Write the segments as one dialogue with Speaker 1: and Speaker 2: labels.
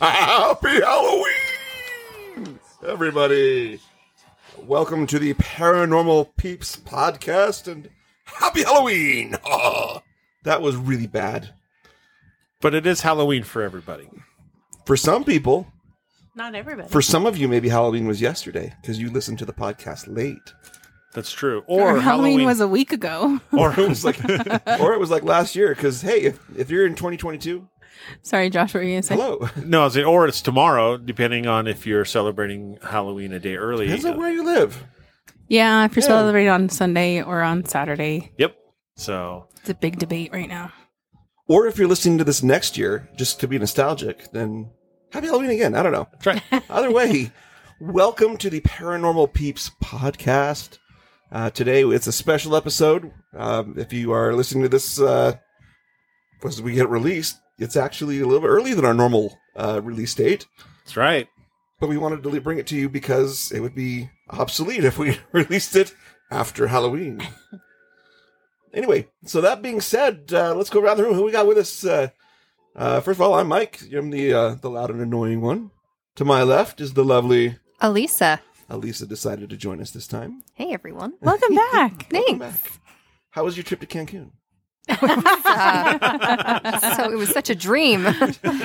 Speaker 1: Happy Halloween, everybody. Welcome to the Paranormal Peeps podcast and happy Halloween. Ah, that was really bad.
Speaker 2: But it is Halloween for everybody.
Speaker 1: For some people,
Speaker 3: Not everybody.
Speaker 1: for some of you, maybe Halloween was yesterday because you listened to the podcast late.
Speaker 2: That's true.
Speaker 4: Or
Speaker 2: Or
Speaker 4: Halloween, was a week ago.
Speaker 1: Or it was like, or it was like last year because, hey, if, if you're in 2022,
Speaker 4: Sorry, Josh, what were you going to say?
Speaker 1: hello.
Speaker 2: no, I was saying, or it's tomorrow, depending on if you're celebrating Halloween a day early.
Speaker 1: Depends on where you live.
Speaker 4: Yeah, if you're
Speaker 1: Yeah.
Speaker 4: celebrating on Sunday or on Saturday,
Speaker 2: Yep. So
Speaker 4: it's a big debate right now.
Speaker 1: Or if you're listening to this next year just to be nostalgic, then happy Halloween again. I don't know.
Speaker 2: that's right.
Speaker 1: Either way, welcome to the Paranormal Peeps podcast. Uh, today it's a special episode. Um, if you are listening to this, uh, as we get released, it's actually a little bit earlier than our normal uh, release date.
Speaker 2: That's right.
Speaker 1: But we wanted to bring it to you because it would be obsolete if we released it after Halloween. anyway, so that being said, uh, let's go around the room. Who we got with us? Uh, uh, first of all, I'm Mike. I'm the uh, the loud and annoying one. To my left is the lovely
Speaker 5: Elisa.
Speaker 1: Elisa decided to join us this time.
Speaker 5: Hey, everyone.
Speaker 4: Welcome back.
Speaker 1: Welcome
Speaker 5: Thanks.
Speaker 1: back. How was your trip to Cancun?
Speaker 5: Uh, so it was such a dream. Oh,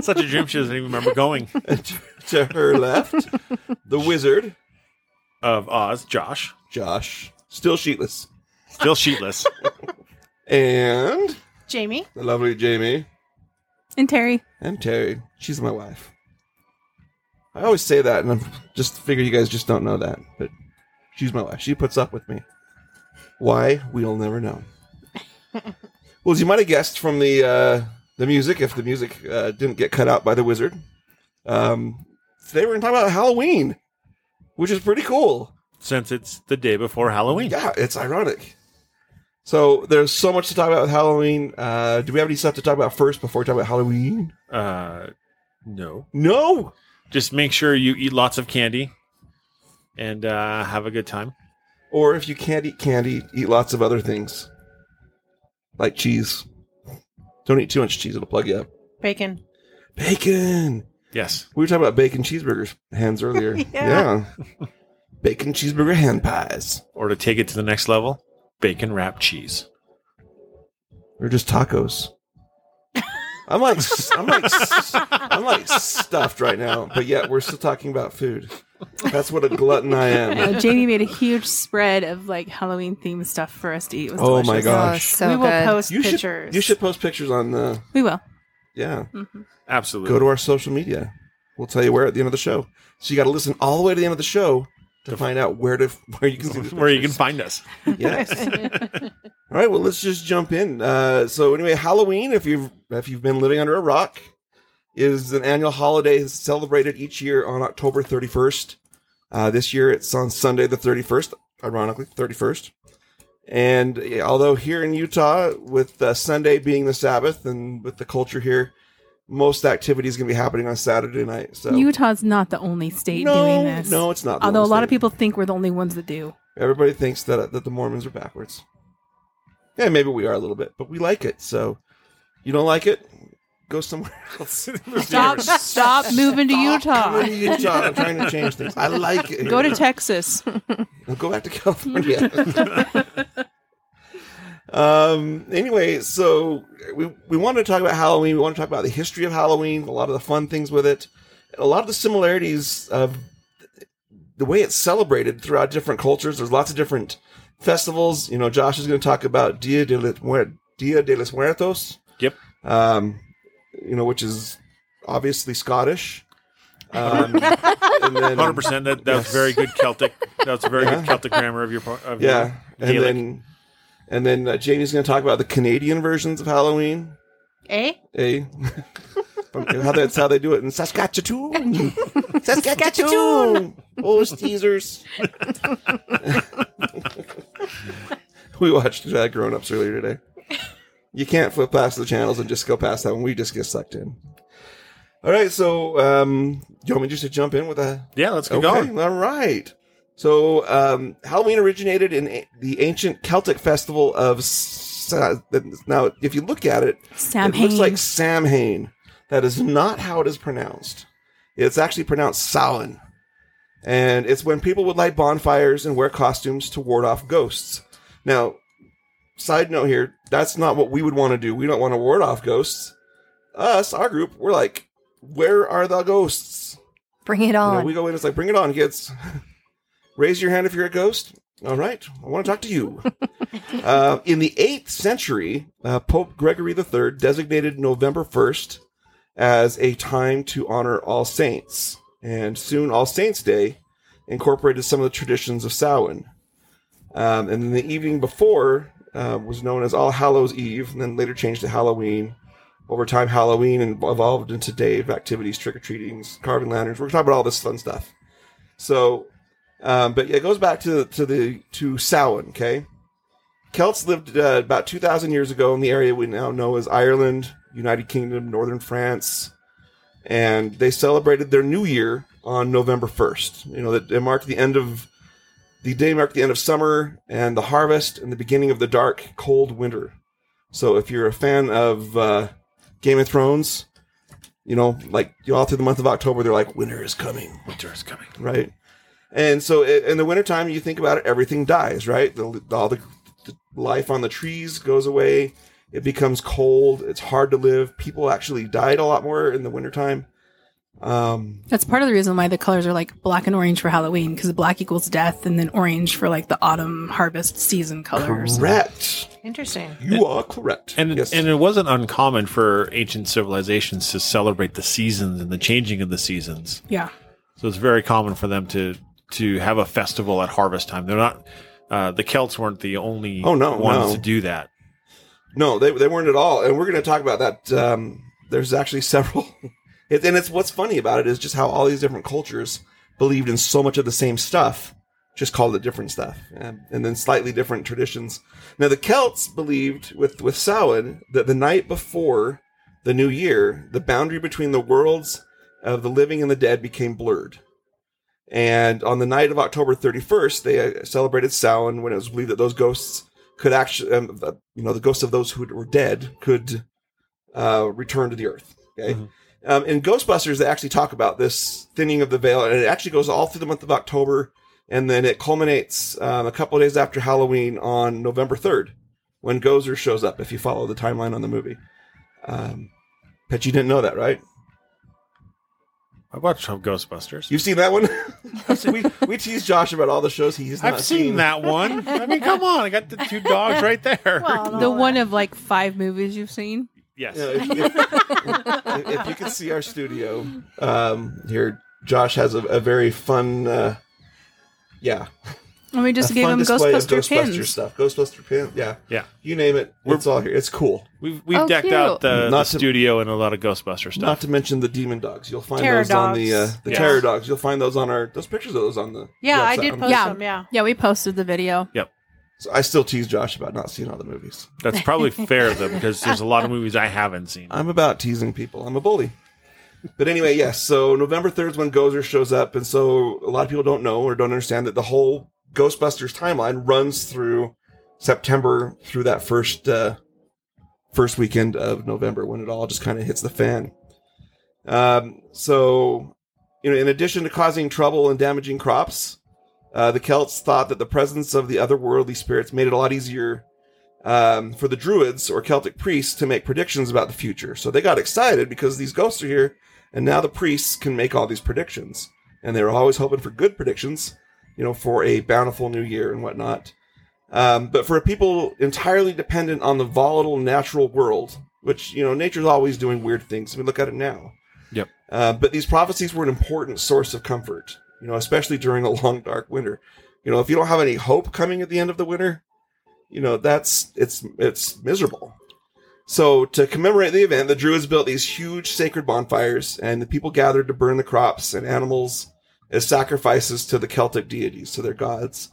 Speaker 2: Such a dream she doesn't even remember going.
Speaker 1: to, to her left, the wizard,
Speaker 2: Of Oz, Josh.
Speaker 1: Josh, still sheetless,
Speaker 2: Still sheetless.
Speaker 1: and
Speaker 3: Jamie,
Speaker 1: the lovely Jamie
Speaker 4: And Terry,
Speaker 1: and Terry. She's my wife. I always say that, and I just figure you guys just don't know that, but she's my wife. She puts up with me. Why we'll never know. well, as you might have guessed from the uh, the music, if the music uh, didn't get cut out by the wizard, um, today we're going to talk about Halloween, which is pretty cool.
Speaker 2: Since it's the day before Halloween.
Speaker 1: Yeah, it's ironic. So there's so much to talk about with Halloween. Uh, do we have any stuff to talk about first before we talk about Halloween?
Speaker 2: Uh, no.
Speaker 1: No.
Speaker 2: Just make sure you eat lots of candy and uh, have a good time.
Speaker 1: Or if you can't eat candy, eat lots of other things, like cheese. Don't eat too much cheese; it'll plug you up.
Speaker 3: bacon.
Speaker 1: Bacon.
Speaker 2: Yes.
Speaker 1: We were talking about bacon cheeseburgers hands earlier.
Speaker 3: Yeah.
Speaker 1: Yeah. Bacon cheeseburger hand pies,
Speaker 2: Or to take it to the next level, bacon wrapped cheese.
Speaker 1: or just tacos. I'm like, I'm like, I'm like stuffed right now, but yet we're still talking about food. That's what a glutton I am.
Speaker 4: uh, Jamie made a huge spread of like Halloween themed stuff for us to eat. It was
Speaker 1: Oh my
Speaker 4: delicious.
Speaker 1: God.
Speaker 5: Oh,
Speaker 1: Gosh.
Speaker 5: so
Speaker 3: we will
Speaker 5: good.
Speaker 3: post
Speaker 1: you
Speaker 3: pictures.
Speaker 1: Should, you should post pictures on the
Speaker 4: We will.
Speaker 1: yeah.
Speaker 2: Absolutely.
Speaker 1: Go to our social media. We'll tell you where at the end of the show. So you got to listen all the way to the end of the show to find out where to where you can see the
Speaker 2: where you can
Speaker 1: pictures.
Speaker 2: find us.
Speaker 1: Yes. all right. Well, let's just jump in. Uh, so anyway, Halloween, if you've if you've been living under a rock, is an annual holiday that's celebrated each year on October 31st. Uh, this year it's on Sunday the 31st, ironically 31st. And yeah, although here in Utah, with uh, Sunday being the Sabbath, and with the culture here, most activity is going to be happening on Saturday night. So
Speaker 4: Utah's not the only state
Speaker 1: no,
Speaker 4: doing this.
Speaker 1: no, it's not. the
Speaker 4: Although a
Speaker 1: only
Speaker 4: lot of
Speaker 1: state.
Speaker 4: people think we're the only ones that do.
Speaker 1: everybody thinks that that the Mormons are backwards. Yeah, maybe we are a little bit, but we like it. So you don't like it, go somewhere else.
Speaker 4: Stop, stop moving to
Speaker 1: Come
Speaker 4: Utah.
Speaker 1: to Utah. I'm trying to change things. I like it.
Speaker 4: Go to Texas.
Speaker 1: Now go back to California. um. Anyway, so we we wanted to talk about Halloween. We want to talk about the history of Halloween, a lot of the fun things with it, and a lot of the similarities of the way it's celebrated throughout different cultures. There's lots of different festivals. You know, Josh is going to talk about Dia de los Muer- Dia de los Muertos.
Speaker 2: Yep.
Speaker 1: Um, you know, which is obviously Scottish. Um, and then-
Speaker 2: Hundred percent. That that was
Speaker 1: Yes.
Speaker 2: very good Celtic. That was a very
Speaker 1: Yeah.
Speaker 2: good Celtic grammar of your part. Of
Speaker 1: Yeah,
Speaker 2: your
Speaker 1: and
Speaker 2: Gaelic.
Speaker 1: then and then uh, Jamie's going to talk about the Canadian versions of Halloween.
Speaker 3: eh?
Speaker 1: Eh? From- how that's how they do it in Saskatchewan. Saskatchewan. Oh, teasers. we watched uh, Grown Ups earlier today. You can't flip past the channels and just go past that one. We just get sucked in. All right, so um, you want me just to jump in with a
Speaker 2: yeah, let's get going.
Speaker 1: all right. So um, Halloween originated in a- the ancient Celtic festival of S- now. If you look at it,
Speaker 4: Sam
Speaker 1: it looks
Speaker 4: Hain.
Speaker 1: like Samhain. That is not how it is pronounced. It's actually pronounced Samhain. And it's when people would light bonfires and wear costumes to ward off ghosts. Now, side note here, that's not what we would want to do. We don't want to ward off ghosts. Us, our group, we're like, where are the ghosts?
Speaker 5: Bring it
Speaker 1: You know,
Speaker 5: on.
Speaker 1: we go in, it's like, bring it on, kids. Raise your hand if you're a ghost. All right, I want to talk to you. uh, in the 8th century, uh, Pope Gregory III designated November 1st as a time to honor All Saints. And soon, All Saints Day incorporated some of the traditions of Samhain. Um, and then the evening before uh, was known as All Hallows Eve, and then later changed to Halloween. Over time, Halloween evolved into day of activities, trick or treatings, carving lanterns. We're talking about all this fun stuff. So, um, but yeah, it goes back to to the to Samhain. Okay, Celts lived uh, about two thousand years ago in the area we now know as Ireland, United Kingdom, Northern France, and they celebrated their New Year on November first. You know that it marked the end of the day marked the end of summer and the harvest and the beginning of the dark, cold winter. So if you're a fan of uh, Game of Thrones, you know, like all through the month of October, they're like, winter is coming,
Speaker 2: Winter is coming.
Speaker 1: right? And so i- in the wintertime, you think about it, everything dies, right? The, all the, the life on the trees goes away. It becomes cold. It's hard to live. People actually died a lot more in the wintertime. Um,
Speaker 4: That's part of the reason why the colors are like black and orange for Halloween, because black equals death, and then orange for like the autumn harvest season colors.
Speaker 1: correct.
Speaker 3: Interesting.
Speaker 1: You are correct.
Speaker 2: Hmm. And
Speaker 1: Yes.
Speaker 2: and it wasn't uncommon for ancient civilizations to celebrate the seasons and the changing of the seasons.
Speaker 4: Yeah.
Speaker 2: So it's very common for them to to have a festival at harvest time. They're not uh, the Celts weren't the only
Speaker 1: Oh, no,
Speaker 2: ones
Speaker 1: no.
Speaker 2: to do that.
Speaker 1: No, they, they weren't at all. And we're going to talk about that. Um, there's actually several. It, and it's what's funny about it is just how all these different cultures believed in so much of the same stuff, just called it different stuff, and, and then slightly different traditions. Now, the Celts believed with, with Samhain that the night before the new year, the boundary between the worlds of the living and the dead became blurred. And on the night of October 31st, they uh, celebrated Samhain when it was believed that those ghosts could actually, um, the- you know, the ghosts of those who were dead could uh, return to the earth. Okay.
Speaker 2: Mhm.
Speaker 1: Um, in Ghostbusters, they actually talk about this thinning of the veil, and it actually goes all through the month of October, and then it culminates um, a couple days after Halloween on November 3rd when Gozer shows up, if you follow the timeline on the movie. Um, Bet you didn't know that, right?
Speaker 2: I watched Ghostbusters.
Speaker 1: You've seen that one? we, we tease Josh about all the shows he's not
Speaker 2: I've seen, that one. I mean, come on! I got the two dogs right there.
Speaker 3: Well,
Speaker 4: The one of like five movies you've seen.
Speaker 2: yes.
Speaker 1: Yeah, if, if- if you can see our studio um, here, Josh has a, a very fun, uh, yeah,
Speaker 4: And we just
Speaker 1: a
Speaker 4: gave
Speaker 1: fun
Speaker 4: him
Speaker 1: display of
Speaker 4: Ghostbuster
Speaker 1: Ghostbuster
Speaker 4: pins.
Speaker 1: stuff. Ghostbuster pin, yeah,
Speaker 2: Yeah.
Speaker 1: you name it,
Speaker 2: We're-
Speaker 1: it's all here. It's cool.
Speaker 2: We've we've
Speaker 5: Oh,
Speaker 2: decked
Speaker 5: cute.
Speaker 2: out the, the
Speaker 1: Not to-
Speaker 2: studio and a lot of Ghostbuster
Speaker 1: Not
Speaker 2: stuff.
Speaker 1: to mention the demon dogs. You'll find
Speaker 3: Terror
Speaker 1: those on the uh,
Speaker 3: dogs.
Speaker 1: the
Speaker 2: Yes.
Speaker 1: terror dogs. You'll find those on our those pictures of those on the
Speaker 3: Yeah, I
Speaker 1: website.
Speaker 3: did post
Speaker 4: Yeah.
Speaker 3: them. Yeah.
Speaker 4: Yeah, we posted the video.
Speaker 1: So I still tease Josh about not seeing all the movies.
Speaker 2: That's probably fair though, because there's a lot of movies I haven't seen.
Speaker 1: I'm about teasing people. I'm a bully. But anyway, yes. So November 3rd is when Gozer shows up. And so a lot of people don't know or don't understand that the whole Ghostbusters timeline runs through September through that first uh, first weekend of November when it all just kind of hits the fan. Um, so, you know, in addition to causing trouble and damaging crops, uh, the Celts thought that the presence of the otherworldly spirits made it a lot easier um, for the druids or Celtic priests to make predictions about the future. So they got excited because these ghosts are here, and now the priests can make all these predictions. And they were always hoping for good predictions, you know, for a bountiful new year and whatnot. Um, but for a people entirely dependent on the volatile natural world, which you know, nature's always doing weird things. We look at it now.
Speaker 2: Yep.
Speaker 1: Uh, but these prophecies were an important source of comfort, you know, especially during a long dark winter. You know, if you don't have any hope coming at the end of the winter, you know that's it's it's miserable so to commemorate the event the druids built these huge sacred bonfires and the people gathered to burn the crops and animals as sacrifices to the celtic deities to their gods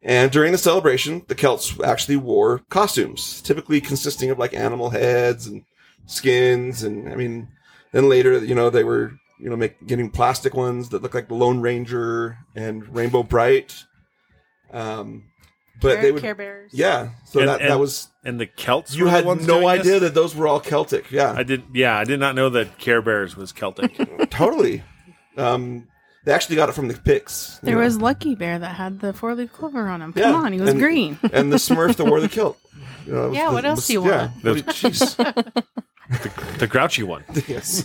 Speaker 1: and during the celebration the celts actually wore costumes typically consisting of like animal heads and skins and i mean then later you know they were you know make, getting plastic ones that look like the lone ranger and rainbow bright um, but
Speaker 3: Care-
Speaker 1: they would
Speaker 3: Care Bears.
Speaker 1: yeah. So
Speaker 2: And-
Speaker 1: that
Speaker 2: and
Speaker 1: that was
Speaker 2: and the Celts.
Speaker 1: you
Speaker 2: were the
Speaker 1: had
Speaker 2: ones
Speaker 1: no
Speaker 2: doing
Speaker 1: idea
Speaker 2: this?
Speaker 1: that those were all Celtic. Yeah,
Speaker 2: I did. Yeah, I did not know that Care Bears was Celtic.
Speaker 1: totally. Um, they actually got it from the Picts. you
Speaker 4: There
Speaker 1: know.
Speaker 4: was Lucky Bear that had the four leaf clover on him. Come
Speaker 1: Yeah.
Speaker 4: on, he was
Speaker 1: And-
Speaker 4: green.
Speaker 1: and the Smurf that wore the kilt. You know, that was
Speaker 3: Yeah,
Speaker 1: the-
Speaker 3: what else do you
Speaker 1: yeah.
Speaker 2: want?
Speaker 1: What- jeez.
Speaker 2: the grouchy one.
Speaker 1: yes.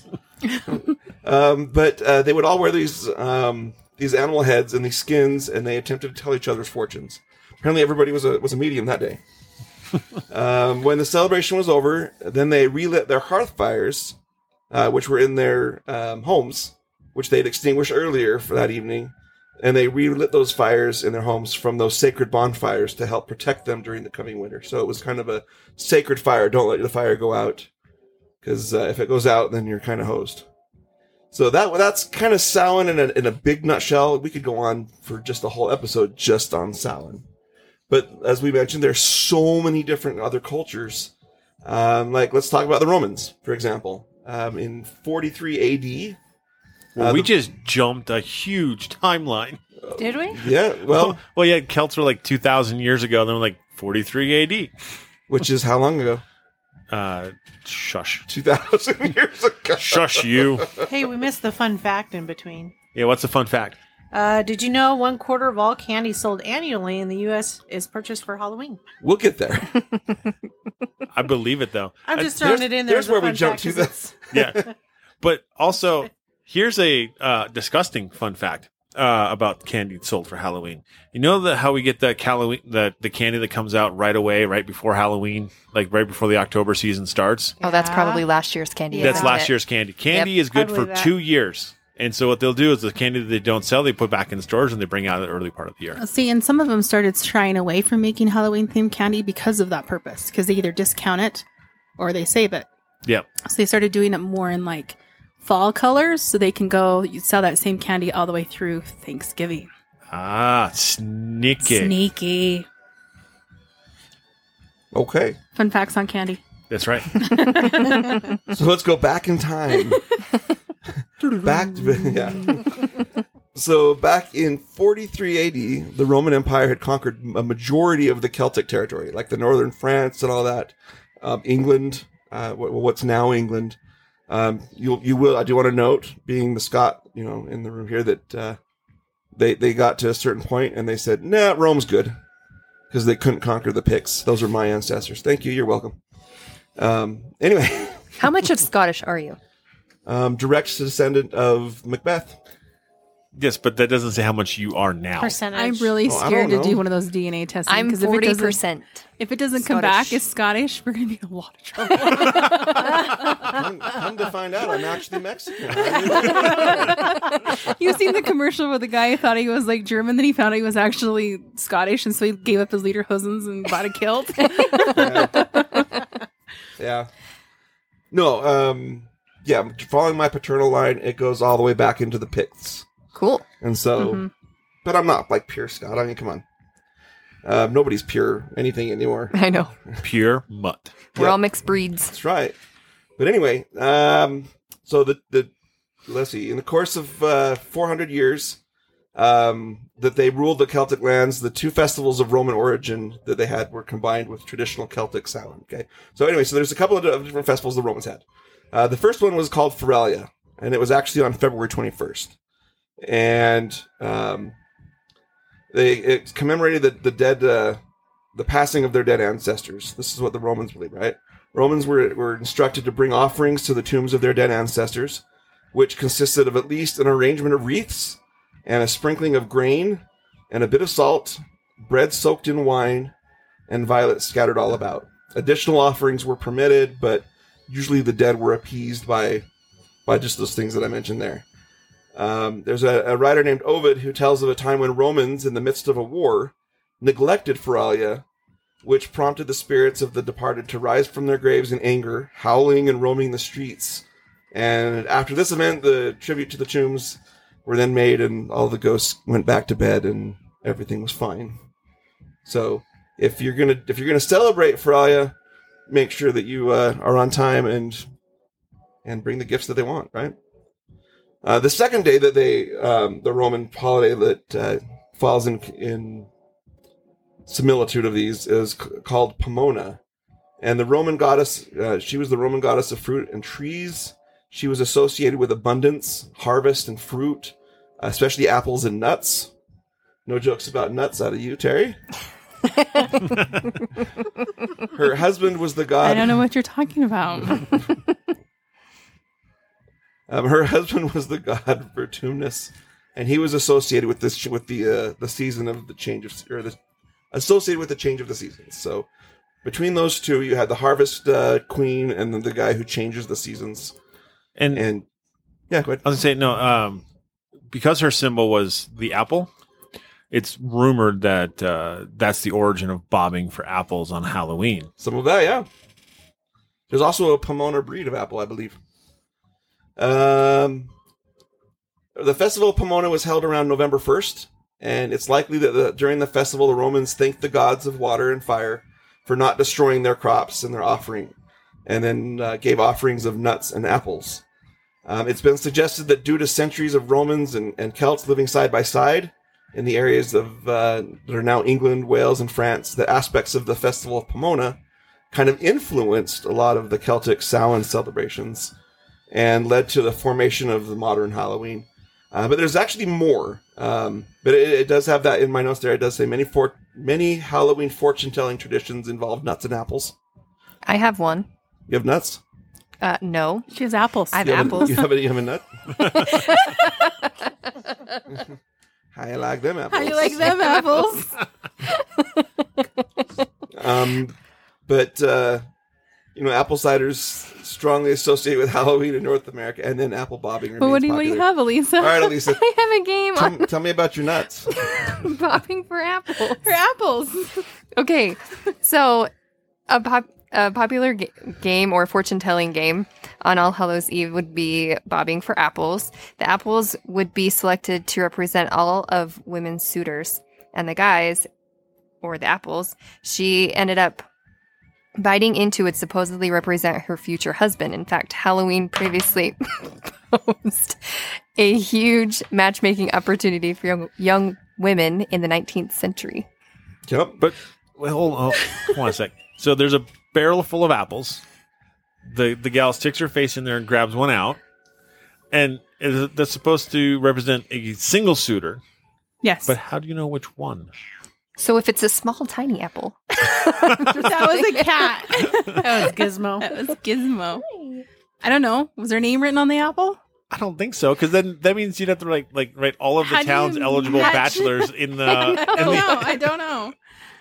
Speaker 1: um, but uh, they would all wear these um, these animal heads and these skins, and they attempted to tell each other's fortunes. Apparently, everybody was a was a medium that day. um, when the celebration was over, then they relit their hearth fires, uh, which were in their um, homes, which they'd extinguished earlier for that evening, and they relit those fires in their homes from those sacred bonfires to help protect them during the coming winter. So it was kind of a sacred fire. Don't let the fire go out, because uh, if it goes out, then you're kind of hosed. So that that's kind of Samhain in a, in a big nutshell. We could go on for just a whole episode just on Samhain. But as we mentioned, there's so many different other cultures. Um, like let's talk about the Romans, for example. Um, in 43 AD,
Speaker 2: Well,
Speaker 1: Uh,
Speaker 2: we
Speaker 1: the-
Speaker 2: just jumped a huge timeline.
Speaker 3: Did we?
Speaker 1: yeah, well,
Speaker 2: well, yeah, Celts were like two thousand years ago. Then we're like forty-three A.D.
Speaker 1: which is how long ago?
Speaker 2: Uh, shush,
Speaker 1: 2,000 years ago.
Speaker 2: shush, you.
Speaker 3: Hey, we missed the fun fact in between.
Speaker 2: Yeah, what's a fun fact?
Speaker 3: Uh, did you know one quarter of all candy sold annually in the U.S. is purchased for Halloween?
Speaker 1: We'll get there.
Speaker 2: I believe it though.
Speaker 3: I'm
Speaker 2: I-
Speaker 3: just throwing
Speaker 1: Uh, there's-
Speaker 3: it in there.
Speaker 1: there's
Speaker 3: as a
Speaker 1: where we
Speaker 3: fun
Speaker 1: jumped
Speaker 3: fact
Speaker 1: to
Speaker 3: 'cause
Speaker 1: the-
Speaker 3: it's-
Speaker 2: yeah. But also, here's a uh, disgusting fun fact uh, about candy sold for Halloween. You know the, how we get the Halloween, the, the candy that comes out right away, right before Halloween, like right before the October season starts.
Speaker 5: Oh, that's
Speaker 3: Yeah.
Speaker 5: probably last years, Candy.
Speaker 2: That's
Speaker 5: isn't
Speaker 2: last
Speaker 5: it?
Speaker 2: year's candy. Candy is good for
Speaker 3: believe that.
Speaker 2: two years. And so what they'll do is the candy that they don't sell, they put back in the stores and they bring out in the early part of the year.
Speaker 4: See, and some of them started shying away from making Halloween themed candy because of that purpose, because they either discount it or they save it.
Speaker 2: Yeah.
Speaker 4: So they started doing it more in like fall colors so they can go you sell that same candy all the way through Thanksgiving.
Speaker 2: Ah, sneaky.
Speaker 4: Sneaky.
Speaker 1: Okay.
Speaker 4: Fun facts on candy.
Speaker 2: That's right.
Speaker 1: So let's go back in time. back, yeah. So back in 43 AD, the Roman Empire had conquered a majority of the Celtic territory, like the northern France and all that, um, England, uh, wh- what's now England. Um, you you will. I do want to note, being the Scot, you know, in the room here, that uh, they they got to a certain point and they said, "Nah, Rome's good," because they couldn't conquer the Picts. Those are my ancestors. Thank you. You're welcome. Um, anyway.
Speaker 5: How much of Scottish are you?
Speaker 1: um, direct descendant of Macbeth.
Speaker 2: yes, but that doesn't say how much you are now.
Speaker 3: Percentage.
Speaker 4: I'm really
Speaker 1: Oh, I
Speaker 4: scared
Speaker 1: don't
Speaker 4: to do
Speaker 1: know.
Speaker 4: one of those DNA tests.
Speaker 5: I'm forty percent.
Speaker 4: If it doesn't come
Speaker 5: Scottish.
Speaker 4: back as Scottish, we're going to be in a lot of trouble.
Speaker 1: Come, come to find out, I'm actually Mexican.
Speaker 4: you seen the commercial where the guy thought he was like German, then he found out he was actually Scottish, and so he gave up his lederhosens and bought a kilt.
Speaker 1: yeah. No, um, yeah, following my paternal line, it goes all the way back into the Picts.
Speaker 5: Cool.
Speaker 1: And so,
Speaker 4: Mhm.
Speaker 1: but I'm not like pure Scott. I mean, come on. Um, nobody's pure anything anymore.
Speaker 5: I know.
Speaker 2: Pure mutt.
Speaker 5: We're
Speaker 1: Yeah.
Speaker 5: all mixed breeds.
Speaker 1: That's right. But anyway, um, so the the let's see, in the course of uh, 400 years um, that they ruled the Celtic lands, the two festivals of Roman origin that they had were combined with traditional Celtic sound. Okay, so anyway, so there's a couple of di- of different festivals the Romans had. Uh, the first one was called Feralia, and it was actually on February 21st, and um, they it commemorated the the dead. Uh, the passing of their dead ancestors. This is what the Romans believe, right? Romans were, were instructed to bring offerings to the tombs of their dead ancestors, which consisted of at least an arrangement of wreaths and a sprinkling of grain and a bit of salt, bread soaked in wine, and violets scattered all about. Additional offerings were permitted, but usually the dead were appeased by by just those things that I mentioned there. Um, there's a, a writer named Ovid who tells of a time when Romans, in the midst of a war, neglected Feralia which prompted the spirits of the departed to rise from their graves in anger, howling and roaming the streets. And after this event, the tribute to the tombs were then made, and all the ghosts went back to bed, and everything was fine. So, if you're gonna if you're gonna celebrate Feralia, make sure that you uh, are on time and and bring the gifts that they want. Right. Uh, the second day that they um, the Roman holiday that uh, falls in in similitude of these is c- called Pomona. And the Roman goddess, uh, she was the Roman goddess of fruit and trees. She was associated with abundance, harvest, and fruit, especially apples and nuts. No jokes about nuts out of you, Terry. Her husband was the
Speaker 4: I
Speaker 1: god.
Speaker 4: don't know what you're talking about.
Speaker 1: Um, her husband was the god Vertumnus, and he was associated with this with the uh, the season of the change of or the associated with the change of the seasons. So between those two, you had the harvest uh, queen and then the guy who changes the seasons.
Speaker 2: And
Speaker 1: And yeah, go ahead.
Speaker 2: I was gonna say no, um, because her symbol was the apple. It's rumored that uh, that's the origin of bobbing for apples on Halloween.
Speaker 1: Some of that, yeah. There's also a Pomona breed of apple, I believe. Um, the festival of Pomona was held around November 1st, and it's likely that the, during the festival, the Romans thanked the gods of water and fire for not destroying their crops and their offering, and then uh, gave offerings of nuts and apples. Um, it's been suggested that due to centuries of Romans and, and Celts living side by side in the areas of uh, that are now England, Wales, and France, the aspects of the festival of Pomona kind of influenced a lot of the Celtic Samhain celebrations and led to the formation of the modern Halloween. Uh, but there's actually more. Um, but it, it does have that in my notes there. It does say many for many Halloween fortune telling traditions involve nuts and apples.
Speaker 5: I have one.
Speaker 1: You have nuts.
Speaker 5: Uh, no.
Speaker 4: She has apples.
Speaker 5: I have
Speaker 1: You have,
Speaker 5: apples.
Speaker 1: A, you, have a, you have a nut. How you like them apples?
Speaker 4: How you like them apples?
Speaker 1: Um, but uh, you know, apple cider's strongly associated with Halloween in North America, and then apple bobbing. Remains
Speaker 4: Well, what do, you, what do you
Speaker 1: popular.
Speaker 4: have, Elisa?
Speaker 1: All right, Elisa,
Speaker 5: I have a game
Speaker 1: tell, tell me about your nuts.
Speaker 5: on bobbing for apples.
Speaker 4: Her apples.
Speaker 5: Okay, so a, pop- a popular g- game or fortune telling game on All Hallows Eve would be bobbing for apples. The apples would be selected to represent all of women's suitors, and the guys, or the apples, she ended up biting into would supposedly represent her future husband. In fact, Halloween previously posed a huge matchmaking opportunity for young, young women in the 19th century.
Speaker 1: yep.
Speaker 2: But well, hold on, hold on a sec. So there's a barrel full of apples. The the gal sticks her face in there and grabs one out, and is, that's supposed to represent a single suitor.
Speaker 4: Yes.
Speaker 2: But how do you know which one?
Speaker 5: So if it's a small, tiny apple,
Speaker 4: that was a cat.
Speaker 3: That was Gizmo.
Speaker 4: that was Gizmo. I don't know. Was her name written on the apple?
Speaker 2: I don't think so, because then that means you'd have to like like write all of the
Speaker 4: How do you
Speaker 2: town's eligible
Speaker 4: match-
Speaker 2: bachelors in the.
Speaker 4: I
Speaker 2: in
Speaker 4: don't
Speaker 2: the-
Speaker 4: know. I don't know.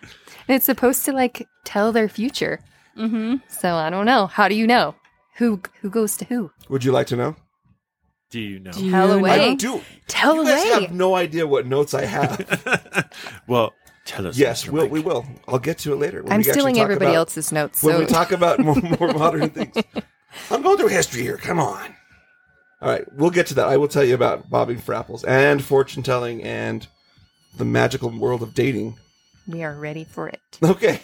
Speaker 5: and it's supposed to like tell their future.
Speaker 4: Mm-hmm.
Speaker 5: So I don't know. How do you know who who goes to who?
Speaker 1: Would you like to know?
Speaker 2: do you know?
Speaker 5: Tell
Speaker 1: I
Speaker 5: away.
Speaker 1: do.
Speaker 5: Tell
Speaker 1: you guys
Speaker 5: away.
Speaker 1: have no idea what notes I have.
Speaker 2: well, tell us.
Speaker 1: yes,
Speaker 2: Mr.
Speaker 1: we'll,
Speaker 2: Mike.
Speaker 1: we will. I'll get to it later. when
Speaker 5: I'm
Speaker 1: we actually
Speaker 5: stealing
Speaker 1: talk
Speaker 5: everybody
Speaker 1: about-
Speaker 5: else's notes.
Speaker 1: when
Speaker 5: So
Speaker 1: we talk about more, more modern things. I'm going through history here. Come on. All right, we'll get to that. I will tell you about bobbing for apples and fortune telling and the magical world of dating.
Speaker 5: we are ready for it.
Speaker 1: Okay,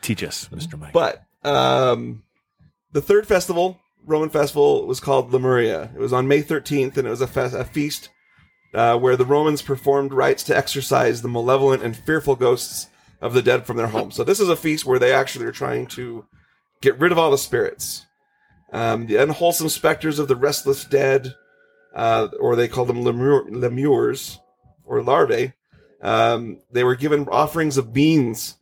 Speaker 2: teach us, Mr. Mike.
Speaker 1: but um, the third festival, Roman festival, was called Lemuria. It was on May 13th, and it was a, fe- a feast uh, where the Romans performed rites to exorcise the malevolent and fearful ghosts of the dead from their homes. So this is a feast where they actually are trying to get rid of all the spirits, um, the unwholesome specters of the restless dead, uh, or they call them lemur- lemurs or larvae. Um, they were given offerings of beans.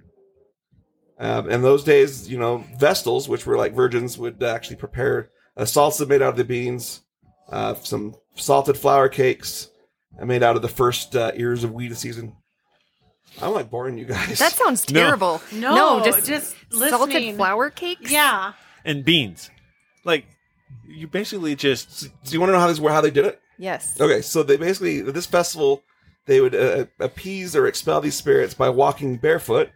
Speaker 1: Um, in those days, you know, vestals, which were like virgins, would actually prepare a salsa made out of the beans, uh, some salted flour cakes, and made out of the first uh, ears of wheat of season. I'm like boring you guys.
Speaker 5: That sounds
Speaker 2: No.
Speaker 5: terrible.
Speaker 3: No,
Speaker 5: No,
Speaker 3: just
Speaker 5: just
Speaker 3: just
Speaker 5: Salted
Speaker 3: listening.
Speaker 5: flour cakes.
Speaker 3: Yeah,
Speaker 2: and beans, like you basically just
Speaker 1: Do you want to know how this how they did it?
Speaker 5: Yes.
Speaker 1: Okay, so they basically this festival they would uh, appease or expel these spirits by walking barefoot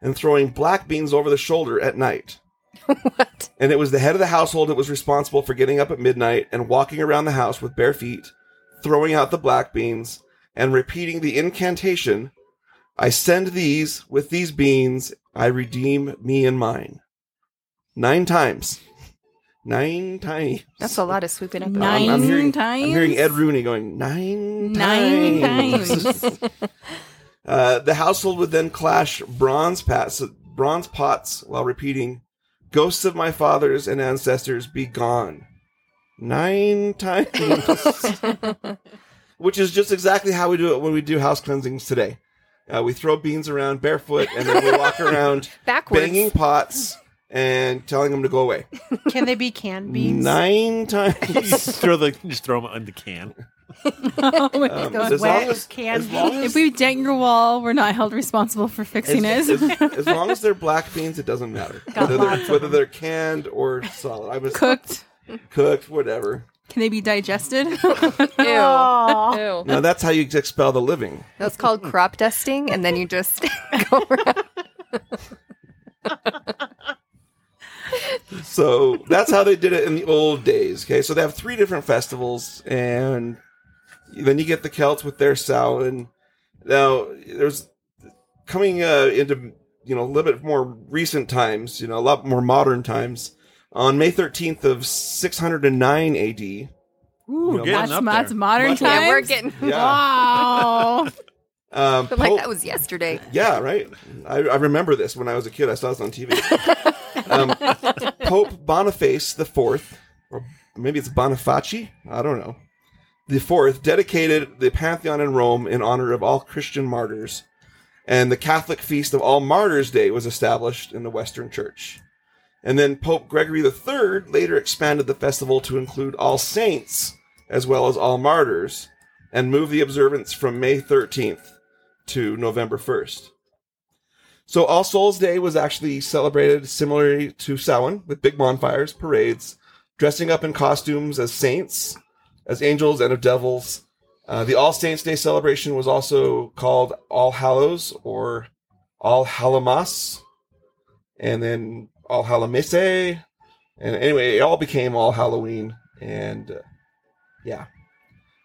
Speaker 1: and throwing black beans over the shoulder at night.
Speaker 5: What?
Speaker 1: And it was the head of the household that was responsible for getting up at midnight and walking around the house with bare feet, throwing out the black beans and repeating the incantation, "I send these with these beans, I redeem me and mine." 9 times. 9 times.
Speaker 5: That's a lot of swooping up. at
Speaker 4: 9
Speaker 1: I'm- I'm hearing-
Speaker 4: times.
Speaker 1: I'm hearing Ed Rooney going nine
Speaker 4: Nine
Speaker 1: times.
Speaker 4: times.
Speaker 1: Uh, the household would then clash bronze pots, bronze pots while repeating, "Ghosts of my fathers and ancestors, be gone." Nine times. which is just exactly how we do it when we do house cleansings today. Uh, we throw beans around barefoot, and then we walk around
Speaker 5: Backwards.
Speaker 1: banging pots and telling them to go away.
Speaker 3: Can they be canned beans?
Speaker 1: Nine
Speaker 2: You
Speaker 1: times.
Speaker 2: just throw the just throw them in the can.
Speaker 4: Oh my
Speaker 1: Um,
Speaker 4: God.
Speaker 1: as long
Speaker 3: wet
Speaker 1: as,
Speaker 3: canned
Speaker 1: as long
Speaker 4: if
Speaker 1: as,
Speaker 4: we dent your wall, we're not held responsible for fixing
Speaker 1: as,
Speaker 4: it.
Speaker 1: as- as long as they're black beans, it doesn't matter
Speaker 3: Got
Speaker 1: whether they're,
Speaker 3: lots of
Speaker 1: whether
Speaker 3: them.
Speaker 1: they're canned or solid. I was
Speaker 4: Cooked.
Speaker 1: cooked, whatever.
Speaker 4: Can they be digested?
Speaker 5: Ew.
Speaker 3: Aw.
Speaker 5: Ew.
Speaker 1: Now that's how you expel the living.
Speaker 5: That's called crop dusting, and then you just go around.
Speaker 1: So that's how they did it in the old days. Okay, so they have three different festivals, and then you get the Celts with their Samhain. Now there's coming uh, into you know a little bit more recent times, you know, a lot more modern times. On May 13th of 609 AD,
Speaker 4: Ooh,
Speaker 1: We're
Speaker 2: getting
Speaker 4: that's,
Speaker 2: up
Speaker 4: that's
Speaker 2: there.
Speaker 4: modern
Speaker 1: Modern.
Speaker 4: times.
Speaker 5: Yeah, we're getting.
Speaker 1: yeah,
Speaker 4: Wow.
Speaker 1: um,
Speaker 5: But like
Speaker 1: Pope-
Speaker 5: that was yesterday.
Speaker 1: Yeah, right. I, I remember this when I was a kid. I saw this on TV. um, Pope Boniface the Fourth, or maybe it's Bonifaci. I don't know. The Fourth dedicated the Pantheon in Rome in honor of all Christian martyrs, and the Catholic feast of All Martyrs' Day was established in the Western Church. And then Pope Gregory III later expanded the festival to include all saints as well as all martyrs, and moved the observance from May 13th to November 1st. So All Souls Day was actually celebrated similarly to Samhain with big bonfires, parades, dressing up in costumes as saints, as angels, and of devils. Uh, the All Saints Day celebration was also called All Hallows or All Halamas, and then All Halamese. And anyway, it all became All Halloween. And uh, yeah.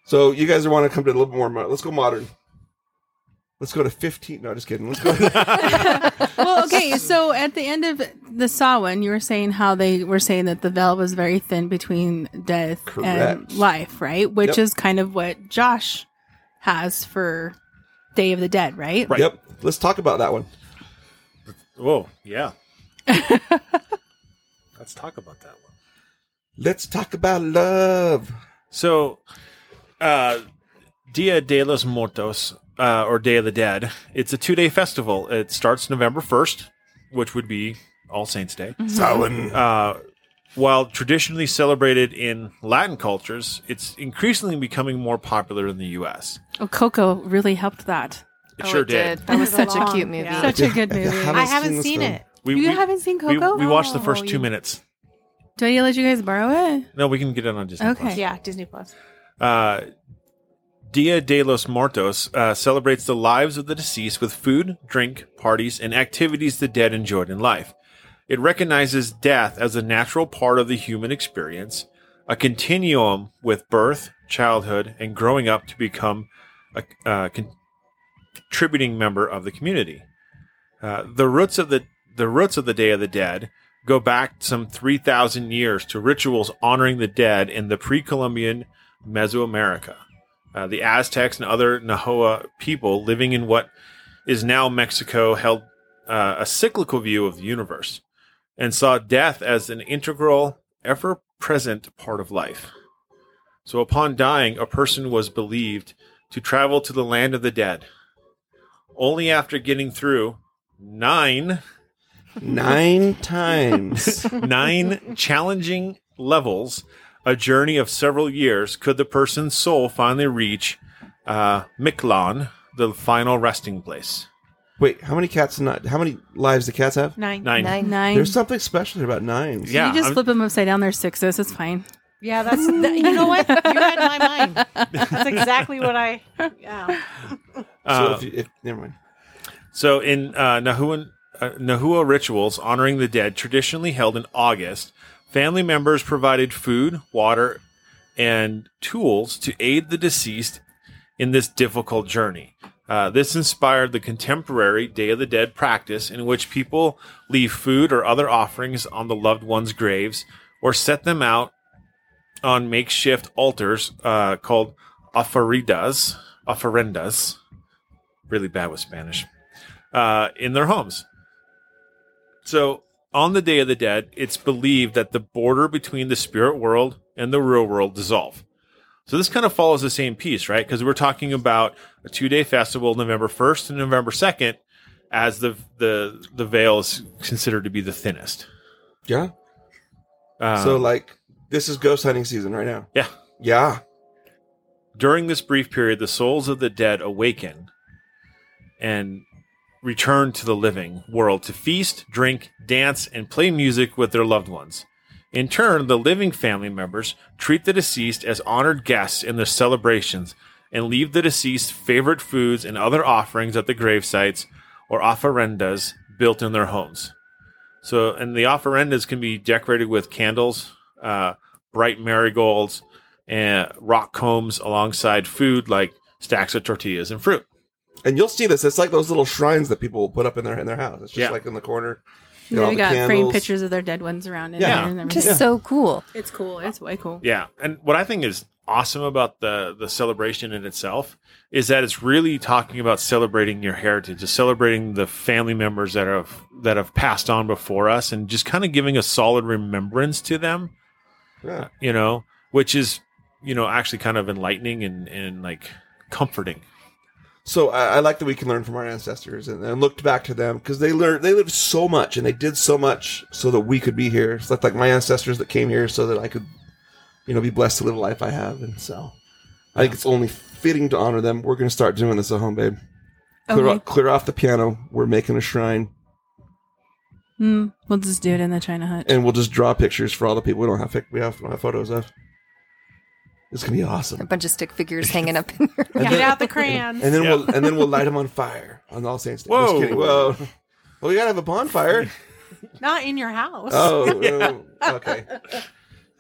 Speaker 1: So you guys want to come to a little bit more. Mo- Let's go modern. Let's go to 15. No, just kidding. Let's go.
Speaker 4: well, okay. So at the end of the Samhain, you were saying how they were saying that the veil was very thin between death
Speaker 1: Correct.
Speaker 4: and life, right? Which
Speaker 1: Yep.
Speaker 4: is kind of what Josh has for Day of the Dead, right?
Speaker 2: Right.
Speaker 1: Yep. Let's talk about that one.
Speaker 2: Whoa, yeah. Let's talk about that one.
Speaker 1: Let's talk about love.
Speaker 2: So, uh, Dia de los Muertos, uh, or Day of the Dead, it's a two day festival. It starts November 1st, which would be All Saints Day.
Speaker 1: Mm-hmm.
Speaker 4: Mm-hmm.
Speaker 1: Samhain.
Speaker 2: Uh, while traditionally celebrated in Latin cultures, it's increasingly becoming more popular in the U.S.
Speaker 4: Oh, Coco really helped that.
Speaker 2: It
Speaker 5: Oh,
Speaker 2: sure
Speaker 5: it
Speaker 2: did.
Speaker 5: That was such a
Speaker 3: Long,
Speaker 5: cute movie.
Speaker 3: yeah.
Speaker 4: Such a good movie.
Speaker 3: I haven't seen
Speaker 1: film.
Speaker 3: it.
Speaker 2: We,
Speaker 4: you
Speaker 2: we-
Speaker 4: haven't seen
Speaker 2: we,
Speaker 4: Coco?
Speaker 2: we watched the
Speaker 4: Oh,
Speaker 2: first
Speaker 4: you-
Speaker 2: two minutes.
Speaker 4: Do I need to let you guys borrow it?
Speaker 2: No, we can get it on Disney.
Speaker 4: Okay.
Speaker 2: Plus.
Speaker 3: Yeah, Disney Plus.
Speaker 2: Uh, Dia de los Muertos uh, celebrates the lives of the deceased with food, drink, parties, and activities the dead enjoyed in life. It recognizes death as a natural part of the human experience, a continuum with birth, childhood, and growing up to become a uh, con- contributing member of the community. Uh, the roots of the the roots of the Day of the Dead go back some three thousand years to rituals honoring the dead in the pre-Columbian Mesoamerica. Uh, the Aztecs and other Nahua people living in what is now Mexico held uh, a cyclical view of the universe and saw death as an integral, ever present part of life. So, upon dying, a person was believed to travel to the land of the dead. Only after getting through nine
Speaker 1: Nine times.
Speaker 2: nine challenging levels, a journey of several years, could the person's soul finally reach uh, Miklon, the final resting place?
Speaker 1: Wait, how many cats? Not how many lives do cats have?
Speaker 3: Nine.
Speaker 2: Nine.
Speaker 5: Nine.
Speaker 4: Nine.
Speaker 1: There's something special about nines.
Speaker 2: Yeah,
Speaker 4: you just
Speaker 2: I'm-
Speaker 4: flip them upside down. They're sixes. It's fine.
Speaker 3: Yeah, that's that, you know what you had my mind. That's exactly what I. Yeah.
Speaker 1: So
Speaker 2: Uh,
Speaker 1: if you, if, never mind.
Speaker 2: So in uh, Nahuan, uh, Nahua rituals honoring the dead, traditionally held in August, family members provided food, water, and tools to aid the deceased in this difficult journey. Uh, this inspired the contemporary Day of the Dead practice, in which people leave food or other offerings on the loved one's graves or set them out on makeshift altars uh, called oferidas, offerendas really bad with Spanish, uh, in their homes. So on the Day of the Dead, it's believed that the border between the spirit world and the real world dissolve. So this kind of follows the same piece, right? Because we're talking about a two-day festival, November first and November second, as the the the veil is considered to be the thinnest.
Speaker 1: Yeah.
Speaker 2: Um,
Speaker 1: so like this is ghost hunting season right now.
Speaker 2: Yeah.
Speaker 1: Yeah.
Speaker 2: during this brief period, the souls of the dead awaken and return to the living world to feast, drink, dance, and play music with their loved ones. In turn, the living family members treat the deceased as honored guests in their celebrations and leave the deceased favorite foods and other offerings at the grave sites or offerendas built in their homes. So, and the offerendas can be decorated with candles, uh, bright marigolds, and rock combs alongside food like stacks of tortillas and fruit.
Speaker 1: And you'll see this. It's like those little shrines that people will put up in their in their house. It's just
Speaker 2: Yeah.
Speaker 1: like in the corner.
Speaker 4: And
Speaker 1: Got all
Speaker 4: then we
Speaker 1: the
Speaker 4: got framed
Speaker 1: candles.
Speaker 4: pictures of their dead ones around in
Speaker 2: Yeah.
Speaker 4: there. And everything.
Speaker 5: Just so cool.
Speaker 4: It's cool. It's way cool.
Speaker 2: Yeah, and what I think is awesome about the the celebration in itself is that it's really talking about celebrating your heritage, is celebrating the family members that have that have passed on before us, and just kind of giving a solid remembrance to them.
Speaker 1: Yeah.
Speaker 2: You know, which is you know actually kind of enlightening and and like comforting.
Speaker 1: So I, I like that we can learn from our ancestors and, and looked back to them because they learned they lived so much and they did so much so that we could be here. It's like, like my ancestors that came here so that I could, you know, be blessed to live a life I have. And so I think it's only fitting to honor them. We're going to start doing this at home, babe. Clear,
Speaker 4: Okay.
Speaker 1: clear off the piano. We're making a shrine,
Speaker 4: Hmm. we'll just do it in the China hut.
Speaker 1: and we'll just draw pictures for all the people we don't have. pic- We have, we don't have photos of. It's gonna be awesome.
Speaker 5: A bunch of stick figures hanging up in there.
Speaker 1: And
Speaker 3: Get
Speaker 1: then,
Speaker 3: out the crayons.
Speaker 1: and then
Speaker 2: Yeah.
Speaker 1: we'll and then we'll light them on fire on All Saints Day.
Speaker 2: Whoa.
Speaker 1: Just kidding. Whoa. Well, we gotta have a bonfire.
Speaker 3: Not in your house.
Speaker 1: Oh, oh, okay.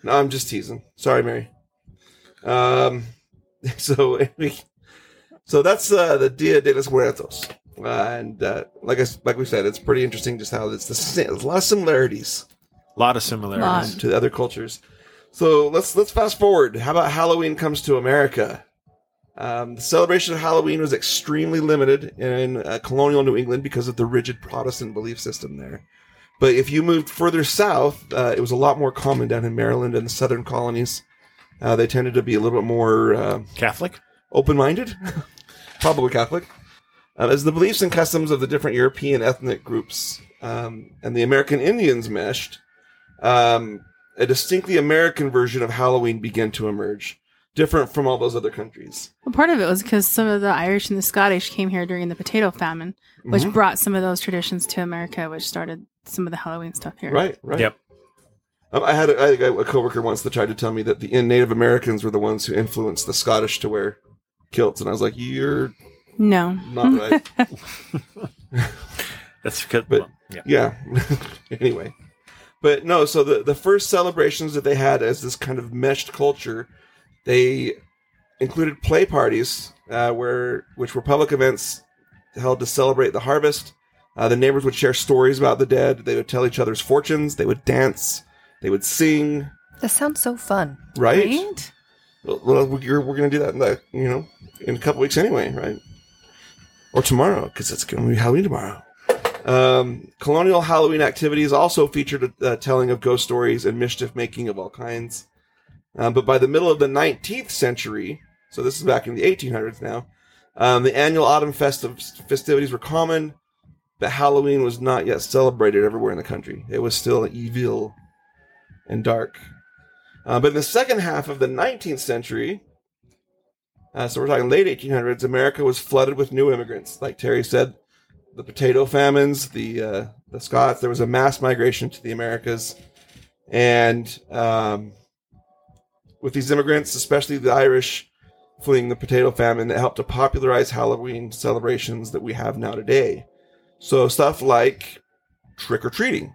Speaker 1: No, I'm just teasing. Sorry, Mary. Um, so we, so that's uh, the Dia de los Muertos, uh, and uh, like I s- like we said, it's pretty interesting just how it's the sa- there's a lot of similarities
Speaker 2: A lot of similarities.
Speaker 4: Lot.
Speaker 1: to the other cultures. So let's let's fast forward. How about Halloween comes to America? Um, the celebration of Halloween was extremely limited in uh, colonial New England because of the rigid Protestant belief system there. But if you moved further south, uh, it was a lot more common down in Maryland and the southern colonies. Uh, they tended to be a little bit more uh,
Speaker 2: Catholic.
Speaker 1: open minded, probably Catholic, uh, as the beliefs and customs of the different European ethnic groups um, and the American Indians meshed, um, a distinctly American version of Halloween began to emerge, different from all those other countries.
Speaker 4: Well, part of it was because some of the Irish and the Scottish came here during the potato famine, which
Speaker 1: Mhm.
Speaker 4: brought some of those traditions to America, which started some of the Halloween stuff here.
Speaker 1: Right, right.
Speaker 2: Yep.
Speaker 1: Um, I had a, I had a, a coworker once that tried to tell me that the Native Americans were the ones who influenced the Scottish to wear kilts, and I was like, "You're
Speaker 4: No.
Speaker 1: not right."
Speaker 2: That's because
Speaker 1: But-
Speaker 2: well, yeah.
Speaker 1: yeah anyway but no so the, the first celebrations that they had as this kind of meshed culture they included play parties uh, where which were public events held to celebrate the harvest uh, the neighbors would share stories about the dead they would tell each other's fortunes they would dance they would sing
Speaker 5: That sounds so fun.
Speaker 1: right,
Speaker 4: Right?
Speaker 1: Well, we're, we're gonna do that in the, you know in a couple weeks anyway right or tomorrow because it's gonna be halloween tomorrow um, colonial halloween activities also featured a, a telling of ghost stories and mischief making of all kinds um, but by the middle of the 19th century so this is back in the 1800s now um, the annual autumn festive festivities were common but halloween was not yet celebrated everywhere in the country it was still evil and dark uh, but in the second half of the 19th century, uh, so we're talking late 1800s, America was flooded with new immigrants. Like Terry said, the potato famines, the uh, the Scots. There was a mass migration to the Americas, and um, with these immigrants, especially the Irish, fleeing the potato famine, that helped to popularize Halloween celebrations that we have now today. So stuff like trick or treating.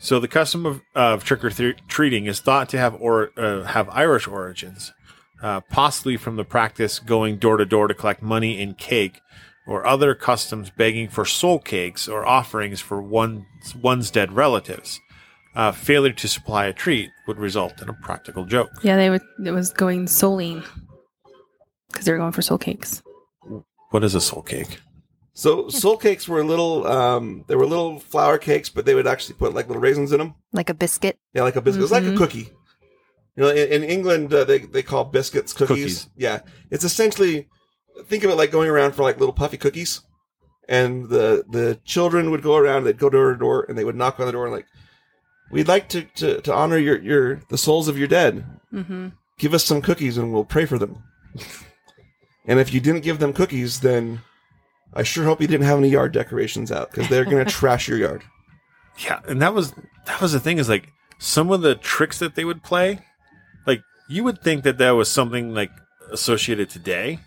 Speaker 2: So the custom of, of trick or thre- treating is thought to have or uh, have Irish origins, uh, possibly from the practice going door to door to collect money in cake, or other customs begging for soul cakes or offerings for one one's dead relatives. Uh, failure to supply a treat would result in a practical joke.
Speaker 4: Yeah, they were, it was going souling because they were going for soul cakes.
Speaker 2: What is a soul cake?
Speaker 1: So soul cakes were little, um, they were little flour cakes, but they would actually put like little raisins in them.
Speaker 5: like a biscuit.
Speaker 1: Yeah, like a biscuit. It's like a
Speaker 4: Mhm.
Speaker 1: cookie. You know, in, in England uh, they they call biscuits cookies.
Speaker 2: Cookies.
Speaker 1: Yeah, it's essentially think of it like going around for like little puffy cookies, and the the children would go around. They'd go door to door and they would knock on the door and like, we'd like to to, to honor your your the souls of your dead.
Speaker 4: Mm-hmm.
Speaker 1: Give us some cookies and we'll pray for them. and if you didn't give them cookies, then I sure hope you didn't have any yard decorations out because they're gonna trash your yard.
Speaker 2: Yeah, and that was that was the thing is like some of the tricks that they would play, like you would think that that was something like associated today,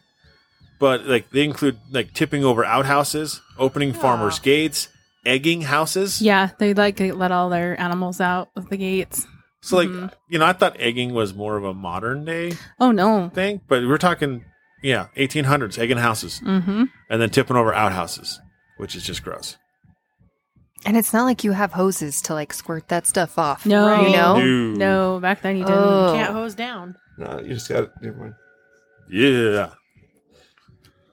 Speaker 2: but like they include like tipping over outhouses, opening farmers' gates, egging houses.
Speaker 4: Yeah, they like let all their animals out of the gates.
Speaker 2: So like
Speaker 4: Mhm.
Speaker 2: you know, I thought egging was more of a modern day
Speaker 4: Oh no.
Speaker 2: thing, but we're talking yeah, 1800s egging houses
Speaker 4: Mm-hmm.
Speaker 2: and then tipping over outhouses, which is just gross.
Speaker 5: And it's not like you have hoses to like squirt that stuff off.
Speaker 4: No,
Speaker 3: Right.
Speaker 5: You know?
Speaker 2: No.
Speaker 4: no. Back then you didn't.
Speaker 5: Oh.
Speaker 3: Can't hose down.
Speaker 1: No, you just got never mind.
Speaker 2: Yeah.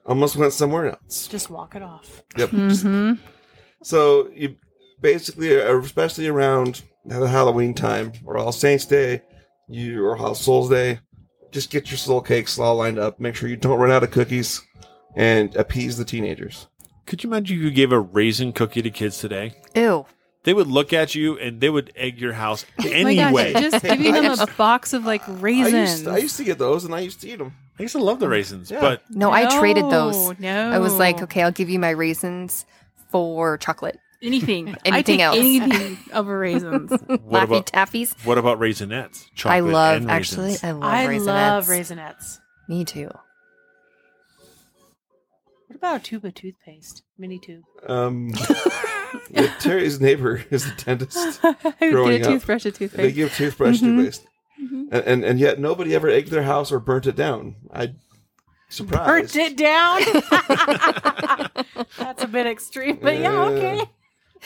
Speaker 1: Almost went somewhere else.
Speaker 3: Just walk it off.
Speaker 1: Yep.
Speaker 4: Mm-hmm.
Speaker 1: So you basically, uh, especially around the Halloween time or All Saints Day, you or All Souls Day, just get your soul cakes all lined up. Make sure you don't run out of cookies, and appease the teenagers.
Speaker 2: Could you imagine if you gave a raisin cookie to kids today?
Speaker 5: Ew.
Speaker 2: They would look at you and they would egg your house
Speaker 4: My
Speaker 2: anyway.
Speaker 4: gosh, just giving them a box of like
Speaker 1: I
Speaker 4: raisins.
Speaker 1: used, I used to get those, and I used to eat them.
Speaker 2: I used to love the raisins,
Speaker 1: Yeah.
Speaker 2: but
Speaker 5: No, I traded those.
Speaker 4: No,
Speaker 5: I was like, okay, I'll give you my raisins for chocolate.
Speaker 4: anything, I
Speaker 5: Anything
Speaker 4: take
Speaker 5: else.
Speaker 4: anything over raisins.
Speaker 2: what
Speaker 5: Laffy
Speaker 2: about
Speaker 5: taffies.
Speaker 2: what about raisinettes? Chocolate
Speaker 5: I love
Speaker 2: and
Speaker 5: actually.
Speaker 2: raisins.
Speaker 5: I love
Speaker 3: I
Speaker 5: raisinettes.
Speaker 3: love raisinets.
Speaker 5: Me too.
Speaker 3: What about a tube of toothpaste? Mini tube.
Speaker 1: Um, yeah, Terry's neighbor is the dentist.
Speaker 4: I would
Speaker 1: Growing
Speaker 4: get
Speaker 1: up,
Speaker 4: a toothbrush, a
Speaker 1: And they
Speaker 4: toothpaste.
Speaker 1: give toothbrush
Speaker 5: Mhm.
Speaker 3: Mm-hmm.
Speaker 1: toothpaste, and, and and yet nobody ever egged their house or burnt it down. I surprised.
Speaker 3: Burnt it down. That's a bit extreme, but yeah, okay.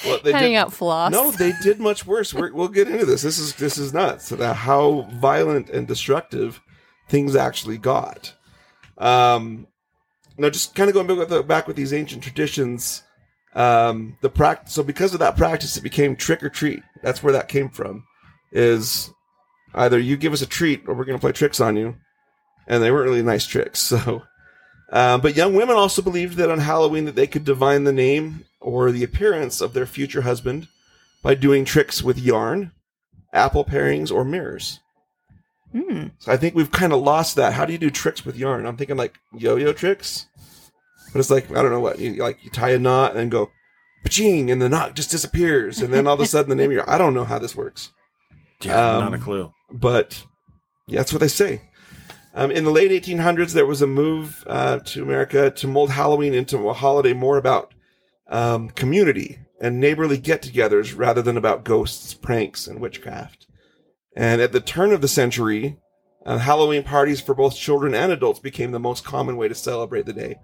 Speaker 1: Well, they
Speaker 5: Cutting
Speaker 1: did-
Speaker 5: out floss.
Speaker 1: No, they did much worse. We're, we'll get into this. This is this is nuts. The- How violent and destructive things actually got. Um, now, just kind of going back with, the, back with these ancient traditions. Um, the practice. So, because of that practice, it became trick or treat. That's where that came from. Is either you give us a treat or we're going to play tricks on you, and they weren't really nice tricks. So. Um, but young women also believed that on Halloween that they could divine the name or the appearance of their future husband by doing tricks with yarn, apple pairings, or mirrors.
Speaker 5: Mm.
Speaker 1: So I think we've kind of lost that. How do you do tricks with yarn? I'm thinking like yo-yo tricks, but it's like I don't know what you like. You tie a knot and then go, paching, and the knot just disappears, and then all of a sudden the name of your I don't know how this works
Speaker 2: Yeah, not
Speaker 1: Um,
Speaker 2: a clue.
Speaker 1: but yeah, that's what they say. Um, in the late 1800s, there was a move uh, to America to mold Halloween into a holiday more about um, community and neighborly get-togethers rather than about ghosts, pranks, and witchcraft. And at the turn of the century, uh, Halloween parties for both children and adults became the most common way to celebrate the day.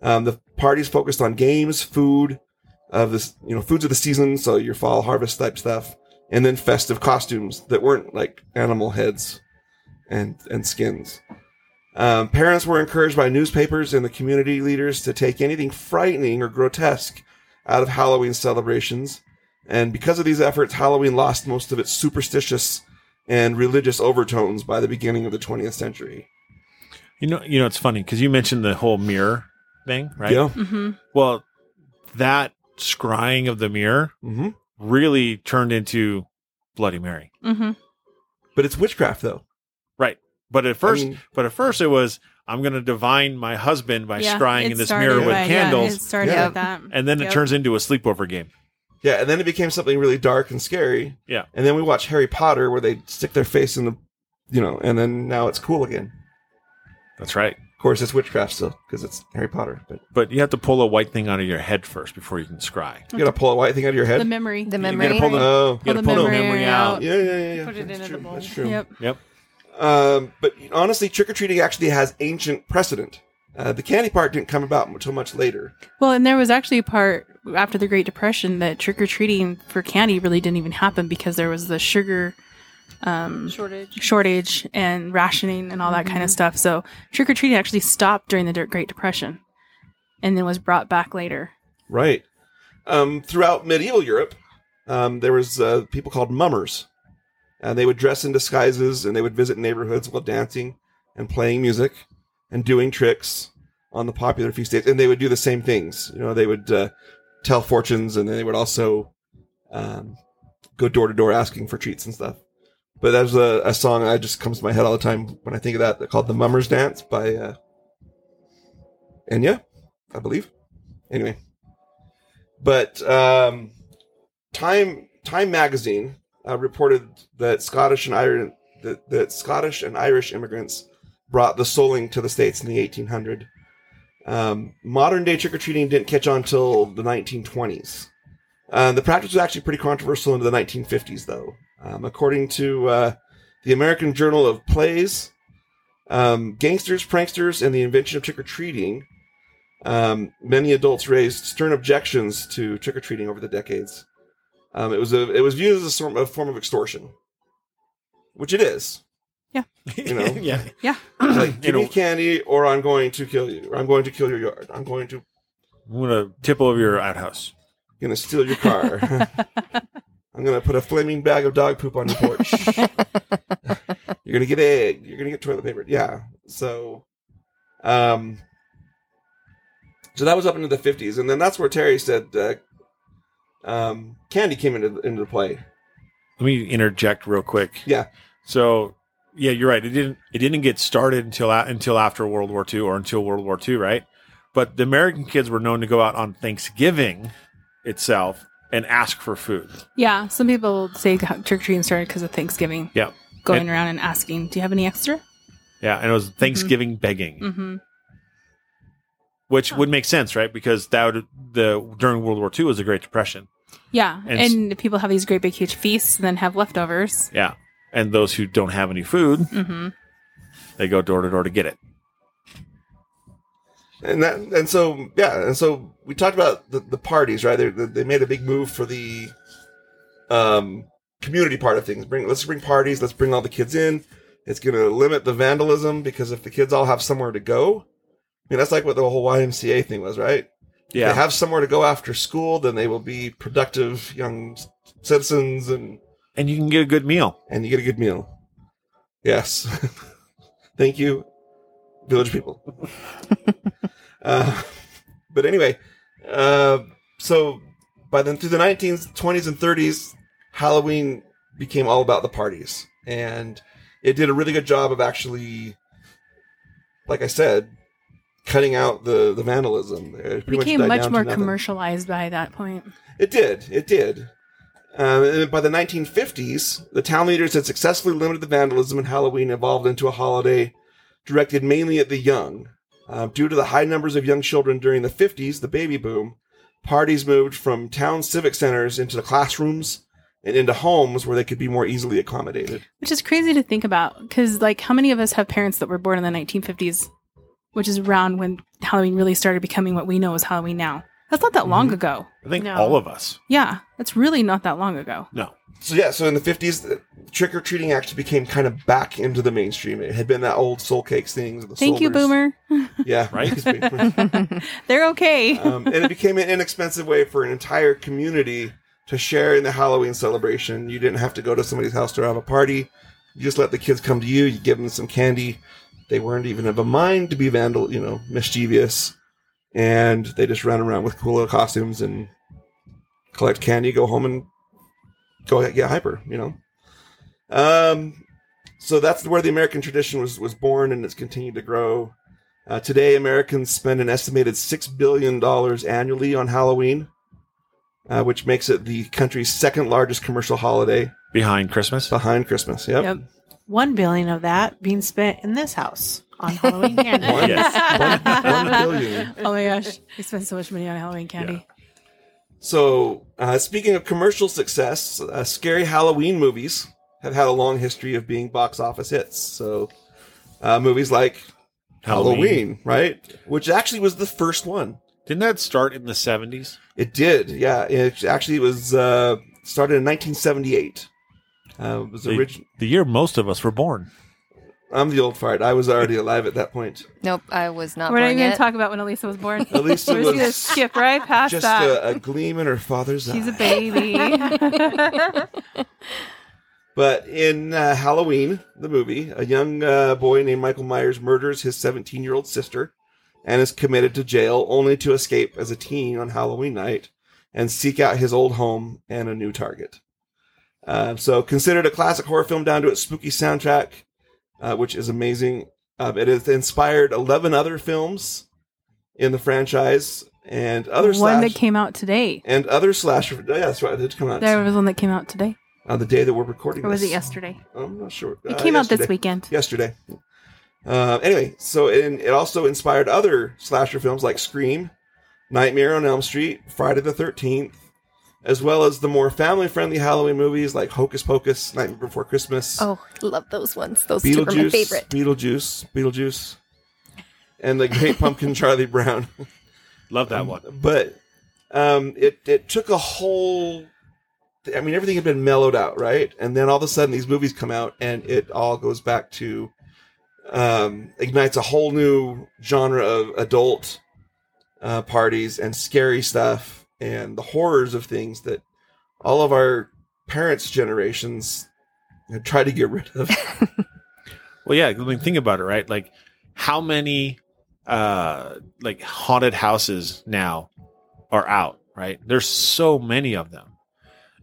Speaker 1: Um, the parties focused on games, food of this, you know, foods of the season, so your fall harvest type stuff, and then festive costumes that weren't like animal heads and and skins. Um, parents were encouraged by newspapers and the community leaders to take anything frightening or grotesque out of Halloween celebrations, and because of these efforts, Halloween lost most of its superstitious and religious overtones by the beginning of the 20th century.
Speaker 2: You know, you know, it's funny because you mentioned the whole mirror thing, right?
Speaker 1: Yeah.
Speaker 4: hmm
Speaker 2: Well, that scrying of the mirror
Speaker 1: hmm
Speaker 2: really turned into Bloody Mary.
Speaker 5: Mm-hmm.
Speaker 4: hmm
Speaker 1: But it's witchcraft, though.
Speaker 2: But at first,
Speaker 1: mean-
Speaker 2: but at first it was I'm going to divine my husband by scrying in this mirror with
Speaker 4: right,
Speaker 2: candles,
Speaker 4: Yeah, it started
Speaker 1: Yeah.
Speaker 4: with that.
Speaker 2: and then it
Speaker 4: Yep.
Speaker 2: turns into a sleepover game.
Speaker 1: Yeah, and then it became something really dark and scary.
Speaker 2: Yeah.
Speaker 1: And then we watch Harry Potter where they stick their face in the, you know, and then now it's cool again.
Speaker 2: That's right.
Speaker 1: Of course, it's witchcraft still because it's Harry Potter. But
Speaker 2: But you have to pull a white thing out of your head first before you can scry.
Speaker 1: you gotta pull a white thing out of your
Speaker 4: the
Speaker 1: head.
Speaker 4: memory.
Speaker 5: The
Speaker 2: gotta
Speaker 5: memory.
Speaker 1: pull the, oh,
Speaker 2: You
Speaker 4: Pull
Speaker 2: gotta
Speaker 4: the
Speaker 2: pull the
Speaker 4: memory
Speaker 2: memory out.
Speaker 4: out.
Speaker 1: yeah, yeah, yeah, yeah.
Speaker 3: Put it
Speaker 1: That's
Speaker 3: in a
Speaker 1: true.
Speaker 3: bowl.
Speaker 1: That's true.
Speaker 4: Yep.
Speaker 2: Yep.
Speaker 1: Um, but honestly, trick or treating actually has ancient precedent. Uh, the candy part didn't come about until much later.
Speaker 4: Well, and there was actually a part after the Great Depression that trick or treating for candy really didn't even happen because there was the sugar um,
Speaker 3: Shortage.
Speaker 4: shortage and rationing and all that kind of stuff. So trick or treating actually stopped during the De- Great Depression. and then was brought back later.
Speaker 1: Right. Um, throughout medieval Europe, um, there was uh, people called mummers, and they would dress in disguises and they would visit neighborhoods while dancing and playing music and doing tricks on the popular feast days. And they would do the same things. You know, they would uh, tell fortunes and then they would also um, go door to door asking for treats and stuff. But that was a, a song that just comes to my head all the time when I think of that. Called "The Mummers Dance" by uh, Enya, I believe. Anyway but um, Time Time magazine uh, reported that Scottish and Irish that, that Scottish and Irish immigrants brought the soling to the states in the 1800. Um, modern day trick or treating didn't catch on until the 1920s. Uh, the practice was actually pretty controversial into the 1950s, though. Um, according to uh, the American Journal of Plays, um, gangsters, pranksters, and the invention of trick or treating um, many adults raised stern objections to trick or treating over the decades. Um, it was a, it was viewed as a, sort of form of extortion, which it is. You know.
Speaker 2: yeah.
Speaker 4: Yeah.
Speaker 1: Like,
Speaker 2: You
Speaker 1: give me
Speaker 2: know-
Speaker 1: candy, or I'm going to kill you. Or I'm going to kill your yard. I'm going to
Speaker 2: I'm gonna tip over your outhouse.
Speaker 1: gonna steal your car. I'm gonna put a flaming bag of dog poop on your porch. You're gonna get egg. You're gonna get toilet paper. Yeah. So, um, so that was up into the 50s, and then that's where Terry said uh, um, candy came into into play.
Speaker 2: Let me interject real quick.
Speaker 1: Yeah.
Speaker 2: So yeah, you're right. It didn't it didn't get started until a- until after World War II or until World War II, right? But the American kids were known to go out on Thanksgiving itself and ask for food.
Speaker 4: Yeah. Some people say trick or treating started because of Thanksgiving.
Speaker 2: Yeah.
Speaker 4: Going
Speaker 2: And-
Speaker 4: around and asking, "Do you have any extra?"
Speaker 2: Yeah, and it was Thanksgiving begging,
Speaker 4: Mm-hmm.
Speaker 2: which would make sense, right? Because that would the during World War II was the Great Depression.
Speaker 4: Yeah.
Speaker 2: And
Speaker 4: And,
Speaker 2: s-
Speaker 4: people have these great big huge feasts and then have leftovers.
Speaker 2: Yeah. And those who don't have any food,
Speaker 4: Mm-hmm.
Speaker 2: they go door to door to get it.
Speaker 1: And that, and so yeah, and so we talked about the, the parties, right? They, they made a big move for the um, community part of things. Bring let's bring parties, let's bring all the kids in. It's going to limit the vandalism because if the kids all have somewhere to go, I mean that's like what the whole YMCA thing was, right? If they have somewhere to go after school, then they will be productive young s- citizens, and
Speaker 2: And you can get a good meal.
Speaker 1: and you get a good meal. Yes, thank you, village people. Uh, but anyway, uh, so by then through the 19s, 20s, and 30s, Halloween became all about the parties, and it did a really good job of actually, like I said, cutting out the the vandalism. It
Speaker 4: It
Speaker 1: pretty
Speaker 4: became
Speaker 1: died
Speaker 4: much
Speaker 1: down to
Speaker 4: more
Speaker 1: nothing.
Speaker 4: commercialized by that point.
Speaker 1: It did. It did. Um, and by the 1950s, the town leaders had successfully limited the vandalism, and Halloween evolved into a holiday directed mainly at the young. Um, due to the high numbers of young children during the 50s, the baby boom, parties moved from town civic centers into the classrooms and into homes where they could be more easily accommodated.
Speaker 4: which is crazy to think about because like how many of us have parents that were born in the 1950s which is around when halloween really started becoming what we know as halloween now that's not that long ago
Speaker 2: I think
Speaker 3: No.
Speaker 2: all of us.
Speaker 4: yeah that's really not that long ago
Speaker 2: No.
Speaker 1: So yeah, so in the 50s, trick or treating actually became kind of back into the mainstream. It had been that old soul cakes things. The
Speaker 4: thank you
Speaker 1: Solvers.
Speaker 4: boomer
Speaker 1: Yeah,
Speaker 2: Right?
Speaker 4: they're okay
Speaker 1: um, and it became an inexpensive way for an entire community to share in the Halloween celebration. You didn't have to go to somebody's house to have a party. You just let the kids come to you. You give them some candy. They weren't even of a mind to be vandal, you know, mischievous, and they just ran around with cool little costumes and collect candy, go home, and go get hyper. You know. Um, so that's where the American tradition was was born, and it's continued to grow. Uh, today, Americans spend an estimated six billion dollars annually on Halloween, uh, which makes it the country's second largest commercial holiday
Speaker 2: Behind Christmas.
Speaker 1: behind Christmas. Yep,
Speaker 4: Yep.
Speaker 3: One billion of that being spent in this house on Halloween candy.
Speaker 1: One-
Speaker 2: Yes.
Speaker 1: one billion.
Speaker 4: oh my gosh we spend so much money on halloween candy
Speaker 1: So, uh, speaking of commercial success, uh, scary Halloween movies have had a long history of being box office hits. So, uh, movies like Halloween. right, which actually was the first one.
Speaker 2: Didn't that start in the 70s?
Speaker 1: It did, yeah. It actually was uh, started in 1978. Uh, it was
Speaker 2: They-
Speaker 1: original.
Speaker 2: The year most of us were born.
Speaker 1: I'm the old fart. I was already alive at that point.
Speaker 5: Nope, I was not
Speaker 4: We're not
Speaker 5: born
Speaker 4: even going
Speaker 5: yet.
Speaker 4: to talk about when Elisa was born. We're just
Speaker 1: Elisa
Speaker 4: going to
Speaker 1: was
Speaker 4: skip right past
Speaker 1: just
Speaker 4: that.
Speaker 1: a, a gleam in her father's
Speaker 4: She's
Speaker 1: eye.
Speaker 4: a baby.
Speaker 1: But in uh, Halloween, the movie, a young uh, boy named Michael Myers murders his 17 year old sister and is committed to jail only to escape as a teen on Halloween night and seek out his old home and a new target. Uh, so, considered a classic horror film down to its spooky soundtrack, uh, which is amazing. Um, it has inspired 11 other films in the franchise and other
Speaker 4: one
Speaker 1: slash-
Speaker 4: that came out today.
Speaker 1: and other slasher. Yeah, that's right. It did come out
Speaker 4: There was one that came out today.
Speaker 1: on the day that we're recording.
Speaker 4: Or was
Speaker 1: this.
Speaker 4: it yesterday?
Speaker 1: I'm not sure.
Speaker 4: It
Speaker 1: Uh,
Speaker 4: came out this
Speaker 1: yesterday.
Speaker 4: weekend.
Speaker 1: Yesterday. Uh, anyway, so it, it also inspired other slasher films like Scream, Nightmare on Elm Street, Friday the 13th, as well as the more family friendly Halloween movies like Hocus Pocus, Nightmare Before Christmas,
Speaker 5: Oh, love those ones. Those two were my
Speaker 1: Beetlejuice,
Speaker 5: favorite.
Speaker 1: Beetlejuice, Beetlejuice, and the Great Pumpkin Charlie Brown.
Speaker 2: Love
Speaker 1: Mm-hmm.
Speaker 2: that one.
Speaker 1: But um, it, it took a whole. I mean, everything had been mellowed out, right? And then all of a sudden, these movies come out, and it all goes back to um, ignites a whole new genre of adult uh, parties and scary stuff and the horrors of things that all of our parents' generations had tried to get rid of.
Speaker 2: Well, yeah. I mean, think about it, right? Like, how many uh like haunted houses now are out, right? There's so many of them,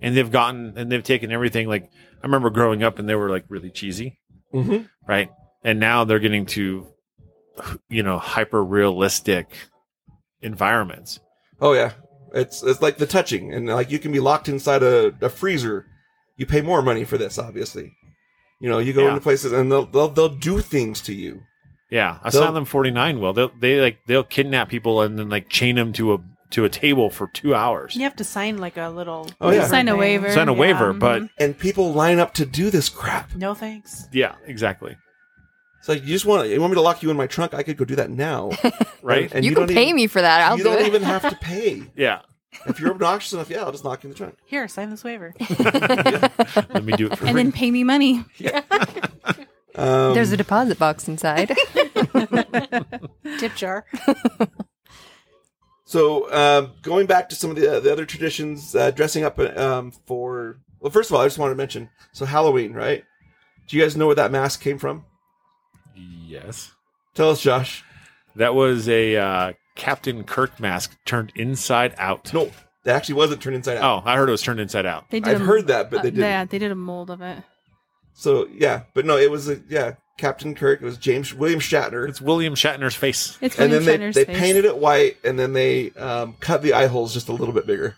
Speaker 2: and they've gotten and they've taken everything. Like, I remember growing up, and they were like really cheesy,
Speaker 1: mm-hmm.
Speaker 2: right? And now they're getting to, you know, hyper realistic environments.
Speaker 1: Oh yeah, it's it's like the touching, and like you can be locked inside a, a freezer. You pay more money for this, obviously. You know, you go
Speaker 2: Yeah.
Speaker 1: into places and they'll, they'll they'll do things to you.
Speaker 2: Yeah, I
Speaker 1: They'll-
Speaker 2: saw them forty nine. Well, they they like they'll kidnap people and then like chain them to a to a table for two hours.
Speaker 3: You have to sign like a little.
Speaker 1: Oh, yeah.
Speaker 4: Sign a
Speaker 3: thing.
Speaker 4: waiver.
Speaker 2: Sign a
Speaker 4: Yeah,
Speaker 2: waiver, but
Speaker 4: mhm.
Speaker 1: And people line up to do this crap.
Speaker 3: No thanks.
Speaker 2: yeah, exactly.
Speaker 1: It's like you just want you want me to lock you in my trunk. I could go do that now,
Speaker 2: Right?
Speaker 1: And
Speaker 5: you, can
Speaker 1: don't
Speaker 5: pay
Speaker 1: even-
Speaker 5: me for that. I'll
Speaker 1: you
Speaker 5: do
Speaker 1: not
Speaker 5: it.
Speaker 1: even have to pay
Speaker 2: Yeah.
Speaker 1: if you're obnoxious enough. Yeah, I'll just knock you in the trunk.
Speaker 3: Here, sign this waiver.
Speaker 2: Let me do it for free.
Speaker 4: And then pay me money.
Speaker 1: Um,
Speaker 5: There's a deposit box inside.
Speaker 3: Tip jar.
Speaker 1: So, um, going back to some of the, the other traditions, uh, dressing up um, for. Well, first of all, I just wanted to mention so Halloween, right? Do you guys know where that mask came from?
Speaker 2: yes.
Speaker 1: Tell us, Josh.
Speaker 2: That was a uh, Captain Kirk mask turned inside out.
Speaker 1: No, it actually wasn't turned inside out.
Speaker 2: Oh, I heard it was turned inside out.
Speaker 4: They did
Speaker 1: I've
Speaker 4: a-
Speaker 1: heard that, but they
Speaker 4: uh,
Speaker 1: didn't.
Speaker 4: Yeah, they did a mold of it.
Speaker 1: So yeah, but no, it was a, yeah Captain Kirk. It was James William Shatner,
Speaker 2: It's William Shatner's face.
Speaker 4: It's
Speaker 1: and
Speaker 4: William
Speaker 1: then
Speaker 4: Shatner's
Speaker 1: they, they
Speaker 4: face.
Speaker 1: painted it white, and then they um, cut the eye holes just a little bit bigger.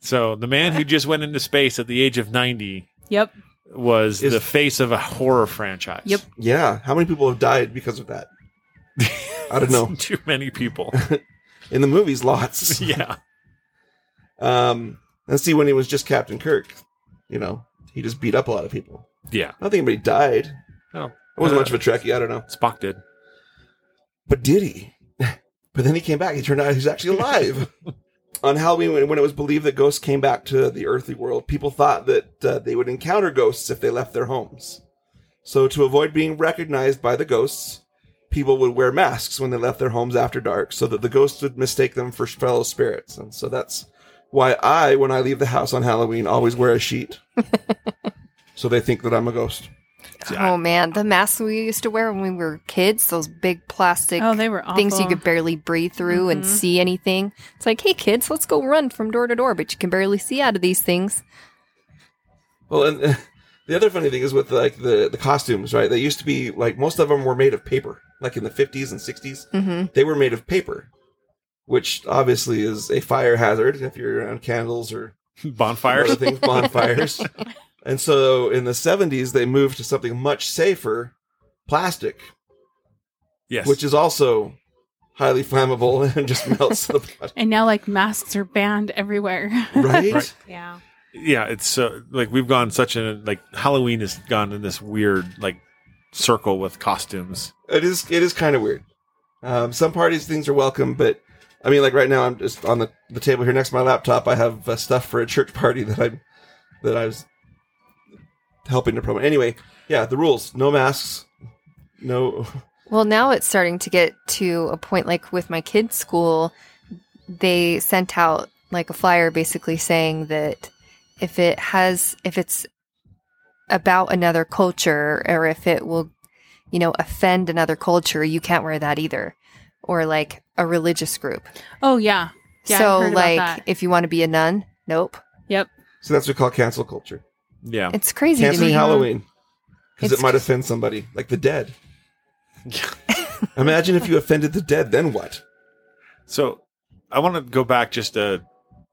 Speaker 2: So the man who just went into space at the age of ninety
Speaker 4: Yep.
Speaker 2: was
Speaker 1: Is-
Speaker 2: the face of a horror franchise.
Speaker 4: Yep.
Speaker 1: Yeah, how many people have died because of that? I don't know.
Speaker 2: Too many people.
Speaker 1: In the movies, lots.
Speaker 2: yeah.
Speaker 1: Um, and see, when he was just Captain Kirk, you know, he just beat up a lot of people.
Speaker 2: Yeah.
Speaker 1: I don't think anybody died.
Speaker 2: Oh.
Speaker 1: I wasn't
Speaker 2: Uh,
Speaker 1: much of a Trekkie. I don't know.
Speaker 2: Spock did.
Speaker 1: But did he? but then he came back. He turned out he's actually alive. On Halloween, when, when it was believed that ghosts came back to the earthly world, people thought that uh, they would encounter ghosts if they left their homes. So, to avoid being recognized by the ghosts, people would wear masks when they left their homes after dark so that the ghosts would mistake them for fellow spirits. And so that's why I, when I leave the house on Halloween, always wear a sheet. so they think that I'm a ghost.
Speaker 5: oh man, the masks we used to wear when we were kids, those big plastic
Speaker 4: Oh, they were awful.
Speaker 5: things you could barely breathe through and
Speaker 4: Mhm.
Speaker 5: see anything. It's like, hey kids, let's go run from door to door, but you can barely see out of these things.
Speaker 1: Well, and uh, the other funny thing is with like the the costumes, right? They used to be like most of them were made of paper. Like in the 50s and 60s,
Speaker 5: hmm
Speaker 1: they were made of paper, which obviously is a fire hazard if you're around candles or other
Speaker 2: Bonfires.
Speaker 1: things, bonfires. and so in the 70s, they moved to something much safer, plastic,
Speaker 2: yes.
Speaker 1: which is also highly flammable and just melts the body.
Speaker 4: And now, like, masks are banned everywhere.
Speaker 1: Right?
Speaker 2: Right.
Speaker 3: Yeah.
Speaker 2: yeah it's so like we've gone such a like halloween has gone in this weird like circle with costumes
Speaker 1: It is. It is kind of weird. Um, some parties things are welcome, but I mean, like right now, I'm just on the, the table here next to my laptop. I have uh, stuff for a church party that I am that I was helping to promote. Anyway, yeah, the rules: no masks, no.
Speaker 5: Well, now it's starting to get to a point like with my kids' school, they sent out like a flyer basically saying that if it has, if it's about another culture or if it will, you know, offend another culture, you can't wear that either. Or like a religious group.
Speaker 4: Oh yeah. Yeah, I
Speaker 5: so,
Speaker 4: heard about
Speaker 5: like,
Speaker 4: that.
Speaker 5: if you want to be a nun, nope.
Speaker 4: Yep.
Speaker 1: So that's what we call cancel culture.
Speaker 2: Yeah.
Speaker 5: It's crazy to
Speaker 1: Canceling
Speaker 5: me.
Speaker 1: Halloween because it
Speaker 5: It's-
Speaker 1: might offend somebody, like the dead. Imagine if you offended the dead, then what?
Speaker 2: So I want to go back just a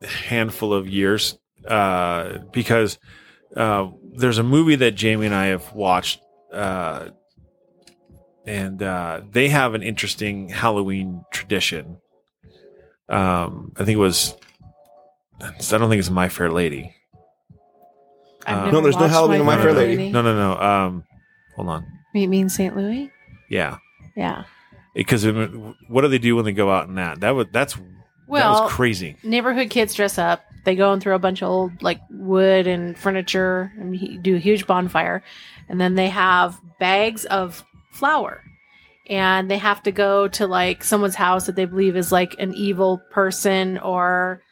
Speaker 2: handful of years uh, because uh, there's a movie that Jamie and I have watched, uh, and uh, they have an interesting Halloween tradition. Um, I think it was. I don't think it's My Fair Lady.
Speaker 3: I've
Speaker 2: Uh,
Speaker 3: never
Speaker 2: No,
Speaker 1: there's no
Speaker 3: watched
Speaker 1: Halloween in My
Speaker 2: no,
Speaker 1: Fair
Speaker 2: no,
Speaker 1: Lady.
Speaker 2: No, no, no. Um, hold on.
Speaker 3: Meet me in St. Louis.
Speaker 2: Yeah,
Speaker 3: Yeah.
Speaker 2: because what do they do when they go out in that? That was that's that
Speaker 3: Well,
Speaker 2: was crazy.
Speaker 3: neighborhood kids dress up. They go and throw a bunch of old like wood and furniture and he- do a huge bonfire, and then they have bags of flour, and they have to go to like someone's house that they believe is like an evil person or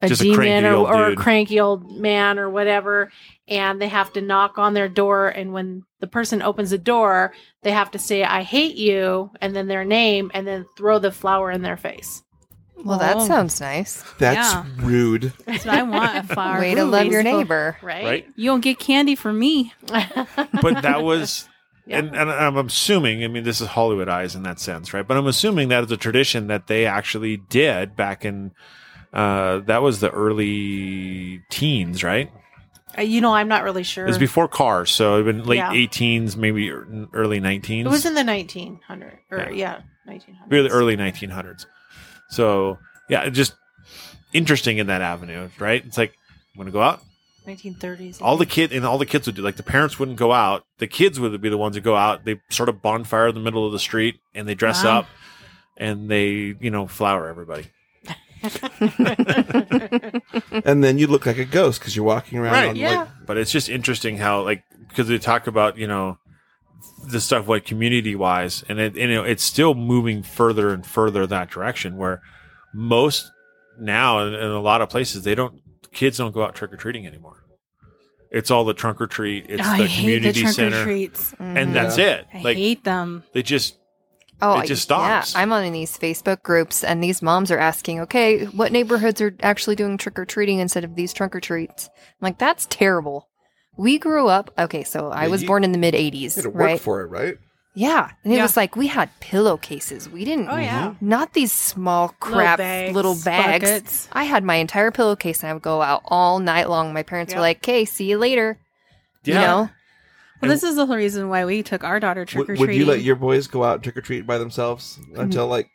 Speaker 3: a
Speaker 2: Just a
Speaker 3: demon
Speaker 2: cranky
Speaker 3: or,
Speaker 2: old
Speaker 3: or a
Speaker 2: dude.
Speaker 3: cranky old man or whatever, and they have to knock on their door, and when the person opens the door, they have to say "I hate you" and then their name, and then throw the flour in their face.
Speaker 5: Well, that
Speaker 4: Oh.
Speaker 5: sounds nice.
Speaker 1: That's
Speaker 4: Yeah.
Speaker 1: rude.
Speaker 4: That's what I want. A flower.
Speaker 5: Way to
Speaker 4: Ooh,
Speaker 5: love your
Speaker 4: wasteful.
Speaker 5: neighbor.
Speaker 2: Right?
Speaker 3: right?
Speaker 4: You don't get candy from me.
Speaker 2: but that was
Speaker 3: Yeah.
Speaker 2: and, and i'm assuming i mean this is hollywood eyes in that sense right but i'm assuming that is a tradition that they actually did back in uh that was the early teens right
Speaker 3: Uh, you know, I'm not really sure.
Speaker 2: it was before cars so it would been late
Speaker 3: Yeah.
Speaker 2: 18s maybe er- early 19s
Speaker 3: It was in the 1900 or yeah, 1900.
Speaker 2: really early 1900s so yeah just interesting in that avenue right it's like i'm gonna go out
Speaker 3: 1930s.
Speaker 2: all the kid and all the kids would do like the parents wouldn't go out the kids would be the ones who go out they sort of bonfire in the middle of the street and they dress
Speaker 4: Wow.
Speaker 2: up and they you know flower everybody
Speaker 1: and then you look like a ghost because you're walking around.
Speaker 2: Right.
Speaker 1: on,
Speaker 3: Yeah.
Speaker 1: like-
Speaker 2: but it's just interesting how like because they talk about you know the stuff like community wise and it you know it's still moving further and further that direction where most now in, in a lot of places they don't kids don't go out trick-or-treating anymore it's all the trunk or treat it's
Speaker 4: Oh, I
Speaker 2: the
Speaker 4: hate the
Speaker 2: community
Speaker 4: trunk or
Speaker 2: center
Speaker 4: treats.
Speaker 5: Mhm.
Speaker 2: and that's it
Speaker 4: I
Speaker 2: like
Speaker 4: hate them.
Speaker 2: they just
Speaker 5: Oh,
Speaker 2: It just
Speaker 5: I-
Speaker 2: stops.
Speaker 5: Yeah, I'm on in these Facebook groups, and these moms are asking, okay, what neighborhoods are actually doing trick or treating instead of these trunk or treats? I'm like, that's terrible. We grew up, okay, so I
Speaker 1: Yeah,
Speaker 5: was
Speaker 1: you-
Speaker 5: born in the mid
Speaker 1: You had
Speaker 5: 80s,
Speaker 1: to work
Speaker 5: right?
Speaker 1: for it, right?
Speaker 5: yeah. And it
Speaker 4: Yeah.
Speaker 5: was like, we had pillowcases. We didn't,
Speaker 3: Oh
Speaker 1: Mm-hmm.
Speaker 3: yeah.
Speaker 5: not these small
Speaker 3: Little
Speaker 5: crap
Speaker 3: bags,
Speaker 5: little bags.
Speaker 4: buckets.
Speaker 5: I had my entire pillowcase, and I would go out all night long. My parents
Speaker 3: Yeah.
Speaker 5: were like, okay, see you later.
Speaker 2: Yeah.
Speaker 5: You know?
Speaker 4: Well, this is the whole reason why we took our daughter trick or
Speaker 1: Would-
Speaker 4: treating.
Speaker 1: would you let your boys go out trick or treat by themselves until like?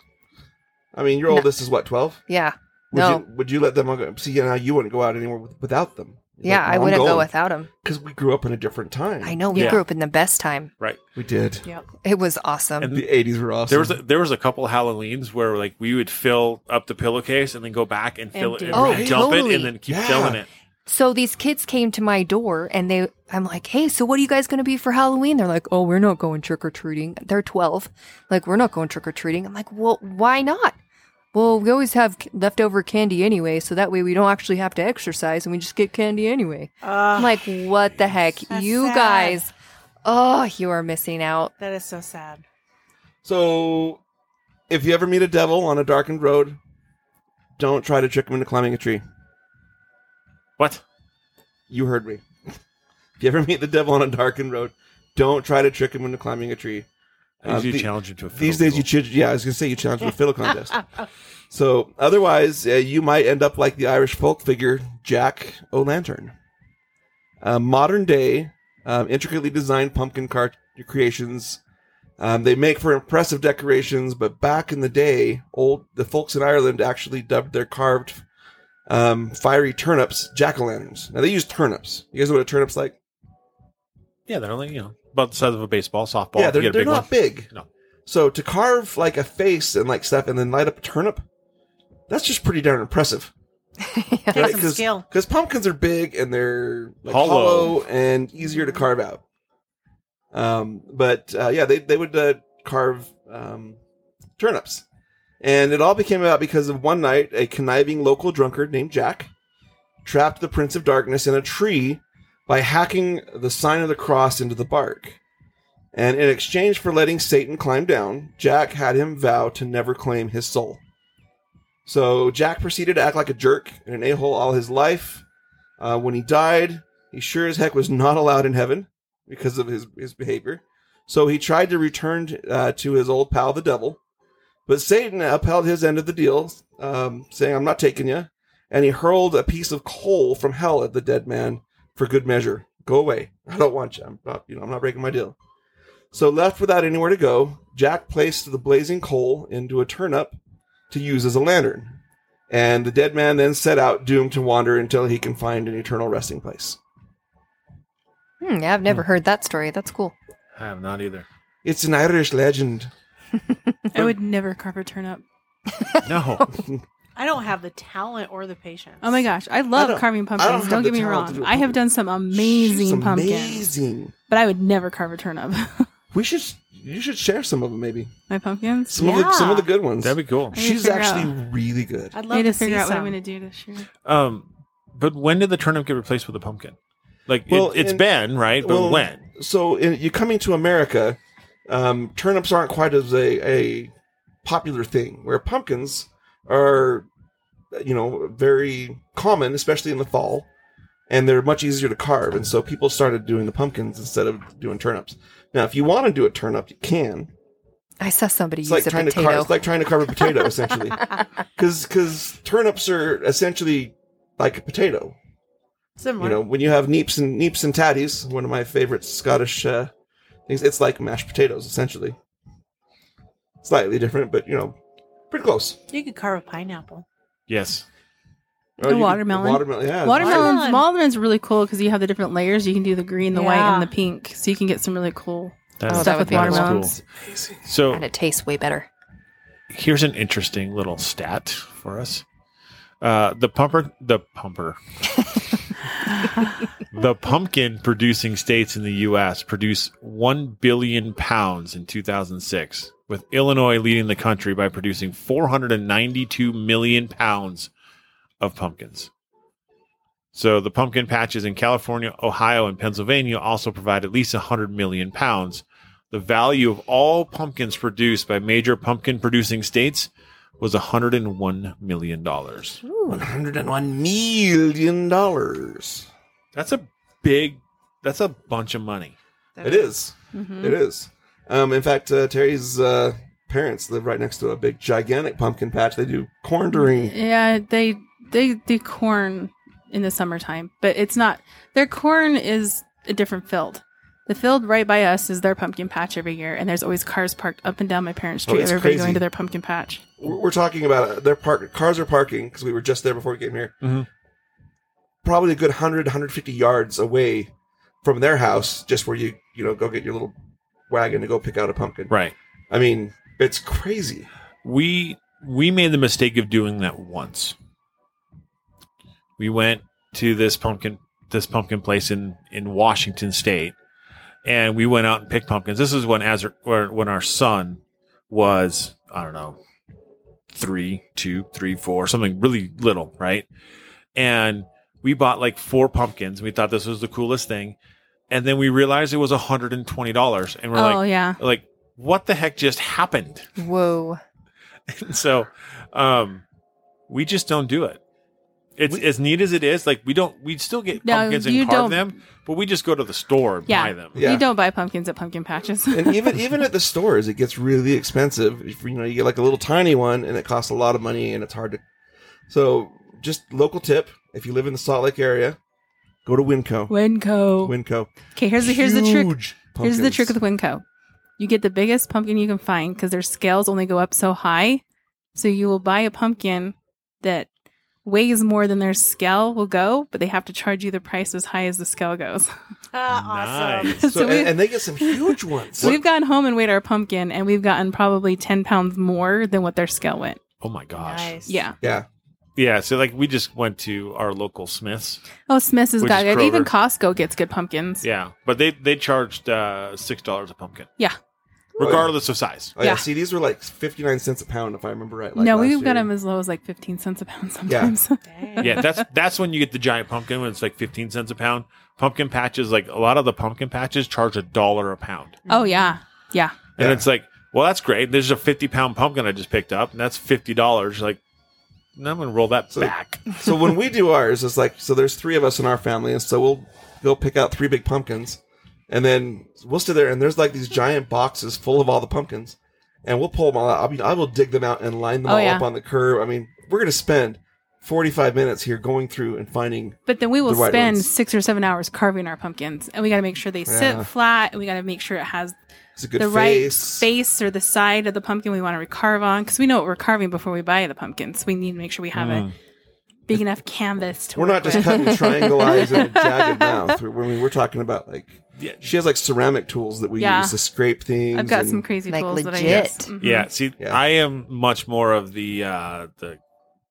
Speaker 1: I mean, your
Speaker 5: Mm-hmm. No.
Speaker 1: oldest is what twelve.
Speaker 5: Yeah.
Speaker 1: Would
Speaker 5: No.
Speaker 1: You, would you let them all go? See, now you wouldn't go out anywhere with, without them.
Speaker 5: Yeah, I wouldn't go without them.
Speaker 1: because we grew up in a different time.
Speaker 5: I know. We
Speaker 2: Yeah.
Speaker 5: grew up in the best time.
Speaker 1: we did.
Speaker 3: Yep.
Speaker 5: It was awesome.
Speaker 2: And
Speaker 1: The eighties were awesome.
Speaker 2: There was a, there was a couple Halloweens where like we would fill up the pillowcase and then go back and fill
Speaker 3: Empty.
Speaker 2: it and
Speaker 5: Oh,
Speaker 2: dump it
Speaker 5: totally.
Speaker 2: and then keep
Speaker 1: Yeah.
Speaker 2: filling it.
Speaker 5: So these kids came to my door and they I'm like, "Hey, so what are you guys going to be for Halloween?" They're like, "Oh, we're not going trick or treating." They're 12. Like, "We're not going trick or treating." I'm like, "Well, why not?" Well, we always have c- leftover candy anyway, so that way we don't actually have to exercise and we just get candy anyway. I'm like, "What the heck?
Speaker 3: That's
Speaker 5: you
Speaker 3: sad.
Speaker 5: guys Oh, you are missing out.
Speaker 3: that is so sad.
Speaker 1: so. If you ever meet a devil on a darkened road, don't try to trick him into climbing a tree.
Speaker 2: What?
Speaker 1: You heard me. if you ever meet the devil on a darkened road, don't try to trick him into climbing a tree.
Speaker 2: I usually
Speaker 1: Uh, the-
Speaker 2: challenge him to a fiddle
Speaker 1: These days, you
Speaker 2: duel.
Speaker 1: ch- yeah, I was gonna say you challenge the fiddle contest. So otherwise, uh, you might end up like the Irish folk figure Jack O'Lantern. Uh, modern day, um, intricately designed pumpkin cart creations. Um, they make for impressive decorations, but back in the day, old the folks in Ireland actually dubbed their carved um, fiery turnips jack o' lanterns. Now they use turnips. You guys know what a turnip's like?
Speaker 2: yeah, they're only you know about the size of a baseball, softball.
Speaker 1: Yeah,
Speaker 2: if you
Speaker 1: they're,
Speaker 2: get
Speaker 1: they're
Speaker 2: a big
Speaker 1: not
Speaker 2: one.
Speaker 1: big.
Speaker 2: No.
Speaker 1: So to carve like a face and like stuff and then light up a turnip, that's just pretty darn impressive.
Speaker 3: Take
Speaker 1: Right,
Speaker 3: some skill.
Speaker 1: Because pumpkins are big and they're like hollow.
Speaker 2: Hollow.
Speaker 1: and easier to carve out. Um, but uh, yeah, they they would uh, carve um, turnips, and it all became about because of one night a conniving local drunkard named Jack trapped the Prince of Darkness in a tree by hacking the sign of the cross into the bark. And in exchange for letting Satan climb down, Jack had him vow to never claim his soul. So Jack proceeded to act like a jerk and an a hole all his life. Uh, when he died, he sure as heck was not allowed in heaven because of his, his behavior. So he tried to return uh, to his old pal, the devil. But Satan upheld his end of the deal, um, saying, I'm not taking you. And he hurled a piece of coal from hell at the dead man for good measure. Go away. I don't want you. I'm not, you know, I'm not breaking my deal. So left without anywhere to go, Jack placed the blazing coal into a turnip to use as a lantern. And the dead man then set out, doomed to wander until he can find an eternal resting place.
Speaker 5: Hmm, yeah, I've never heard that story. That's cool.
Speaker 2: I have not either.
Speaker 1: It's an Irish legend.
Speaker 4: I would never carve a turnip.
Speaker 2: No.
Speaker 3: I don't have the talent or the patience.
Speaker 4: Oh my gosh, I
Speaker 1: I don't-
Speaker 4: love carving
Speaker 1: I don't
Speaker 4: pumpkins.
Speaker 1: have
Speaker 4: Don't,
Speaker 1: the
Speaker 4: get me
Speaker 1: talent to
Speaker 4: wrong.
Speaker 1: do a
Speaker 4: I have
Speaker 1: pumpkin.
Speaker 4: done some amazing
Speaker 1: She's
Speaker 4: pumpkins,
Speaker 1: Amazing.
Speaker 4: but I would never carve a turnip.
Speaker 1: We should. You should share some of them, maybe
Speaker 4: My pumpkins.
Speaker 1: some of the some of the
Speaker 3: Yeah.
Speaker 1: good ones.
Speaker 2: That'd be cool.
Speaker 4: I need to
Speaker 1: She's
Speaker 4: figure
Speaker 1: actually really good.
Speaker 3: I'd
Speaker 4: I
Speaker 3: love
Speaker 4: need
Speaker 3: to,
Speaker 4: to
Speaker 3: see
Speaker 4: figure out what I'm
Speaker 3: some.
Speaker 4: going to do this year.
Speaker 2: Um, but when did the turnip get replaced with a pumpkin? Like, it-
Speaker 1: Well,
Speaker 2: it's
Speaker 1: in-
Speaker 2: been right, but
Speaker 1: well,
Speaker 2: when?
Speaker 1: So in, you coming to America, um, turnips aren't quite as a, a popular thing. Where pumpkins are, you know, very common, especially in the fall, and they're much easier to carve. And so people started doing the pumpkins instead of doing turnips. Now, if you want to do a turnip, you can.
Speaker 5: I saw somebody
Speaker 1: It's
Speaker 5: use
Speaker 1: like
Speaker 5: a
Speaker 1: trying
Speaker 5: potato.
Speaker 1: to carve. It's like trying to carve a potato, essentially. Because turnips are essentially like a potato.
Speaker 3: Similar.
Speaker 1: You know, when you have neeps and neeps and tatties, one of my favorite Scottish uh, things. It's like mashed potatoes, essentially. Slightly different, but you know, pretty close.
Speaker 3: you could carve a pineapple.
Speaker 2: Yes.
Speaker 1: Or Oh, you could-
Speaker 4: watermelon.
Speaker 1: watermelon. Yeah.
Speaker 4: Watermelon's,
Speaker 3: Watermelon.
Speaker 4: watermelon's really cool because you have the different layers. You can do the green, the white,
Speaker 3: Yeah.
Speaker 4: and the pink. So you can get some really cool
Speaker 2: That,
Speaker 5: Oh,
Speaker 4: stuff
Speaker 5: would
Speaker 4: with
Speaker 5: be cool.
Speaker 4: watermelons.
Speaker 5: and
Speaker 2: So
Speaker 5: it tastes way better.
Speaker 2: here's an interesting little stat for us. Uh, the pumper, the pumper, the pumpkin producing states in the U.S. produced one billion pounds in 2006, with Illinois leading the country by producing 492 million pounds of pumpkins. So the pumpkin patches in California, Ohio, and Pennsylvania also provide at least 100 million pounds. The value of all pumpkins produced by major pumpkin producing states was 101 million dollars.
Speaker 1: One hundred and one million dollars.
Speaker 2: That's a big that's a bunch of money.
Speaker 1: It is.
Speaker 4: Mhm.
Speaker 1: It is. Um, in fact, uh, Terry's uh, parents live right next to a big, gigantic pumpkin patch. They do corn during
Speaker 4: Yeah, they they do corn in the summertime, but it's not their corn is a different field. The field right by us is their pumpkin patch every year, and there's always cars parked up and down my parents'
Speaker 1: Oh,
Speaker 4: street.
Speaker 1: it's
Speaker 4: everybody
Speaker 1: crazy.
Speaker 4: going to their pumpkin patch.
Speaker 1: we're we're talking about uh, their park cars are parking because we were just there before we came here
Speaker 4: Mm-hmm.
Speaker 2: Mhm.
Speaker 1: probably a good 100 150 yards away from their house just where you you know go get your little wagon to go pick out a pumpkin
Speaker 2: Right.
Speaker 1: i mean it's crazy
Speaker 2: We we made the mistake of doing that once. We went to this pumpkin this pumpkin place in in Washington state and we went out and picked pumpkins. This is when as or when our son was I don't know three, two, three, four, something really little, right? And we bought like four pumpkins. We thought this was the coolest thing, and then we realized it was hundred and twenty dollars, and we're
Speaker 4: oh
Speaker 2: like,
Speaker 4: yeah,
Speaker 2: like what the heck just happened?
Speaker 5: Whoa.
Speaker 2: so um we just don't do it it's as neat as it is like we don't we still get
Speaker 4: No,
Speaker 2: pumpkins
Speaker 4: you
Speaker 2: and carve
Speaker 4: don't-
Speaker 2: them but we just go to the store and
Speaker 4: Yeah.
Speaker 2: buy them
Speaker 1: Yeah.
Speaker 4: you don't buy pumpkins at pumpkin patches.
Speaker 1: and even even at the stores it gets really expensive if you know you get like a little tiny one and it costs a lot of money and it's hard to so just local tip if you live in the salt lake area go to winco
Speaker 4: Winco.
Speaker 1: winco
Speaker 4: Okay, here's the here's the trick.
Speaker 1: Huge
Speaker 4: Here's the
Speaker 1: pumpkins.
Speaker 4: trick with Winco. You get the biggest pumpkin you can find because their scales only go up so high. So you will buy a pumpkin that weighs more than their scale will go, but they have to charge you the price as high as the scale goes.
Speaker 3: Ah, awesome.
Speaker 2: Nice.
Speaker 1: so,
Speaker 4: So we-
Speaker 1: and, and they get some huge ones
Speaker 4: So we've gone home and weighed our pumpkin, and we've gotten probably ten pounds more than what their scale went.
Speaker 2: oh my gosh
Speaker 3: Nice.
Speaker 4: Yeah,
Speaker 1: yeah
Speaker 2: yeah, so like we just went to our local Smiths.
Speaker 4: Oh, Smith's has
Speaker 2: Which
Speaker 4: got
Speaker 2: is
Speaker 4: good. Even
Speaker 2: Kroger.
Speaker 4: Costco gets good pumpkins.
Speaker 2: Yeah, but they they charged uh, six dollars a pumpkin.
Speaker 4: Yeah.
Speaker 2: regardless of size.
Speaker 1: Oh, yeah.
Speaker 4: Yeah.
Speaker 1: See, these were like 59 cents a pound, if I remember right. Like
Speaker 4: no,
Speaker 1: last
Speaker 4: we've
Speaker 1: year.
Speaker 4: got them as low as like 15 cents a pound sometimes.
Speaker 3: Dang.
Speaker 2: Yeah, that's that's when you get the giant pumpkin when it's like fifteen cents a pound. Pumpkin patches, like a lot of the pumpkin patches, charge a dollar a pound,
Speaker 4: oh, yeah. Yeah.
Speaker 2: and
Speaker 1: Yeah.
Speaker 2: it's like, well, that's great. There's a fifty pound pumpkin I just picked up, and that's fifty dollars. Like, now I'm gonna roll that
Speaker 1: So-
Speaker 2: back.
Speaker 1: so when we do ours, it's like so. There's three of us in our family, and so we'll go pick out three big pumpkins, and then we'll sit there, and there's like these giant boxes full of all the pumpkins, and we'll pull them all out. I mean, I will dig them out and line them
Speaker 4: Oh,
Speaker 1: all
Speaker 4: yeah.
Speaker 1: up on the curb. I mean, we're gonna spend 45 minutes here going through and finding.
Speaker 4: But then we will
Speaker 1: The white
Speaker 4: spend
Speaker 1: ones.
Speaker 4: six or seven hours carving our pumpkins, and we got to make sure they
Speaker 1: Yeah.
Speaker 4: sit flat, and we got to make sure it has
Speaker 1: It's a good
Speaker 4: the right
Speaker 1: face.
Speaker 4: face or the side of the pumpkin we want to carve on, because we know what we're carving before we buy the pumpkins. We need to make sure we have a big enough canvas to.
Speaker 1: We're not
Speaker 4: work
Speaker 1: just
Speaker 4: with.
Speaker 1: cutting triangle eyes and a jagged mouth. We're, I mean, we're talking about like
Speaker 2: Yeah.
Speaker 1: she has like ceramic tools that we
Speaker 4: Yeah.
Speaker 1: use to scrape things.
Speaker 4: I've got
Speaker 1: and-
Speaker 4: some crazy
Speaker 5: Like,
Speaker 4: tools that I
Speaker 5: legit.
Speaker 4: use. Mhm.
Speaker 2: Yeah, see,
Speaker 1: mm-hmm. Yeah.
Speaker 2: I am much more of the uh, the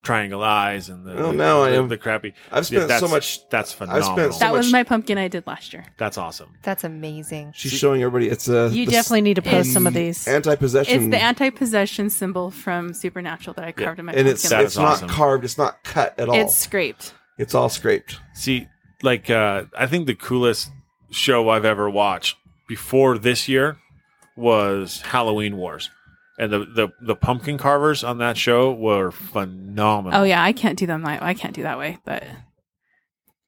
Speaker 2: triangle eyes and the
Speaker 1: Oh, no, I
Speaker 2: the-
Speaker 1: am-
Speaker 2: the crappy.
Speaker 1: I've
Speaker 2: Yeah,
Speaker 1: spent so
Speaker 2: that's-
Speaker 1: much.
Speaker 2: That's
Speaker 1: spent
Speaker 2: phenomenal.
Speaker 1: so
Speaker 4: that
Speaker 1: much-
Speaker 4: was my pumpkin I did last year.
Speaker 2: That's awesome.
Speaker 5: That's amazing.
Speaker 1: She's showing everybody. It's a
Speaker 3: You
Speaker 1: the
Speaker 3: definitely need to post some of
Speaker 1: the
Speaker 3: these.
Speaker 1: anti-possession.
Speaker 4: It's the anti-possession symbol from Supernatural that I carved in my
Speaker 1: and
Speaker 4: pumpkin.
Speaker 1: it's
Speaker 2: That
Speaker 1: it's
Speaker 2: is
Speaker 1: not
Speaker 2: awesome.
Speaker 1: carved. It's not cut at all.
Speaker 4: it's
Speaker 1: It's,
Speaker 4: scraped.
Speaker 1: all scraped.
Speaker 2: See, like uh, I think the coolest show I've ever watched before this year was Halloween Wars, and the the, the pumpkin carvers on that show were phenomenal.
Speaker 4: Oh yeah, I can't do them. That, I can't do that way, but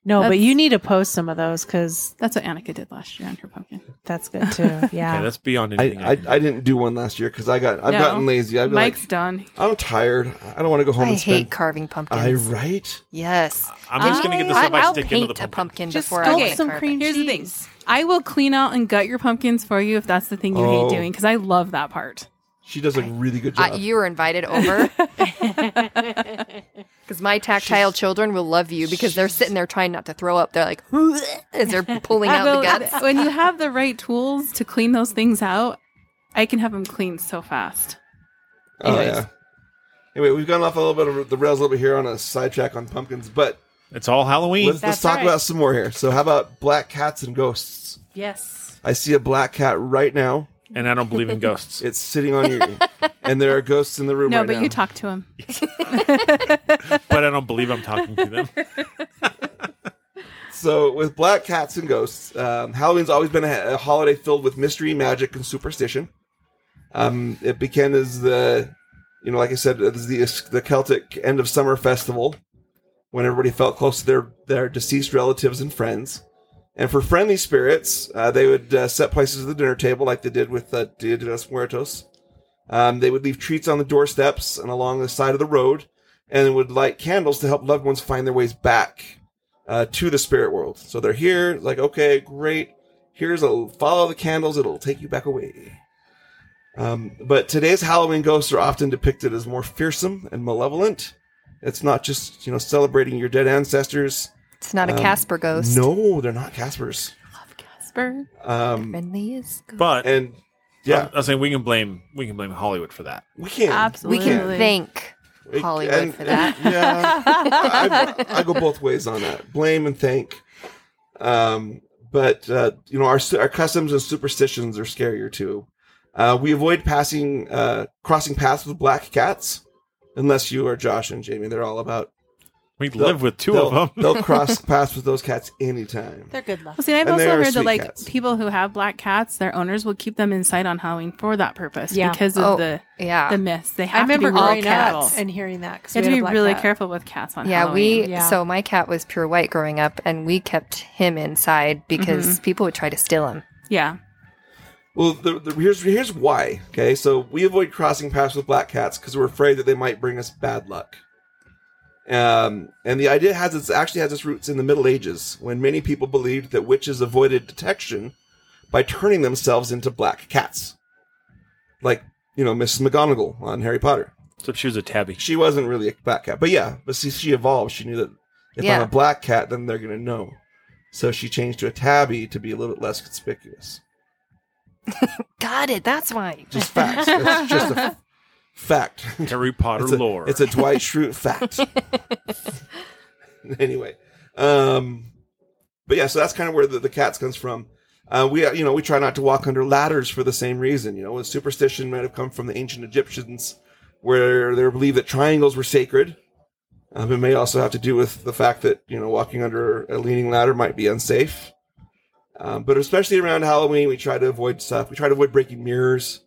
Speaker 3: No, but
Speaker 4: That's-
Speaker 3: you need to post some of those because
Speaker 4: that's what Annika did last year on her pumpkin.
Speaker 3: that's good too. Yeah.
Speaker 2: Okay, that's beyond
Speaker 1: I,
Speaker 2: anything.
Speaker 1: I,
Speaker 2: can
Speaker 1: I
Speaker 2: do.
Speaker 1: didn't do one last year because I got I've
Speaker 4: No.
Speaker 1: gotten lazy. I've been like,
Speaker 4: Mike's done.
Speaker 1: I'm tired. I don't want to go home.
Speaker 5: I
Speaker 1: and
Speaker 5: hate
Speaker 1: spend,
Speaker 5: carving
Speaker 1: I
Speaker 5: pumpkins.
Speaker 1: right.
Speaker 5: yes.
Speaker 2: I'm just gonna get this
Speaker 5: I,
Speaker 2: up. I
Speaker 5: I'll
Speaker 2: stick
Speaker 5: paint
Speaker 2: into the
Speaker 5: a
Speaker 2: pumpkin.
Speaker 5: pumpkin
Speaker 3: Just
Speaker 5: before I
Speaker 4: sculpt
Speaker 5: like
Speaker 3: some
Speaker 5: carve it.
Speaker 3: cream
Speaker 4: Here's the thing.
Speaker 3: cheese.
Speaker 4: I will clean out and gut your pumpkins for you if that's the thing you
Speaker 1: Oh.
Speaker 4: hate doing because I love that part.
Speaker 1: She does a really good job.
Speaker 5: Uh, you were invited over because my tactile children will love you because they're sitting there trying not to throw up. They're like, as they're pulling out the
Speaker 4: Although,
Speaker 5: guts.
Speaker 4: when you have the right tools to clean those things out, I can have them cleaned so fast.
Speaker 1: oh
Speaker 4: anyways.
Speaker 1: yeah. Anyway, we've gone off a little bit of the rails a little bit here on a sidetrack on pumpkins, but
Speaker 2: It's all Halloween.
Speaker 1: let's, let's
Speaker 3: That's
Speaker 1: talk
Speaker 3: right.
Speaker 1: about some more here. So, how about black cats and ghosts?
Speaker 3: yes.
Speaker 1: I see a black cat right now.
Speaker 2: and I don't believe in ghosts.
Speaker 1: It's sitting on your, and there are ghosts in the room.
Speaker 4: No,
Speaker 1: right
Speaker 4: but
Speaker 1: now.
Speaker 4: you talk to him.
Speaker 2: but I don't believe I'm talking to them.
Speaker 1: So, with black cats and ghosts, um, Halloween's always been a, a holiday filled with mystery, magic, and superstition. Um, it began as the, you know, like I said, as the the Celtic end of summer festival, when everybody felt close to their their deceased relatives and friends. And for friendly spirits, uh, they would uh, set places at the dinner table, like they did with uh, Dia de los Muertos. Um, they would leave treats on the doorsteps and along the side of the road, and would light candles to help loved ones find their ways back uh, to the spirit world. So they're here, like, okay, great. Here's a follow the candles, it'll take you back away. Um, but today's Halloween ghosts are often depicted as more fearsome and malevolent. It's not just, you know, celebrating your dead ancestors.
Speaker 5: It's not a
Speaker 1: Um,
Speaker 5: Casper ghost.
Speaker 1: No, they're not Caspers.
Speaker 4: Casper.
Speaker 1: Um,
Speaker 5: Friendly is good.
Speaker 2: But
Speaker 1: and
Speaker 2: yeah,
Speaker 1: yeah,
Speaker 2: I was saying we can blame we can blame Hollywood for that.
Speaker 1: we can't.
Speaker 5: we
Speaker 4: Absolutely.
Speaker 5: can thank
Speaker 1: We-
Speaker 5: Hollywood
Speaker 1: and-
Speaker 5: for that.
Speaker 1: Yeah. I, I go both ways on that. Blame and thank. Um, but uh, you know, our su- our customs and superstitions are scarier too. Uh, we avoid passing uh, crossing paths with black cats, unless you are Josh and Jamie. They're all about
Speaker 2: We live with two
Speaker 1: they'll-
Speaker 2: of them.
Speaker 1: theyll cross paths with those cats anytime.
Speaker 3: They're good luck.
Speaker 4: Well, see, I've
Speaker 1: And they
Speaker 4: also
Speaker 1: are
Speaker 4: heard
Speaker 1: sweet
Speaker 4: that like
Speaker 1: cats.
Speaker 4: people who have black cats, their owners will keep them inside on Halloween for that purpose
Speaker 3: Yeah.
Speaker 4: because of
Speaker 5: Oh,
Speaker 4: the
Speaker 5: Yeah.
Speaker 4: the myths. They have
Speaker 3: I remember
Speaker 4: to be really
Speaker 3: growing
Speaker 4: careful.
Speaker 3: up and hearing that because
Speaker 4: you have to be really
Speaker 3: careful.
Speaker 4: careful with cats on
Speaker 5: yeah,
Speaker 4: Halloween.
Speaker 5: we
Speaker 3: Yeah.
Speaker 5: so my cat was pure white growing up and we kept him inside because people would try to steal him.
Speaker 4: yeah.
Speaker 1: Well, the, the, here's here's why. Okay, so we avoid crossing paths with black cats because we're afraid that they might bring us bad luck. Um, and the idea has its actually has its roots in the Middle Ages, when many people believed that witches avoided detection by turning themselves into black cats, like you know Mrs. McGonagall on Harry Potter.
Speaker 2: So she was a tabby.
Speaker 1: She wasn't really a black cat, but yeah, but see, she evolved. She knew that if I'm
Speaker 5: Yeah.
Speaker 1: a black cat, then they're gonna know. So she changed to a tabby to be a little bit less conspicuous
Speaker 5: Got it. That's why.
Speaker 1: just facts. That's just a Fact.
Speaker 2: Harry Potter
Speaker 1: it's a,
Speaker 2: lore.
Speaker 1: It's a Dwight Schrute fact. anyway, um, but yeah, so that's kind of where the, the cats comes from. Uh, we, uh, you know, we try not to walk under ladders for the same reason. You know, and superstition might have come from the ancient Egyptians, where they believed that triangles were sacred. Um, it may also have to do with the fact that you know walking under a leaning ladder might be unsafe. Um, but especially around Halloween, we try to avoid stuff. We try to avoid breaking mirrors.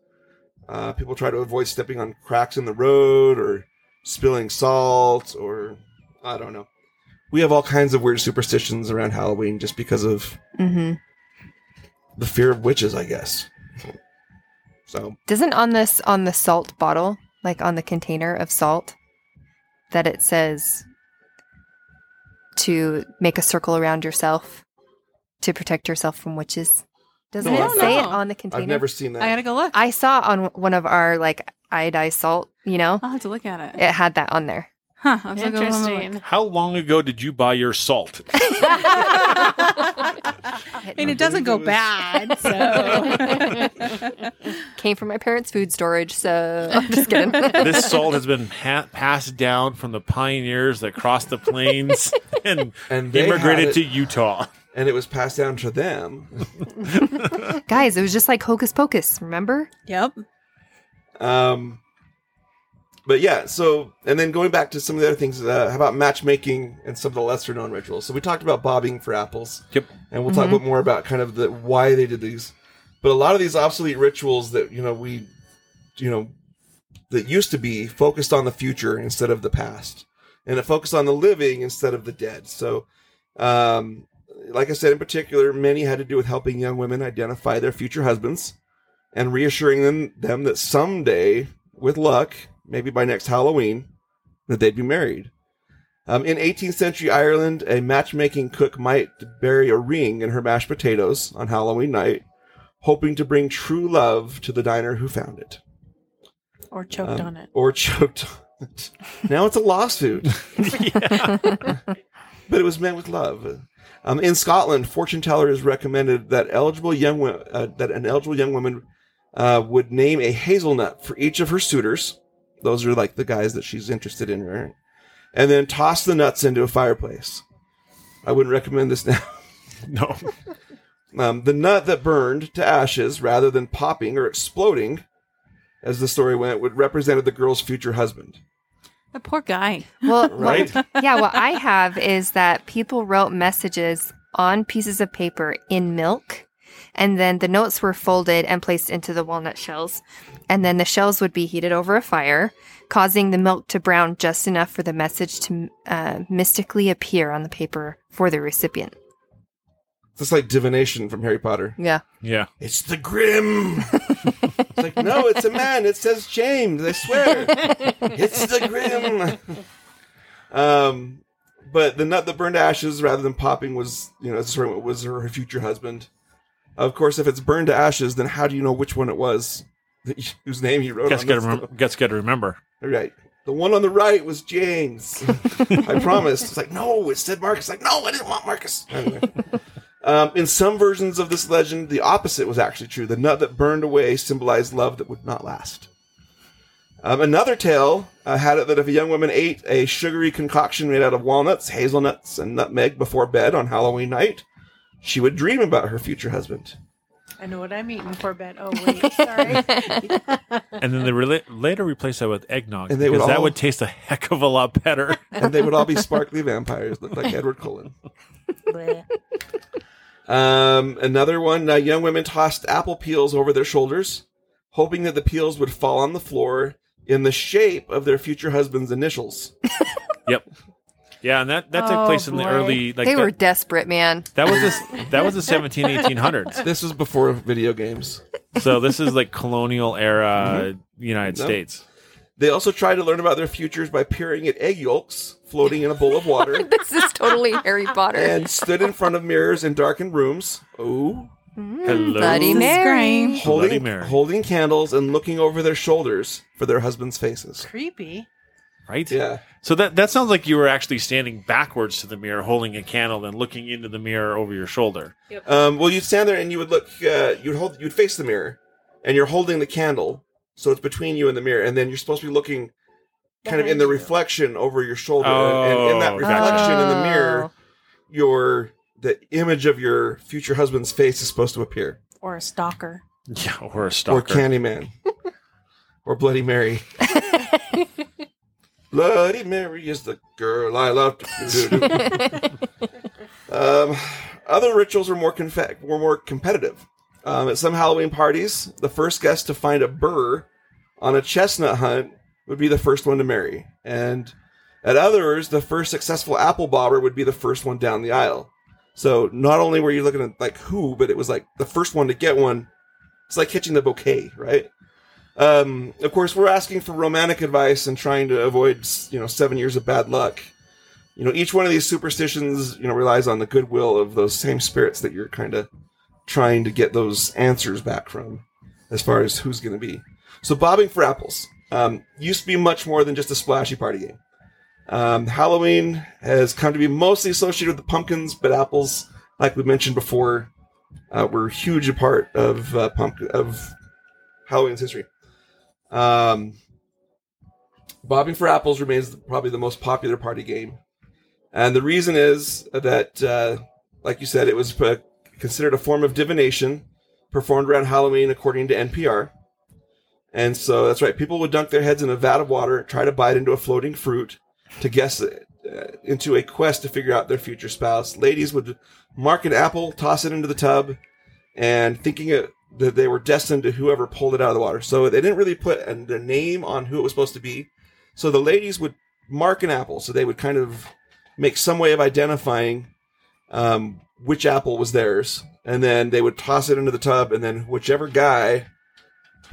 Speaker 1: Uh, people try to avoid stepping on cracks in the road or spilling salt or I don't know. We have all kinds of weird superstitions around Halloween just because of
Speaker 5: Mm-hmm.
Speaker 1: the fear of witches, I guess. So
Speaker 5: Doesn't on this on the salt bottle, like on the container of salt, that it says to make a circle around yourself to protect yourself from witches? Doesn't
Speaker 1: No,
Speaker 5: it
Speaker 1: I've-
Speaker 5: say it
Speaker 4: No.
Speaker 5: on the container?
Speaker 1: I've never seen that.
Speaker 4: I gotta go look.
Speaker 5: I saw on one of our like iodized salt. You know,
Speaker 4: I'll have to look at it.
Speaker 5: it had that on there.
Speaker 4: Huh? I'll have to go home and
Speaker 3: Interesting.
Speaker 2: How long ago did you buy your salt?
Speaker 4: look. And it doesn't go bad, so
Speaker 5: Came from my parents' food storage, so I'm just kidding.
Speaker 2: this salt has been ha- passed down from the pioneers that crossed the plains and,
Speaker 1: And they had
Speaker 2: immigrated
Speaker 1: it.
Speaker 2: to Utah.
Speaker 1: and it was passed down to them.
Speaker 5: Guys, it was just like hocus pocus. Remember?
Speaker 4: yep.
Speaker 1: Um, but yeah, so and then going back to some of the other things, uh, how about matchmaking and some of the lesser known rituals? So we talked about bobbing for apples.
Speaker 2: Yep.
Speaker 1: and we'll talk a bit more about kind of the why they did these. But a lot of these obsolete rituals that you know we, you know, that used to be focused on the future instead of the past, and it focused on the living instead of the dead. So, um, like I said, in particular, many had to do with helping young women identify their future husbands and reassuring them them that someday, with luck, maybe by next Halloween, that they'd be married. Um, in 18th century Ireland, a matchmaking cook might bury a ring in her mashed potatoes on Halloween night, hoping to bring true love to the diner who found it.
Speaker 3: Or
Speaker 4: Uh.
Speaker 3: choked
Speaker 1: Um,
Speaker 3: on it.
Speaker 1: Or choked on it. Now it's a lawsuit, but it was meant with love. Um, in Scotland, fortune tellers recommended that eligible young wo- uh, that an eligible young woman uh, would name a hazelnut for each of her suitors. Those are like the guys that she's interested in, right? And then toss the nuts into a fireplace. I wouldn't recommend this now.
Speaker 2: No.
Speaker 1: Um, the nut that burned to ashes rather than popping or exploding, as the story went, would represented the girl's future husband.
Speaker 4: The poor guy.
Speaker 5: Well,
Speaker 1: Right?
Speaker 5: what- yeah. What I have is that people wrote messages on pieces of paper in milk, and then the notes were folded and placed into the walnut shells, and then the shells would be heated over a fire, causing the milk to brown just enough for the message to uh, mystically appear on the paper for the recipient.
Speaker 1: It's like divination from Harry Potter.
Speaker 5: Yeah.
Speaker 2: Yeah.
Speaker 1: It's the Grim. it's like no, it's a man. It says James. I swear, it's the Grim. um, but the nut that burned to ashes rather than popping was, you know, as the story went, was her future husband. Of course, if it's burned to ashes, then how do you know which one it was? Whose name you wrote?
Speaker 2: Guess
Speaker 1: on
Speaker 2: gotta,
Speaker 1: this-
Speaker 2: remember, guess gotta remember.
Speaker 1: All right. The one on the right was James. I promised. It's like, no, it said Marcus. Like, no, I didn't want Marcus. Anyway. um, in some versions of this legend, the opposite was actually true. The nut that burned away symbolized love that would not last. Um, another tale uh, had it that if a young woman ate a sugary concoction made out of walnuts, hazelnuts, and nutmeg before bed on Halloween night, she would dream about her future husband.
Speaker 3: I know what I'm eating before bed. Oh wait, sorry.
Speaker 2: And then they rela- later replaced that with eggnog
Speaker 1: And they
Speaker 2: because
Speaker 1: would
Speaker 2: that
Speaker 1: all-
Speaker 2: would taste a heck of a lot better.
Speaker 1: And they would all be sparkly vampires, looked like Edward Cullen.
Speaker 3: Bleh.
Speaker 1: Um, another one. Uh, young women tossed apple peels over their shoulders, hoping that the peels would fall on the floor in the shape of their future husband's initials.
Speaker 2: yep. Yeah, and that, that took
Speaker 3: Oh,
Speaker 2: place in the
Speaker 3: boy.
Speaker 2: early like
Speaker 5: they
Speaker 2: that,
Speaker 5: were desperate, man.
Speaker 2: that was this that was the 17 1800s.
Speaker 1: This was before video games.
Speaker 2: So this is like colonial era
Speaker 1: Mm-hmm.
Speaker 2: United
Speaker 1: No.
Speaker 2: States.
Speaker 1: They also tried to learn about their futures by peering at egg yolks floating in a bowl of water
Speaker 5: This is totally Harry Potter.
Speaker 1: and stood in front of mirrors in darkened rooms. Oh.
Speaker 5: Mm,
Speaker 2: Hello.
Speaker 5: Bloody
Speaker 4: This is
Speaker 5: Mary.
Speaker 4: great.
Speaker 2: Bloody
Speaker 1: Holding,
Speaker 2: Mary.
Speaker 1: holding candles and looking over their shoulders for their husbands' faces.
Speaker 3: Creepy.
Speaker 2: Right?
Speaker 1: Yeah.
Speaker 2: So that that sounds like you were actually standing backwards to the mirror, holding a candle, and looking into the mirror over your shoulder.
Speaker 1: Um, well, you'd stand there and you would look. Uh, you'd hold. You'd face the mirror, and you're holding the candle, So it's between you and the mirror, and then you're supposed to be looking kind of in
Speaker 3: Behind
Speaker 1: the
Speaker 3: you.
Speaker 1: reflection over your shoulder, and, and in that
Speaker 2: Oh,
Speaker 1: reflection in the mirror, your the image of your future husband's face is supposed to appear,
Speaker 3: or a stalker.
Speaker 2: Yeah, or a stalker.
Speaker 1: or Candyman, or Bloody Mary. Bloody Mary is the girl I love. um, other rituals were more confe- were more competitive. Um, at some Halloween parties, the first guest to find a burr on a chestnut hunt would be the first one to marry, and at others, the first successful apple bobber would be the first one down the aisle. So not only were you looking at like who, but it was like the first one to get one. It's like hitching the bouquet, right? Um, of course, we're asking for romantic advice and trying to avoid, you know, seven years of bad luck. You know, each one of these superstitions, you know, relies on the goodwill of those same spirits that you're kind of trying to get those answers back from, as far as who's going to be. So, bobbing for apples um, used to be much more than just a splashy party game. Um, Halloween has come to be mostly associated with the pumpkins, but apples, like we mentioned before, uh, were a huge a part of uh, pumpkin of Halloween's history. Um, bobbing for apples remains probably the most popular party game, and the reason is that, uh, like you said, it was uh, considered a form of divination performed around Halloween, according to NPR. And so that's right. People would dunk their heads in a vat of water, try to bite into a floating fruit to guess it, uh, into a quest to figure out their future spouse. Ladies would mark an apple, toss it into the tub, and thinking it, that they were destined to whoever pulled it out of the water. So they didn't really put a, a name on who it was supposed to be. So the ladies would mark an apple. So they would kind of make some way of identifying um, which apple was theirs. And then they would toss it into the tub, and then whichever guy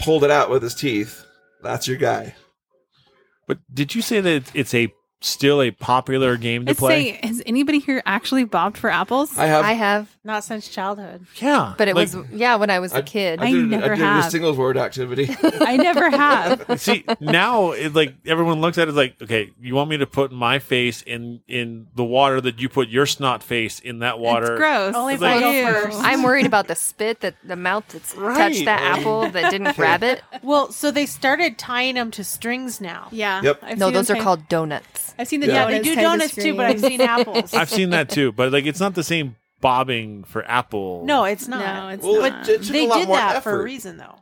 Speaker 1: pulled it out with his teeth, that's your guy.
Speaker 2: But did you say that it's a still a popular game to
Speaker 4: Let's
Speaker 2: play?
Speaker 4: say, has anybody here actually bobbed for apples?
Speaker 1: I have.
Speaker 5: I have,
Speaker 3: Not since childhood.
Speaker 2: yeah,
Speaker 5: but it
Speaker 2: like,
Speaker 5: was yeah when I was a kid.
Speaker 1: I,
Speaker 4: I
Speaker 1: did,
Speaker 4: never
Speaker 1: I did a
Speaker 4: have.
Speaker 1: singles word activity.
Speaker 4: I never have.
Speaker 2: See now, it, like everyone looks at it like, okay, you want me to put my face in in the water that you put your snot face in that water?
Speaker 4: It's gross.
Speaker 3: Only
Speaker 2: if I
Speaker 4: Ew.
Speaker 3: go first.
Speaker 5: I'm worried about the spit that the mouth that's touched
Speaker 2: Right.
Speaker 5: that apple that didn't grab it.
Speaker 3: Well, so they started tying them to strings now.
Speaker 4: yeah.
Speaker 1: Yep.
Speaker 4: I've
Speaker 5: No,
Speaker 4: seen them
Speaker 5: those are
Speaker 4: type-
Speaker 5: called donuts.
Speaker 4: I've seen the
Speaker 1: Yeah,
Speaker 3: They
Speaker 4: donuts
Speaker 3: do
Speaker 4: type of
Speaker 3: donuts too, but I've
Speaker 4: screen.
Speaker 3: seen apples.
Speaker 2: I've seen that too, but like it's not the same bobbing for apple.
Speaker 3: no, it's not.
Speaker 4: No, it's
Speaker 1: Well,
Speaker 4: not.
Speaker 1: it- it took
Speaker 3: they
Speaker 1: a lot
Speaker 3: did
Speaker 1: more
Speaker 3: that for
Speaker 1: effort.
Speaker 3: a reason, though.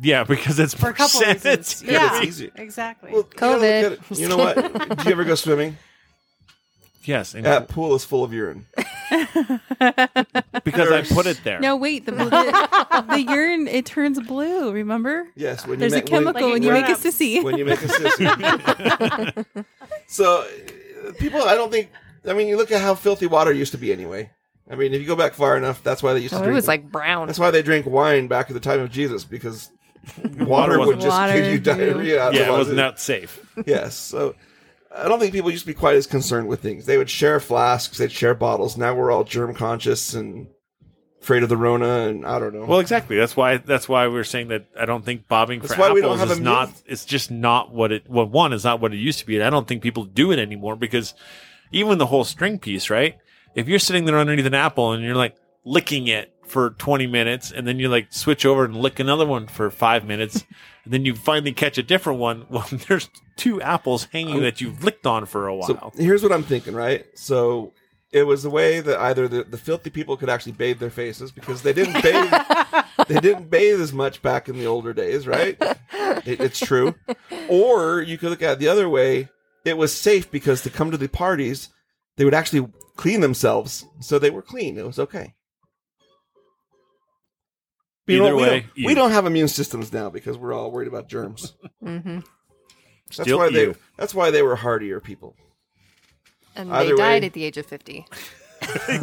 Speaker 2: yeah, because it's
Speaker 3: For a couple reasons.
Speaker 2: sanitary.
Speaker 1: Yeah,
Speaker 3: Yeah,
Speaker 1: it's easy.
Speaker 3: exactly.
Speaker 1: Well, you gotta look
Speaker 5: COVID.
Speaker 1: at it. You know what? Do you ever go swimming?
Speaker 2: Yes, and
Speaker 1: That pool is full of urine.
Speaker 2: because I put it there.
Speaker 4: no, wait. The, the, the urine it turns blue. Remember?
Speaker 1: Yes, when
Speaker 4: There's
Speaker 1: you
Speaker 4: a
Speaker 1: make, when-
Speaker 4: chemical
Speaker 3: Like
Speaker 4: when
Speaker 3: it
Speaker 4: you make a
Speaker 3: grows.
Speaker 4: sissy.
Speaker 1: when you make a sissy. so uh, people, I don't think. I mean, you look at how filthy water used to be anyway. I mean, if you go back far enough, that's why they used to
Speaker 5: Oh,
Speaker 1: drink.
Speaker 5: it was like brown.
Speaker 1: that's why they drank wine back at the time of Jesus because water,
Speaker 2: Water
Speaker 1: would just
Speaker 4: wasn't-
Speaker 1: give you
Speaker 4: Water, yeah.
Speaker 1: diarrhea. out of
Speaker 2: yeah,
Speaker 1: the
Speaker 2: it was
Speaker 1: wazoo.
Speaker 2: not safe.
Speaker 1: yes. So I don't think people used to be quite as concerned with things. They would share flasks, they'd share bottles. Now we're all germ conscious and afraid of the Rona, and I don't know.
Speaker 2: Well, exactly. That's why. That's why we're saying that I don't think bobbing
Speaker 1: That's
Speaker 2: for
Speaker 1: why
Speaker 2: apples
Speaker 1: we don't have
Speaker 2: is
Speaker 1: a
Speaker 2: not.
Speaker 1: myth.
Speaker 2: It's just not what it. Well, one is not what it used to be, and I don't think people do it anymore because even the whole string piece, right? If you're sitting there underneath an apple and you're like licking it for 20 minutes, and then you like switch over and lick another one for five minutes, and then you finally catch a different one. Well, there's two apples hanging that you've licked on for a while.
Speaker 1: so here's what I'm thinking, right? So it was the way that either the, the filthy people could actually bathe their faces because they didn't bathe they didn't bathe as much back in the older days, right? It, it's true. Or you could look at it the other way. It was safe because to come to the parties, they would actually clean themselves, so they were clean. It was okay. You know,
Speaker 2: Either
Speaker 1: we
Speaker 2: way,
Speaker 1: don't- we don't, have immune systems now because we're all worried about germs.
Speaker 5: hmm
Speaker 1: That's
Speaker 2: Still
Speaker 1: why
Speaker 2: you.
Speaker 1: they. That's why they were hardier people.
Speaker 5: And
Speaker 1: Either
Speaker 5: they died
Speaker 1: way-
Speaker 5: at the age of 50.
Speaker 2: They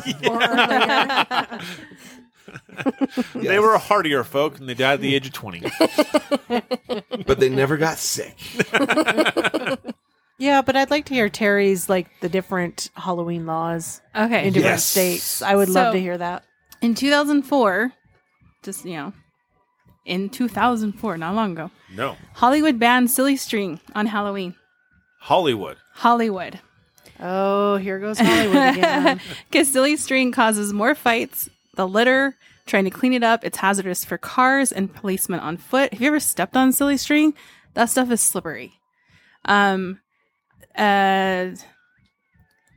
Speaker 1: Yes.
Speaker 2: were a hardier folk, and they died at the age of 20.
Speaker 1: but they never got sick.
Speaker 3: yeah, but I'd like to hear Terry's like the different Halloween laws
Speaker 4: Okay.
Speaker 3: in different
Speaker 1: Yes.
Speaker 3: states. I would love
Speaker 4: So-
Speaker 3: to hear that.
Speaker 4: in 2004, just you know, in 2004, not long ago,
Speaker 2: no,
Speaker 4: Hollywood banned silly string on Halloween.
Speaker 2: Hollywood.
Speaker 4: Hollywood,
Speaker 3: Oh, here goes Hollywood again.
Speaker 4: because silly string causes more fights, the litter, trying to clean it up. It's hazardous for cars and policemen on foot. Have you ever stepped on silly string? That stuff is slippery. Um, uh,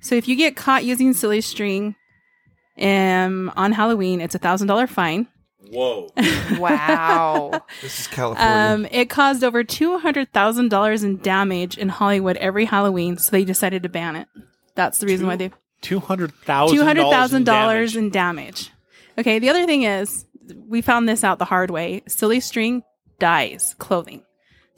Speaker 4: so if you get caught using silly string um, on Halloween, it's a thousand dollar fine.
Speaker 2: Whoa.
Speaker 5: Wow.
Speaker 1: This is California.
Speaker 4: Um, it caused over two hundred thousand dollars in damage in Hollywood every Halloween, so they decided to ban it. That's the reason why they
Speaker 2: Two hundred thousand.
Speaker 4: two hundred thousand dollars in damage. Okay, the other thing is we found this out the hard way. Silly string dyes clothing.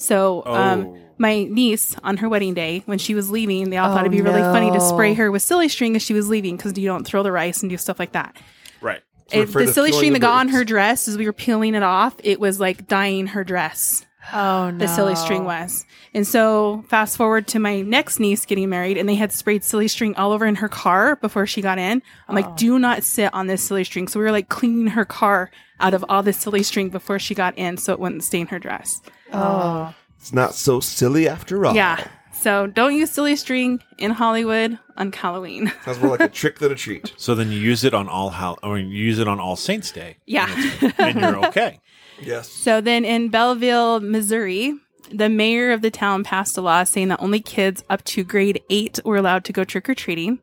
Speaker 4: So um,
Speaker 1: Oh.
Speaker 4: my niece on her wedding day, when she was leaving, they all thought
Speaker 5: Oh,
Speaker 4: it'd be really funny to
Speaker 5: no.
Speaker 4: spray her with silly string as she was leaving because you don't throw the rice and do stuff like that.
Speaker 2: right.
Speaker 1: So
Speaker 4: It,
Speaker 1: afraid
Speaker 4: the
Speaker 1: of
Speaker 4: silly
Speaker 1: peeling
Speaker 4: string
Speaker 1: the
Speaker 4: that got on
Speaker 1: birds.
Speaker 4: her dress as we were peeling it off, it was like dyeing her dress
Speaker 3: Oh no.
Speaker 4: the silly string was. And so fast forward to my next niece getting married and they had sprayed silly string all over in her car before she got in. I'm like, do not sit on this silly string. So we were like cleaning her car out of all this silly string before she got in so it wouldn't stain her dress.
Speaker 3: Oh.
Speaker 1: it's not so silly after all.
Speaker 4: Yeah. So don't use silly string in Hollywood on Halloween.
Speaker 1: Sounds more like a trick than a treat.
Speaker 2: So then you use it on all Hall- or you use it on All Saints Day.
Speaker 4: Yeah.
Speaker 2: And, it's- and you're okay.
Speaker 1: Yes.
Speaker 4: So then in Belleville, Missouri, the mayor of the town passed a law saying that only kids up to grade eight were allowed to go trick or treating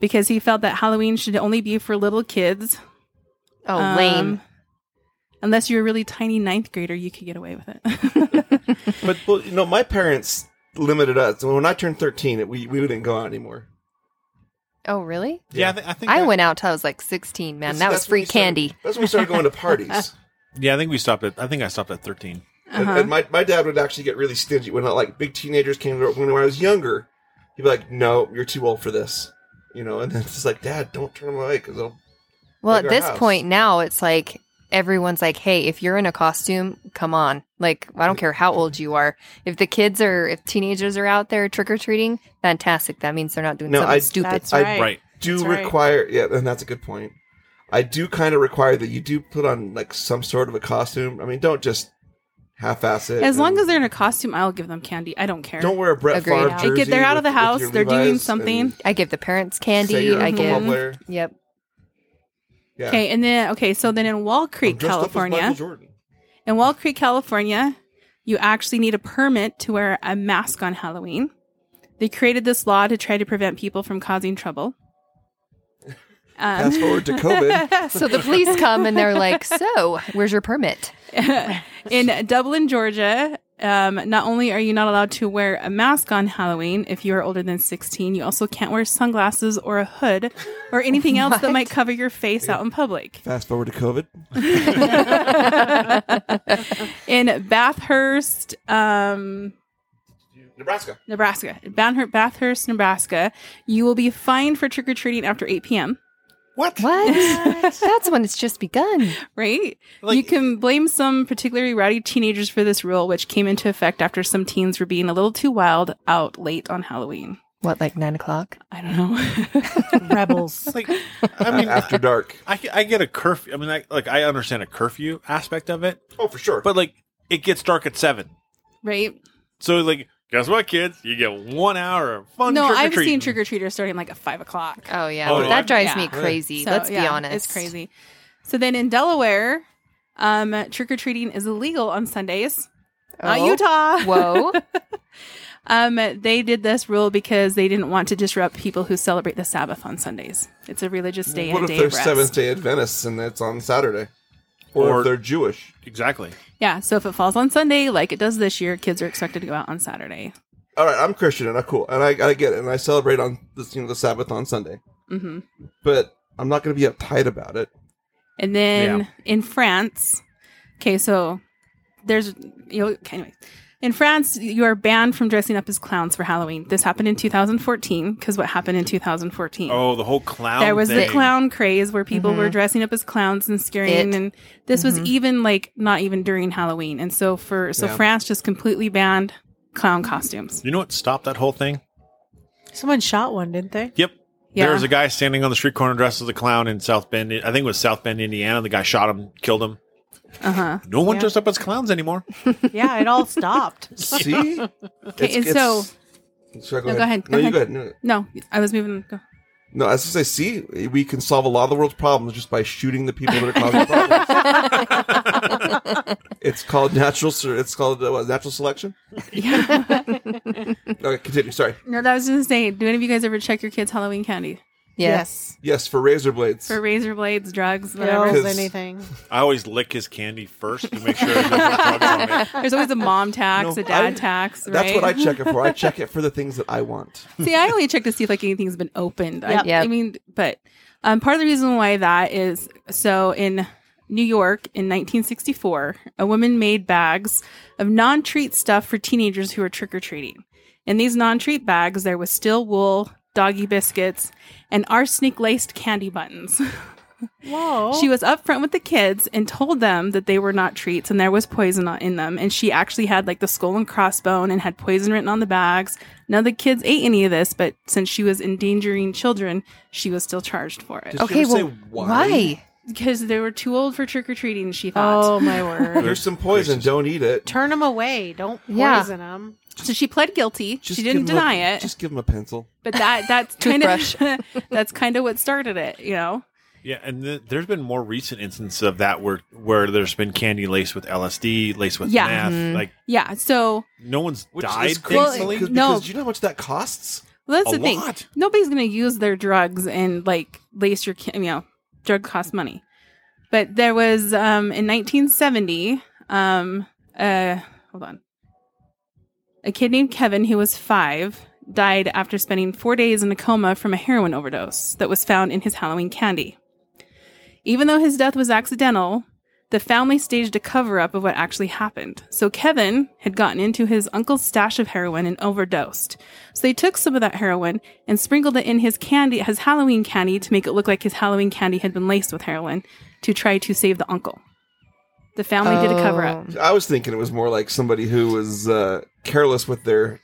Speaker 4: because he felt that Halloween should only be for little kids.
Speaker 5: Oh,
Speaker 4: Um,
Speaker 5: lame.
Speaker 4: Unless you're a really tiny ninth grader, you could get away with it.
Speaker 1: But well, you know, my parents limited us. When I turned thirteen, it- we we didn't go out anymore.
Speaker 5: Oh, really?
Speaker 2: Yeah, I, thi- I think
Speaker 5: I
Speaker 2: that-
Speaker 5: went out till I was like 16, man.
Speaker 1: That's-
Speaker 5: that was
Speaker 1: that's when
Speaker 5: free
Speaker 1: we started-
Speaker 5: candy.
Speaker 1: that's when we started going to parties.
Speaker 2: Yeah, I think we stopped at. I think I stopped at thirteen.
Speaker 1: And,
Speaker 5: Uh-huh.
Speaker 1: and my, my dad would actually get really stingy when like big teenagers came to when I was younger. He'd be like, "No, you're too old for this," you know. And then it's just like, "Dad, don't turn them away because they'll."
Speaker 5: Well,
Speaker 1: like
Speaker 5: at
Speaker 1: our
Speaker 5: this
Speaker 1: house.
Speaker 5: point now, it's like everyone's like, hey, if you're in a costume, come on. Like, I don't care how old you are. If the kids are, if teenagers are out there trick or treating, fantastic. That means they're not doing
Speaker 1: No,
Speaker 5: something
Speaker 1: I-
Speaker 5: stupid.
Speaker 4: That's
Speaker 1: I-
Speaker 4: right.
Speaker 2: Right.
Speaker 1: Do
Speaker 4: That's right.
Speaker 1: require yeah, and that's a good point. I do kind of require that you do put on like some sort of a costume. I mean, don't just half-ass it.
Speaker 4: As long
Speaker 1: and
Speaker 4: as they're in a costume, I'll give them candy. I don't care.
Speaker 1: don't wear a Brett
Speaker 5: Agreed.
Speaker 1: Favre
Speaker 5: Yeah.
Speaker 1: jersey.
Speaker 4: They get- they're out of
Speaker 1: with-
Speaker 4: the house,
Speaker 1: with your
Speaker 4: they're doing
Speaker 1: Levi's and
Speaker 4: something.
Speaker 5: I give the parents
Speaker 1: say
Speaker 5: candy.
Speaker 1: you're a
Speaker 5: I
Speaker 1: football
Speaker 5: give.
Speaker 1: player.
Speaker 5: Yep.
Speaker 1: Yeah.
Speaker 4: Okay, and then okay, so then in Wall
Speaker 1: I'm
Speaker 4: Creek,
Speaker 1: dressed up as Michael
Speaker 4: California,
Speaker 1: Jordan.
Speaker 4: In Wall Creek, California, you actually need a permit to wear a mask on Halloween. They created this law to try to prevent people from causing trouble.
Speaker 1: Fast forward to COVID.
Speaker 5: So the police come and they're like, so where's your permit?
Speaker 4: in Dublin, Georgia, um, not only are you not allowed to wear a mask on Halloween if you are older than 16, you also can't wear sunglasses or a hood or anything else that
Speaker 5: What?
Speaker 4: might cover your face out in public.
Speaker 1: Fast forward to COVID.
Speaker 4: In Bathurst, um,
Speaker 1: Nebraska.
Speaker 4: Nebraska, Banher- Bathurst, Nebraska, you will be fined for trick or treating after 8 p.m.
Speaker 2: What?
Speaker 5: What? That's when it's just begun.
Speaker 4: Right?
Speaker 2: Like-
Speaker 4: you can blame some particularly rowdy teenagers for this rule, which came into effect after some teens were being a little too wild out late on Halloween.
Speaker 5: What, like nine o'clock?
Speaker 4: I don't know.
Speaker 3: Rebels.
Speaker 2: Like, I mean,
Speaker 1: after dark.
Speaker 2: I, I get a curfew. I mean, I, like I understand a curfew aspect of it,
Speaker 1: Oh, for sure.
Speaker 2: but like it gets dark at seven.
Speaker 4: right?
Speaker 2: So like, guess what, kids? You get one hour of fun.
Speaker 4: no, I've
Speaker 2: trick-or-treating.
Speaker 4: seen trick or treaters starting like at five o'clock.
Speaker 5: Oh, yeah.
Speaker 2: Oh, yeah.
Speaker 5: that drives
Speaker 4: Yeah.
Speaker 5: me crazy.
Speaker 4: So,
Speaker 5: Let's be
Speaker 4: yeah,
Speaker 5: honest.
Speaker 4: It's crazy. So then in Delaware, um, trick or treating is illegal on Sundays. Not
Speaker 5: Oh.
Speaker 4: Utah.
Speaker 5: Whoa.
Speaker 4: Um, they did this rule because they didn't want to disrupt people who celebrate the Sabbath on Sundays. It's a religious day
Speaker 1: what if
Speaker 4: and a day
Speaker 1: they're
Speaker 4: of rest.
Speaker 1: Seventh Day Adventists and it's on Saturday, or,
Speaker 2: Or-
Speaker 1: if they're Jewish?
Speaker 2: Exactly.
Speaker 4: Yeah, so if it falls on Sunday, like it does this year, kids are expected to go out on Saturday.
Speaker 1: All right, I'm Christian and I'm cool, and I, I get it, and I celebrate on this, you know, the Sabbath on Sunday,
Speaker 4: hmm
Speaker 1: but I'm not going to be uptight about it.
Speaker 4: And then in France, okay, so there's you know okay, anyway. In France, you are banned from dressing up as clowns for Halloween. This happened in 2014 because what happened in 2014?
Speaker 2: Oh, the whole clown.
Speaker 4: there was
Speaker 2: thing.
Speaker 4: the clown craze where people were
Speaker 5: Mhm.
Speaker 4: dressing up as clowns and scaring
Speaker 5: It.
Speaker 4: and this
Speaker 5: Mhm.
Speaker 4: was even like not even during halloween and so for so
Speaker 1: Yeah.
Speaker 4: france just completely banned clown costumes
Speaker 2: You know what stopped that whole thing?
Speaker 3: Someone shot one, didn't they?
Speaker 2: Yep.
Speaker 4: yeah
Speaker 2: There was a guy standing on the street corner dressed as a clown in South Bend. I think it was South Bend, Indiana. The guy shot him, killed him.
Speaker 4: uh-huh
Speaker 2: No one
Speaker 3: Yeah.
Speaker 2: dressed up as clowns anymore.
Speaker 3: Yeah, it all stopped.
Speaker 1: See? okay,
Speaker 4: and so-
Speaker 1: Sorry, go ahead.
Speaker 4: No, go ahead, go
Speaker 1: No, you
Speaker 4: ahead.
Speaker 1: go ahead. No.
Speaker 4: no i was moving go.
Speaker 1: No, as I was gonna say, see, we can solve a lot of the world's problems just by shooting the people that are causing problems. it's called natural. se- It's called uh, what, natural selection.
Speaker 4: Yeah.
Speaker 1: Okay, continue. Sorry.
Speaker 4: no, that was just saying. Do any of you guys ever check your kids' Halloween candy
Speaker 5: Yes.
Speaker 1: Yes, for razor blades.
Speaker 4: for razor blades, drugs, whatever?
Speaker 1: Because-
Speaker 3: Pills, anything.
Speaker 2: I always lick his candy first to make sure there's no drugs on it.
Speaker 4: There's always a mom tax,
Speaker 1: No,
Speaker 4: a dad
Speaker 1: I-
Speaker 4: tax. Right?
Speaker 1: That's what I check it for. I check it for the things that I want.
Speaker 4: See, I only check to see if like anything's been opened. I,
Speaker 3: Yep.
Speaker 5: Yep.
Speaker 4: I mean, but um, part of the reason why that is so in New York in 1964, a woman made bags of non-treat stuff for teenagers who were trick or treating. In these non-treat bags, there was steel wool, doggy biscuits, and arsenic laced candy buttons.
Speaker 3: Whoa.
Speaker 1: Oh.
Speaker 4: She was upfront with the kids and told them that they were not treats and there was poison on- in them. And she actually had like the skull and crossbone and had poison written on the bags. None of the kids ate any of this, but since she was endangering children, she was still charged for it.
Speaker 1: Did she
Speaker 5: Okay,
Speaker 1: ever
Speaker 5: well,
Speaker 1: say
Speaker 5: Why?
Speaker 4: Because they were too old for trick or treating, she thought.
Speaker 3: oh my
Speaker 1: why?
Speaker 3: word.
Speaker 1: Here's some poison. Don't eat it.
Speaker 3: Turn them away. Don't
Speaker 5: Yeah.
Speaker 3: poison them.
Speaker 4: So she pled guilty.
Speaker 1: Just
Speaker 4: she
Speaker 1: give
Speaker 4: didn't
Speaker 1: 'em a-
Speaker 4: deny it.
Speaker 1: Just give him a pencil.
Speaker 4: But that that's kind of that's kind of what started it, you know.
Speaker 2: Yeah, and th- there's been more recent instances of that where where there's been candy laced with LSD, laced with
Speaker 4: Yeah. Mm-hmm.
Speaker 2: meth.
Speaker 5: Mhm.
Speaker 2: Like
Speaker 4: Yeah. So
Speaker 2: no one's
Speaker 1: Which
Speaker 2: died.
Speaker 1: is crazy
Speaker 2: thankfully.
Speaker 1: because,
Speaker 4: no.
Speaker 1: because do you know how much that costs?
Speaker 4: Well, that's
Speaker 2: A
Speaker 4: the thing.
Speaker 2: lot.
Speaker 4: Nobody's going to use their drugs and like lace your, ki- you know, drug costs money. But there was um, in 1970, um, uh, hold on, a kid named Kevin who was five died after spending four days in a coma from a heroin overdose that was found in his Halloween candy. Even though his death was accidental, the family staged a cover up of what actually happened. So Kevin had gotten into his uncle's stash of heroin and overdosed. So they took some of that heroin and sprinkled it in his candy, his Halloween candy, to make it look like his Halloween candy had been laced with heroin to try to save the uncle. The family did a cover up.
Speaker 1: I was thinking it was more like somebody who was uh, careless with their.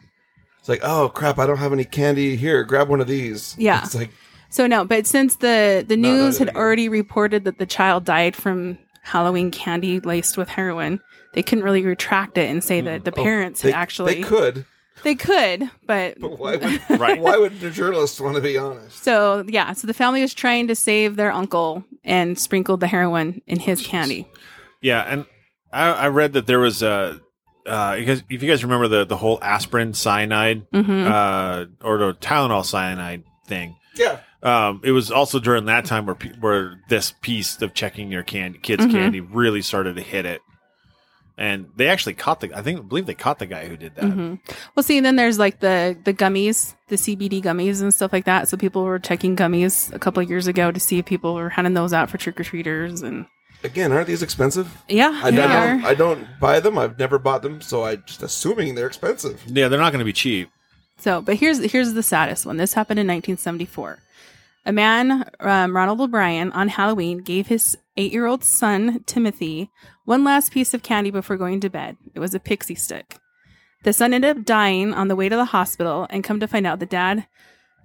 Speaker 1: It's like, oh crap! I don't have any candy here. Grab one of these.
Speaker 4: Yeah.
Speaker 1: It's like
Speaker 4: So no, but since the the
Speaker 1: No, no,
Speaker 4: news
Speaker 1: no,
Speaker 4: had
Speaker 1: no.
Speaker 4: already reported that the child died from Halloween candy laced with heroin, they couldn't really retract it and say that the
Speaker 1: oh,
Speaker 4: parents
Speaker 1: they,
Speaker 4: had actually
Speaker 1: they could,
Speaker 4: They could, but
Speaker 1: but why would
Speaker 2: Right.
Speaker 1: why would the journalists want to be honest?
Speaker 4: so yeah, so the family was trying to save their uncle and sprinkled the heroin in his candy.
Speaker 2: Yeah, and I, I read that there was a. Uh, you guys, if you guys remember the, the whole aspirin cyanide
Speaker 4: Mm-hmm.
Speaker 2: uh, or the Tylenol cyanide thing,
Speaker 1: Yeah.
Speaker 2: um, it was also during that time where pe- where this piece of checking your candy, kids'
Speaker 4: Mhm.
Speaker 2: candy, really started to hit it, and they actually caught the. I think I believe they caught the guy who did that.
Speaker 4: hmm Well, see, and then there's like the the gummies, the CBD gummies and stuff like that. So people were checking gummies a couple of years ago to see if people were handing those out for trick or treaters, and
Speaker 1: Again, aren't these expensive?
Speaker 4: yeah,
Speaker 1: I,
Speaker 4: they
Speaker 1: I
Speaker 4: are.
Speaker 1: don't. I don't buy them. I've never bought them, so I'm just assuming they're expensive.
Speaker 2: Yeah, they're not going to be cheap.
Speaker 4: So, but here's here's the saddest one. This happened in 1974. A man, um, Ronald O'Brien, on Halloween gave his eight-year-old son Timothy one last piece of candy before going to bed. It was a pixie stick. The son ended up dying on the way to the hospital, and come to find out, the dad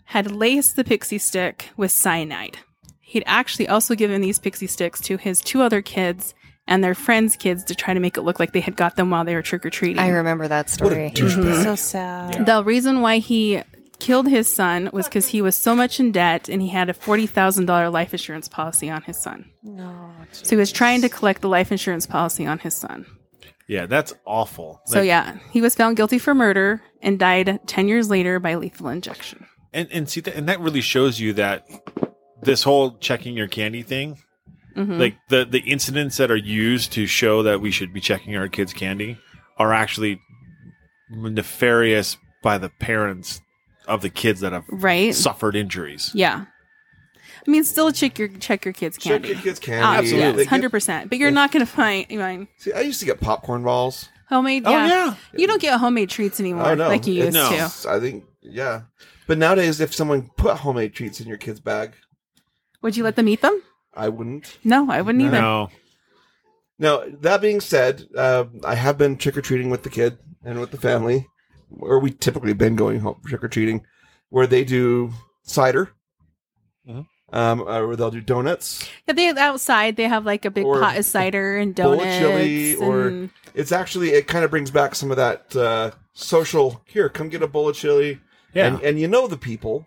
Speaker 4: had laced the pixie stick with cyanide. He'd actually also given these pixie sticks to his two other kids and their friends' kids to try to make it look like they had got them while they were trick or treating.
Speaker 5: Oh. I remember that story.
Speaker 3: So sad.
Speaker 2: Yeah.
Speaker 4: The reason why he killed his son was because he was so much in debt and he had a $40,000 life insurance policy on his son.
Speaker 3: No.
Speaker 4: So he was trying to collect the life insurance policy on his son.
Speaker 2: Yeah, that's awful.
Speaker 4: So,
Speaker 2: Like,
Speaker 4: yeah, he was found guilty for murder and died 10 years later by lethal injection.
Speaker 2: and and see that, and that really shows you that this whole checking your candy thing,
Speaker 4: Mhm.
Speaker 2: like the the incidents that are used to show that we should be checking our kids' candy, are actually nefarious by the parents of the kids that have
Speaker 4: right?
Speaker 2: suffered injuries.
Speaker 4: yeah. I mean, still check your check your kids'
Speaker 1: Check
Speaker 4: candy.
Speaker 1: your kids' candy.
Speaker 2: Absolutely.
Speaker 1: They
Speaker 4: Absolutely,
Speaker 1: get-
Speaker 4: hundred percent. But you're not going to find you know,
Speaker 1: See, I used to get popcorn balls.
Speaker 4: homemade.
Speaker 2: Oh
Speaker 4: yeah.
Speaker 2: yeah,
Speaker 4: you don't get homemade treats anymore
Speaker 1: Oh no,
Speaker 4: like you used
Speaker 2: No.
Speaker 4: to.
Speaker 1: It's- I think yeah, but nowadays, if someone put homemade treats in your kid's bag,
Speaker 4: Would you let them eat them?
Speaker 1: I wouldn't.
Speaker 4: No, I wouldn't either.
Speaker 2: no,
Speaker 1: Now that being said, uh, I have been trick or treating with the kid and with the family, where we typically been going home trick or treating, where they do cider,
Speaker 2: Mhm.
Speaker 1: um, uh, or they'll do donuts.
Speaker 4: Yeah, they outside they have like a big
Speaker 1: Or
Speaker 4: pot of cider and
Speaker 1: bowl of
Speaker 4: donuts.
Speaker 1: chili or-
Speaker 4: and-
Speaker 1: It's actually it kind of brings back some of that uh, social. Here, come get a bowl of chili.
Speaker 2: yeah.
Speaker 1: And, and you know the people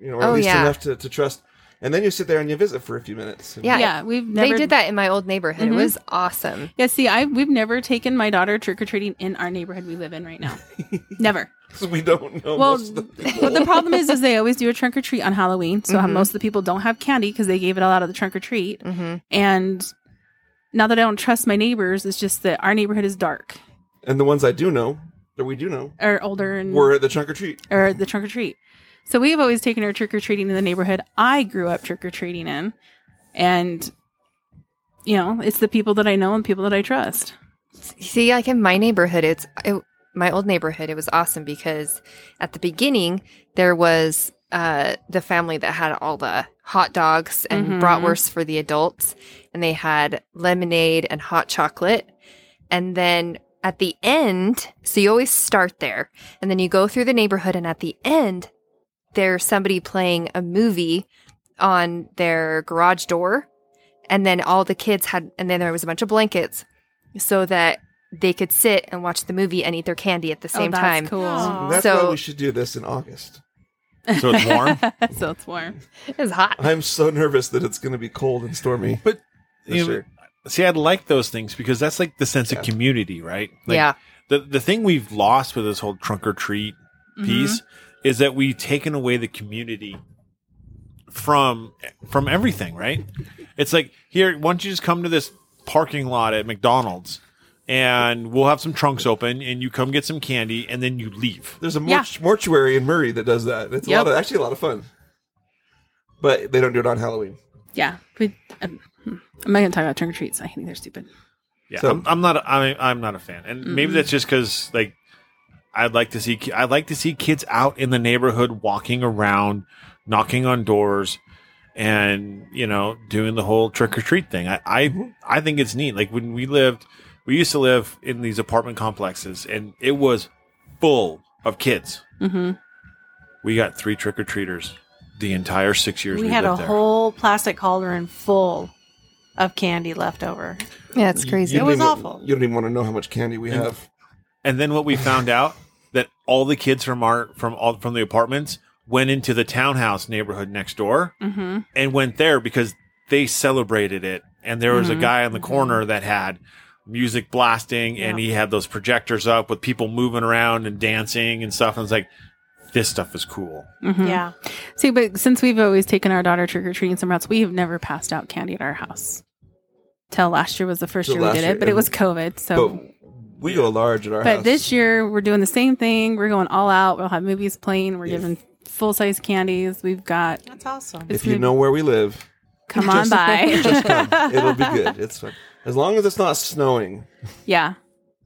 Speaker 1: you know, or at
Speaker 5: Oh,
Speaker 1: least
Speaker 5: yeah.
Speaker 1: enough to, to trust. And then you sit there and you visit for a few minutes. And
Speaker 5: Yeah,
Speaker 4: we've
Speaker 5: They
Speaker 4: never
Speaker 5: did that in my old neighborhood.
Speaker 4: Mhm.
Speaker 5: It was awesome.
Speaker 4: Yeah, see, I we've never taken my daughter trick or treating in our neighborhood we live in right now. never.
Speaker 1: we don't know
Speaker 4: Well,
Speaker 1: most of the
Speaker 4: but the problem is, is they always do a trunk or treat on Halloween, so
Speaker 5: Mhm.
Speaker 4: most of the people don't have candy because they gave it all out of the trunk or treat.
Speaker 5: Mm-hmm.
Speaker 4: And now that I don't trust my neighbors, it's just that our neighborhood is dark
Speaker 1: And the ones I do know, that we do know,
Speaker 4: or older
Speaker 5: Mm.
Speaker 4: and
Speaker 1: were at the trunk or treat.
Speaker 4: or the trunk or treat. So we've always taken her trick or treating in the neighborhood I grew up trick or treating in, and you know, it's the people that I know and people that I trust.
Speaker 5: See, like in my neighborhood, it's it, my old neighborhood. It was awesome because at the beginning there was uh, the family that had all the hot dogs and
Speaker 4: Mhm.
Speaker 5: bratwurst for the adults, and they had lemonade and hot chocolate, and then at the end, so you always start there, and then you go through the neighborhood, and at the end, there's somebody playing a movie on their garage door, and then all the kids had, and then there was a bunch of blankets, so that they could sit and watch the movie and eat their candy at the
Speaker 4: Oh,
Speaker 5: same
Speaker 4: that's
Speaker 5: time.
Speaker 4: Cool.
Speaker 3: Aw.
Speaker 1: That's
Speaker 5: So-
Speaker 1: why we should do this in August.
Speaker 2: So it's warm.
Speaker 4: so it's warm.
Speaker 5: It was hot.
Speaker 1: I'm so nervous that it's going to be cold and stormy.
Speaker 2: But
Speaker 1: this
Speaker 2: you know,
Speaker 1: year.
Speaker 2: See, I like those things because that's like the sense
Speaker 1: Yeah.
Speaker 2: of community, right? Like,
Speaker 5: yeah.
Speaker 2: The the thing we've lost with this whole trunk or treat piece is that we've taken away the community from from everything, right? It's like here, why don't you just come to this parking lot at McDonald's and we'll have some trunks open and you come get some candy and then you leave.
Speaker 1: There's a
Speaker 4: Yeah.
Speaker 1: mortu- mortuary in Murray that does that. It's a
Speaker 4: Yep.
Speaker 1: lot of, actually a lot of fun. But they don't do it on Halloween.
Speaker 4: Yeah. We, um, I'm not going to talk about trick or treats. I think they're stupid.
Speaker 2: Yeah,
Speaker 1: So-
Speaker 2: I'm, I'm not. A, I, am i am not a fan, and
Speaker 3: Mm-hmm.
Speaker 2: maybe that's just because like I'd like to see. ki- I'd like to see kids out in the neighborhood, walking around, knocking on doors, and you know, doing the whole trick or treat thing. I I, I think it's neat. Like when we lived, we used to live in these apartment complexes, and it was full of kids.
Speaker 4: Mm-hmm.
Speaker 2: We got three trick or treaters the entire six years we,
Speaker 3: we had a
Speaker 2: lived there.
Speaker 3: whole plastic cauldron full of candy left over.
Speaker 5: Yeah, it's
Speaker 1: You-
Speaker 5: crazy.
Speaker 1: you don't
Speaker 3: It was
Speaker 1: even-
Speaker 3: awful.
Speaker 1: You don't even want to know how much candy we
Speaker 2: And-
Speaker 1: have.
Speaker 2: And then what we found out that all the kids from our from all from the apartments went into the townhouse neighborhood next door
Speaker 4: Mm-hmm.
Speaker 2: and went there because they celebrated it. And there was
Speaker 4: Mhm.
Speaker 2: a guy in the corner that had music blasting and he had those projectors up with people moving around and dancing and stuff. And it's like, this stuff is cool.
Speaker 4: Mm-hmm.
Speaker 3: Yeah.
Speaker 4: See, but since we've always taken our daughter trick or treating somewhere else, we have never passed out candy at our house. Till last year was the first
Speaker 1: Till
Speaker 4: year we
Speaker 1: last
Speaker 4: did
Speaker 1: year,
Speaker 4: it, but it
Speaker 1: and-
Speaker 4: was COVID. So,
Speaker 1: but we go large at our
Speaker 4: but,
Speaker 1: house.
Speaker 4: this year we're doing the same thing. We're going all out. We'll have movies playing. We're
Speaker 1: Yes.
Speaker 4: giving full size candies. We've got
Speaker 3: That's awesome.
Speaker 4: It's
Speaker 1: if you
Speaker 4: gonna-
Speaker 1: know where we live,
Speaker 4: come on
Speaker 1: Just-
Speaker 4: by.
Speaker 1: just come. It'll be good. It's fun. As long as it's not snowing.
Speaker 4: yeah,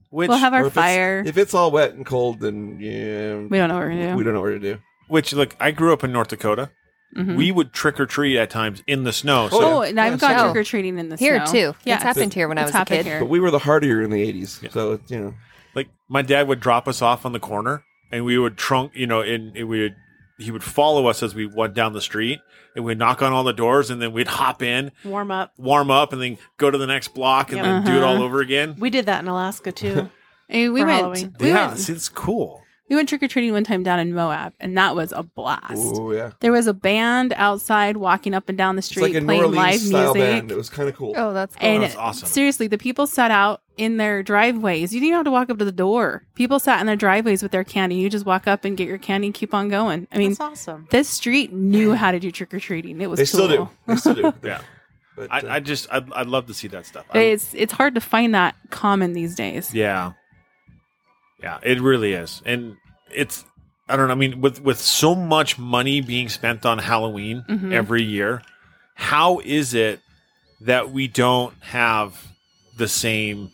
Speaker 2: Which
Speaker 4: we'll have
Speaker 1: Or
Speaker 4: our
Speaker 1: if it's-
Speaker 4: fire.
Speaker 1: If it's all wet and cold, then yeah,
Speaker 4: we don't know what we're gonna do.
Speaker 1: we don't know what to do.
Speaker 2: which look, I grew up in North Dakota.
Speaker 4: Mhm.
Speaker 2: We would trick or treat at times in the snow.
Speaker 1: Oh,
Speaker 2: So
Speaker 4: oh, and
Speaker 1: yeah,
Speaker 4: I've gone
Speaker 5: so-
Speaker 4: trick or treating in the
Speaker 5: Here,
Speaker 4: snow.
Speaker 5: too.
Speaker 4: Yeah,
Speaker 5: It's happened here when I
Speaker 4: it's
Speaker 5: was a
Speaker 4: happened
Speaker 5: kid.
Speaker 4: here.
Speaker 1: But we were the hardier in the 80s.
Speaker 2: Yeah.
Speaker 1: So, you know,
Speaker 2: like my dad would drop us off on the corner and we would trunk you know and it would he would follow us as we went down the street and we'd knock on all the doors and then we'd hop in
Speaker 3: Warm up.
Speaker 2: warm up and then go to the next block and
Speaker 3: Yeah.
Speaker 2: then do it all
Speaker 4: Uh-huh.
Speaker 2: over again
Speaker 3: We did that in Alaska too.
Speaker 4: And we
Speaker 3: for
Speaker 4: went.
Speaker 3: Halloween.
Speaker 4: We
Speaker 2: yeah
Speaker 4: went.
Speaker 2: see, it's cool
Speaker 4: We went trick or treating one time down in Moab, and that was a blast.
Speaker 1: oh, yeah.
Speaker 4: There was a band outside walking up and down the
Speaker 1: It's
Speaker 4: street
Speaker 1: like a New
Speaker 4: playing live
Speaker 1: Orleans style
Speaker 4: music.
Speaker 1: band. It was kind of cool.
Speaker 5: Oh, that's cool.
Speaker 4: And
Speaker 2: That was awesome.
Speaker 4: seriously, the people sat out in their driveways. You didn't even have to walk up to the door. People sat in their driveways with their candy. You just walk up and get your candy and keep on going. I mean,
Speaker 3: That's awesome.
Speaker 4: this street knew how to do trick or treating. It was
Speaker 1: they still
Speaker 4: cool.
Speaker 1: do. They still do.
Speaker 2: Yeah.
Speaker 1: But, uh,
Speaker 2: i, I just I'd, I'd love to see that stuff I-
Speaker 4: It's it's hard to find that common these days.
Speaker 2: yeah yeah it really is and it's i don't know i mean with with so much money being spent on halloween
Speaker 3: Mm-hmm.
Speaker 4: Mhm.
Speaker 2: every year how is it that we don't have the same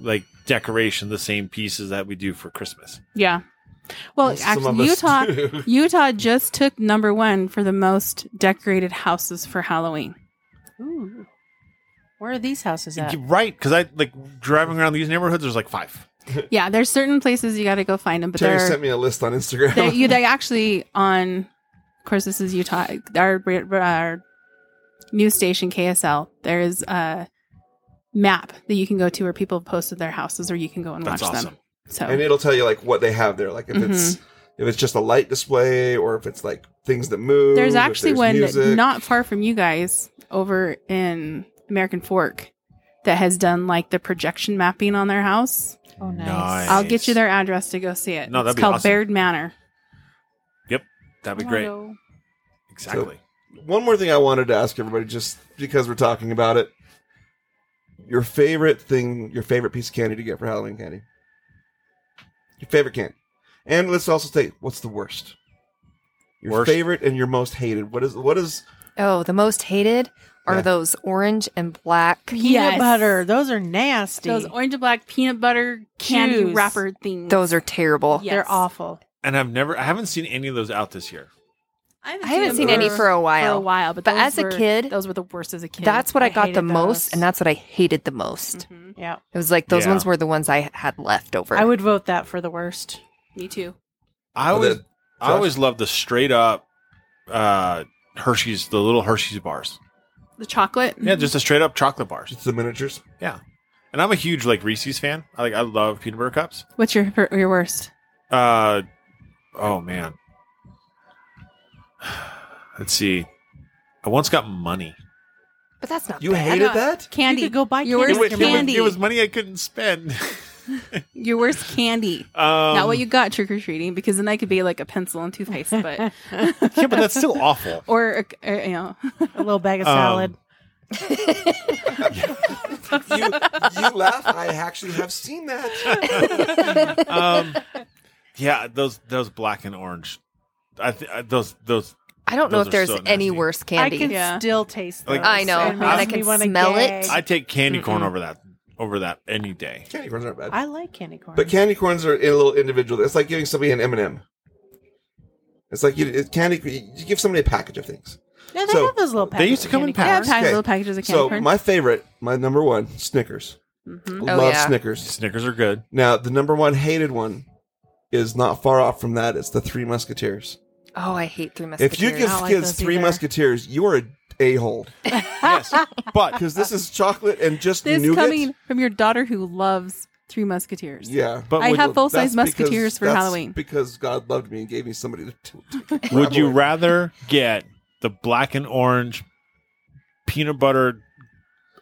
Speaker 2: like decoration the same pieces that we do for christmas
Speaker 4: Yeah. Well,
Speaker 1: some of
Speaker 4: actually,
Speaker 1: us
Speaker 4: Utah
Speaker 1: do.
Speaker 4: Utah just took number one for the most decorated houses for Halloween.
Speaker 3: Ooh. Where are these houses at?
Speaker 2: right because i like driving around these neighborhoods there's like five
Speaker 4: Yeah, there's certain places you got to go find them, but
Speaker 1: Terry
Speaker 4: they're
Speaker 1: sent me a list on Instagram.
Speaker 4: they, you, they actually on of course this is utah our, our news station ksl there's a map that you can go to where people have posted their houses or you can go and
Speaker 2: that's
Speaker 4: watch
Speaker 2: awesome
Speaker 4: them so
Speaker 1: and it'll tell you like what they have there. Like if it's if it's just a light display or if it's like things that move.
Speaker 4: Mm-hmm. There's
Speaker 1: if
Speaker 4: actually one
Speaker 1: music.
Speaker 4: not far from you guys over in American Fork that has done like the projection mapping on their house.
Speaker 3: Oh, nice.
Speaker 2: Nice.
Speaker 4: I'll get you their address to go see it.
Speaker 2: No, that'd
Speaker 4: it's
Speaker 2: be
Speaker 4: called
Speaker 2: awesome.
Speaker 4: Baird Manor.
Speaker 2: That'd be great.
Speaker 3: Hello.
Speaker 2: Exactly.
Speaker 1: One more thing I wanted to ask everybody, just because we're talking about it. Your favorite thing, your favorite piece of candy to get for Halloween candy. Your favorite candy. And let's also say what's the worst. Your
Speaker 2: Worst.
Speaker 1: favorite and your most hated. What is what is
Speaker 5: Oh, the most hated are
Speaker 1: Yeah.
Speaker 5: those orange and black.
Speaker 4: Yeah.
Speaker 3: Peanut
Speaker 4: Yes.
Speaker 3: butter. Those are nasty.
Speaker 4: Those orange and black peanut butter candy
Speaker 3: Chews.
Speaker 4: wrapper things.
Speaker 5: Those are terrible.
Speaker 4: Yeah. yes.
Speaker 3: They're awful.
Speaker 2: And I've never, I haven't seen any of those out this year.
Speaker 5: I haven't seen any for
Speaker 4: a
Speaker 5: a
Speaker 4: while.
Speaker 5: while.
Speaker 4: For a while, but,
Speaker 5: But
Speaker 4: those
Speaker 5: as a
Speaker 4: were-
Speaker 5: kid,
Speaker 4: those were the worst as a kid.
Speaker 5: That's what I, got the
Speaker 3: hated
Speaker 5: most,
Speaker 3: those.
Speaker 5: and that's what I hated the most.
Speaker 4: Mhm.
Speaker 3: Yeah.
Speaker 5: It was like those
Speaker 2: Yeah.
Speaker 5: ones were the ones I had left over.
Speaker 3: I would vote that for the worst.
Speaker 4: Me too.
Speaker 2: I
Speaker 1: Oh,
Speaker 2: always,
Speaker 1: that-
Speaker 2: I always loved the straight up uh, Hershey's, the little Hershey's bars.
Speaker 4: The chocolate.
Speaker 2: Yeah, just the straight up chocolate bars.
Speaker 1: just the miniatures?
Speaker 2: And I'm a huge like Reese's fan. I like, I love peanut butter cups.
Speaker 4: What's your your worst?
Speaker 2: Uh, oh man. Let's see. I once got money.
Speaker 5: but that's not
Speaker 1: You
Speaker 5: bad.
Speaker 1: hated
Speaker 4: know.
Speaker 1: that?
Speaker 4: Candy.
Speaker 3: You could go buy
Speaker 4: Your
Speaker 2: It
Speaker 3: candy.
Speaker 4: worst
Speaker 2: was, it was-
Speaker 4: candy.
Speaker 2: it was money I couldn't spend.
Speaker 4: your worst candy.
Speaker 2: Um,
Speaker 4: Not what you got trick or treating, because then I could be like a pencil and toothpaste, but
Speaker 2: Yeah, but that's still awful.
Speaker 4: or, a- or, you know,
Speaker 3: a little bag of
Speaker 2: Um,
Speaker 3: salad.
Speaker 1: You, you laugh. I actually have seen that.
Speaker 2: Um, yeah, those those black and orange. I, th- I those those.
Speaker 5: I don't know
Speaker 2: Those
Speaker 5: if
Speaker 2: are
Speaker 5: there's
Speaker 2: so
Speaker 5: any
Speaker 2: nasty.
Speaker 5: worse
Speaker 3: I
Speaker 5: candy.
Speaker 3: can
Speaker 4: Yeah.
Speaker 3: still taste those.
Speaker 2: Like-
Speaker 5: I know.
Speaker 3: It
Speaker 2: And
Speaker 3: makes
Speaker 2: I
Speaker 5: can
Speaker 3: me wanna
Speaker 5: smell it.
Speaker 3: gag.
Speaker 2: I take candy corn
Speaker 5: Mm-mm.
Speaker 2: over that over that any day.
Speaker 1: Candy corns aren't bad.
Speaker 3: I like candy corn.
Speaker 1: But candy corns are a little individual. It's like giving somebody an M and m It's like you it's candy. You give somebody a package of things.
Speaker 3: no, they
Speaker 1: so,
Speaker 3: have those little
Speaker 2: they
Speaker 3: packets.
Speaker 2: used to
Speaker 3: of
Speaker 2: come in
Speaker 3: candy corn.
Speaker 4: I have
Speaker 2: packs.
Speaker 4: packed-
Speaker 1: Okay.
Speaker 4: little packages of candy
Speaker 1: So
Speaker 4: corn.
Speaker 1: my favorite, my number one, Snickers.
Speaker 4: Mhm.
Speaker 1: I
Speaker 5: Oh,
Speaker 1: Love
Speaker 5: yeah.
Speaker 1: Snickers.
Speaker 2: Snickers are good.
Speaker 1: Now the number one hated one is not far off from that. It's the Three Musketeers.
Speaker 5: oh, I hate three musketeers.
Speaker 1: If you give
Speaker 3: don't like
Speaker 1: kids
Speaker 3: those
Speaker 1: Three
Speaker 3: either.
Speaker 1: Musketeers, you are a a hole
Speaker 2: Yes, but
Speaker 1: because this is chocolate and just
Speaker 4: This
Speaker 1: nougat.
Speaker 4: coming from your daughter who loves Three Musketeers.
Speaker 1: Yeah,
Speaker 2: but
Speaker 4: I
Speaker 2: would,
Speaker 4: have full-size
Speaker 1: That's because-
Speaker 4: Musketeers for
Speaker 1: that's
Speaker 4: Halloween.
Speaker 1: because God loved me and gave me somebody to. to, to
Speaker 2: would you
Speaker 1: rival it.
Speaker 2: rather get the black and orange peanut butter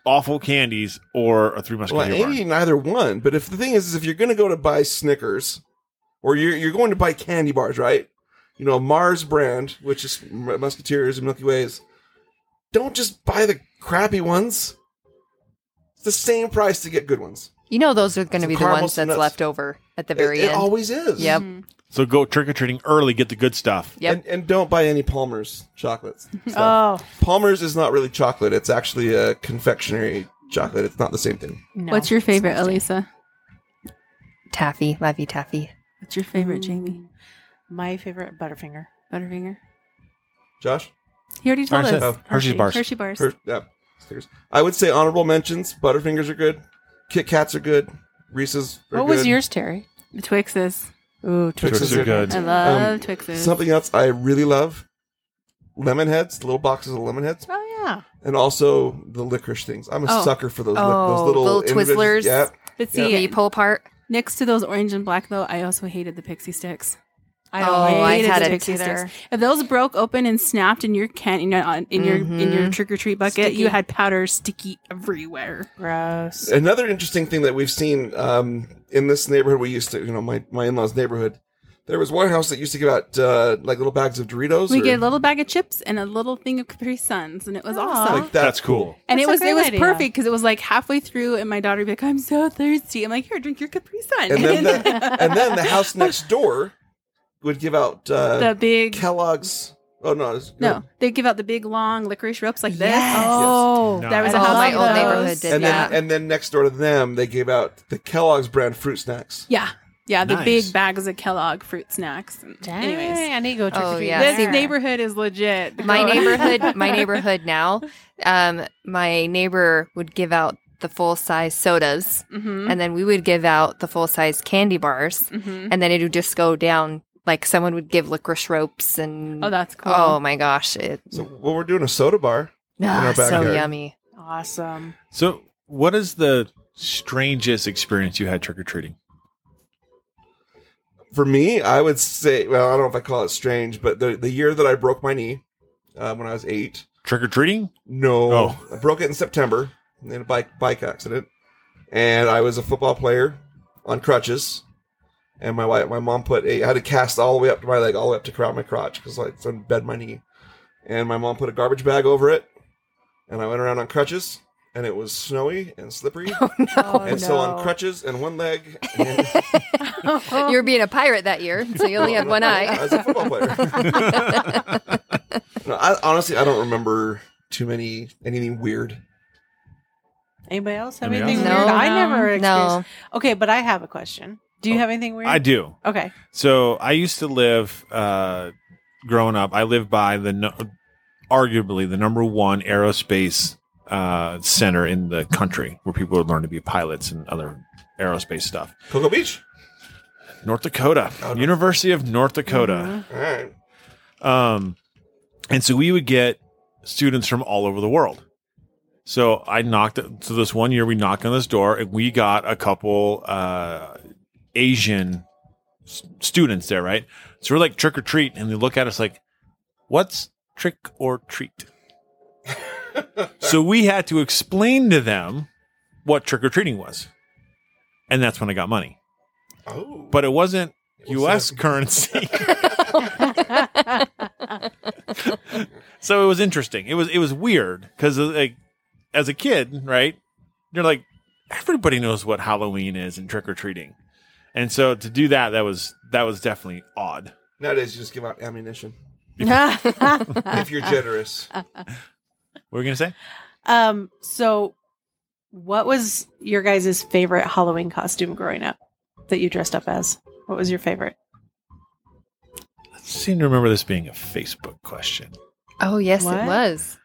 Speaker 2: awful candies or a three
Speaker 1: Well,
Speaker 2: musketeer
Speaker 1: I
Speaker 2: bar?
Speaker 1: ain't eating either one. But if the thing is, is if you're going to go to buy Snickers, or you're you're going to buy candy bars, right? You know, Mars brand, which is M- Musketeers and Milky Ways. Don't just buy the crappy ones. It's the same price to get good ones.
Speaker 5: you know those are going to
Speaker 1: Some
Speaker 5: be the
Speaker 1: caramel
Speaker 5: ones that's
Speaker 1: nuts.
Speaker 5: left over at the
Speaker 1: It,
Speaker 5: very
Speaker 1: it
Speaker 5: end.
Speaker 1: always is.
Speaker 5: Yep.
Speaker 2: So go trick or treating early, get the good stuff.
Speaker 5: Yep.
Speaker 1: And, and don't buy any Palmer's chocolates. stuff.
Speaker 3: Oh,
Speaker 1: Palmer's is not really chocolate. It's actually a confectionery chocolate. It's not the same thing.
Speaker 3: no.
Speaker 4: What's your favorite, Elisa?
Speaker 5: Taffy, Levy Taffy.
Speaker 4: What's your favorite,
Speaker 5: Mm.
Speaker 4: Jamie?
Speaker 3: Ooh, My favorite Butterfinger.
Speaker 4: Butterfinger.
Speaker 1: Josh?
Speaker 4: He already told
Speaker 2: Hershey-
Speaker 4: us.
Speaker 1: oh,
Speaker 2: Hershey's bars.
Speaker 4: Hershey bars.
Speaker 1: Her, yeah, stickers. I would say honorable mentions. Butterfingers are good. Kit Kats are good. Reese's. Are
Speaker 3: What was
Speaker 1: good.
Speaker 3: yours, Terry?
Speaker 4: The Twixes.
Speaker 3: Ooh,
Speaker 1: Twixes
Speaker 2: Twixes are good.
Speaker 4: I love
Speaker 1: Um,
Speaker 4: Twixes.
Speaker 1: Something else I really love: lemon heads, little boxes of lemon heads,
Speaker 3: Oh yeah.
Speaker 1: and also the licorice things. I'm a
Speaker 4: Oh.
Speaker 1: sucker for those, li-
Speaker 5: Oh,
Speaker 1: those little,
Speaker 5: little
Speaker 1: individual-
Speaker 5: Twizzlers.
Speaker 1: Yeah,
Speaker 4: but
Speaker 5: Yeah.
Speaker 4: see,
Speaker 5: you pull apart.
Speaker 4: next to those orange and black though, I also hated the pixie sticks. I
Speaker 5: Oh, I
Speaker 4: hated
Speaker 5: had
Speaker 4: the
Speaker 5: it
Speaker 4: pixie
Speaker 5: too.
Speaker 4: sticks. If those broke open and snapped in your can, you know, on- in your in your
Speaker 5: Mhm.
Speaker 4: trick or treat bucket,
Speaker 5: Sticky.
Speaker 4: you had powder sticky everywhere.
Speaker 3: Gross.
Speaker 1: Another interesting thing that we've seen um, in this neighborhood, we used to, you know, my, my in law's neighborhood, there was one house that used to give out uh, like little bags of Doritos.
Speaker 4: We
Speaker 1: or-
Speaker 4: get a little bag of chips and a little thing of Capri Suns, and it was
Speaker 3: Aw.
Speaker 4: awesome.
Speaker 1: like that.
Speaker 2: That's cool.
Speaker 4: and it
Speaker 3: That's
Speaker 4: was
Speaker 3: a
Speaker 4: it
Speaker 3: great
Speaker 4: was
Speaker 3: idea.
Speaker 4: perfect because it was like halfway through, and my daughter would be like, "I'm so thirsty." I'm like, "Here, drink your Capri Sun."
Speaker 1: And then the, and then the house next door would give out uh,
Speaker 4: the big
Speaker 1: Kellogg's. Oh no, it's-
Speaker 4: no, they give out the big long licorice ropes like this.
Speaker 3: Yes.
Speaker 1: Oh,
Speaker 2: No.
Speaker 4: That was
Speaker 5: I
Speaker 4: a house
Speaker 5: love
Speaker 4: like
Speaker 5: my old
Speaker 4: those.
Speaker 5: neighborhood did
Speaker 1: And
Speaker 5: that.
Speaker 1: then and then next door to them, they gave out the Kellogg's brand fruit snacks.
Speaker 4: Yeah. Yeah, the
Speaker 2: Nice.
Speaker 4: big bags of Kellogg fruit snacks. And
Speaker 3: Dang,
Speaker 4: Anyways,
Speaker 3: I need to go trick or treat.
Speaker 5: yeah.
Speaker 4: this
Speaker 5: There.
Speaker 4: neighborhood is legit.
Speaker 5: my
Speaker 4: Go-
Speaker 5: neighborhood my neighborhood now um my neighbor would give out the full size sodas
Speaker 4: Mhm,
Speaker 5: and then we would give out the full size candy bars
Speaker 4: mhm.
Speaker 5: and then it would just go down like someone would give licorice ropes and
Speaker 4: Oh, that's cool.
Speaker 5: oh my gosh it
Speaker 1: So well, we're doing a soda bar.
Speaker 5: ah,
Speaker 1: our
Speaker 5: so
Speaker 1: backyard.
Speaker 5: yummy
Speaker 3: Awesome.
Speaker 2: So, what is the strangest experience you had trick or treating?
Speaker 1: for me, I would say, well, I don't know if I call it strange, but the, the year that I broke my knee uh, when I was eight,
Speaker 2: Trick or treating?
Speaker 1: no,
Speaker 2: Oh.
Speaker 1: I broke it in September in a bike bike accident, and I was a football player on crutches, and my wife, my mom put a I had to cast all the way up to my leg, all the way up to around my crotch because like it's in bed my knee, and my mom put a garbage bag over it, and I went around on crutches, and it was snowy and slippery,
Speaker 6: Oh,
Speaker 1: and so on crutches and one leg. And
Speaker 5: You were being a pirate that year, so you only had one
Speaker 1: I
Speaker 5: eye.
Speaker 1: was a football player. no, I, honestly, I don't remember too many anything weird.
Speaker 3: Anybody else have
Speaker 2: Anybody
Speaker 3: anything
Speaker 5: else?
Speaker 3: weird?
Speaker 5: No,
Speaker 3: I
Speaker 6: no,
Speaker 3: never experienced.
Speaker 5: No.
Speaker 3: Okay, but I have a question. Do you have anything weird?
Speaker 2: Oh. I do.
Speaker 3: Okay.
Speaker 2: So I used to live, uh, growing up, I lived by the no- arguably the number one aerospace uh, center in the country where people would learn to be pilots and other aerospace stuff.
Speaker 1: Cocoa Beach.
Speaker 2: North
Speaker 1: Oh, no.
Speaker 2: Dakota,
Speaker 1: Mm-hmm.
Speaker 2: University of North Dakota.
Speaker 1: All right.
Speaker 2: Um, and so we would get students from all over the world. So I knocked so this one year we knocked on this door and we got a couple uh, Asian s- students there, right? So we're like trick or treat, and they look at us like, "What's trick or treat?" so we had to explain to them what trick or treating was, and that's when I got money.
Speaker 1: Oh,
Speaker 2: But it wasn't
Speaker 1: It was
Speaker 2: U.S.
Speaker 1: that-
Speaker 2: currency. so it was interesting. It was it was weird because like as a kid, right? You're like everybody knows what Halloween is and trick or treating, and so to do that, that was that was definitely odd.
Speaker 1: nowadays you just give out ammunition if
Speaker 3: if
Speaker 1: you're generous.
Speaker 2: What were you gonna say?
Speaker 3: Um, so what was your guys' favorite Halloween costume growing up that you dressed up as? What was your favorite?
Speaker 2: I seem to remember this being a Facebook question.
Speaker 5: Oh yes,
Speaker 3: What?
Speaker 5: it was.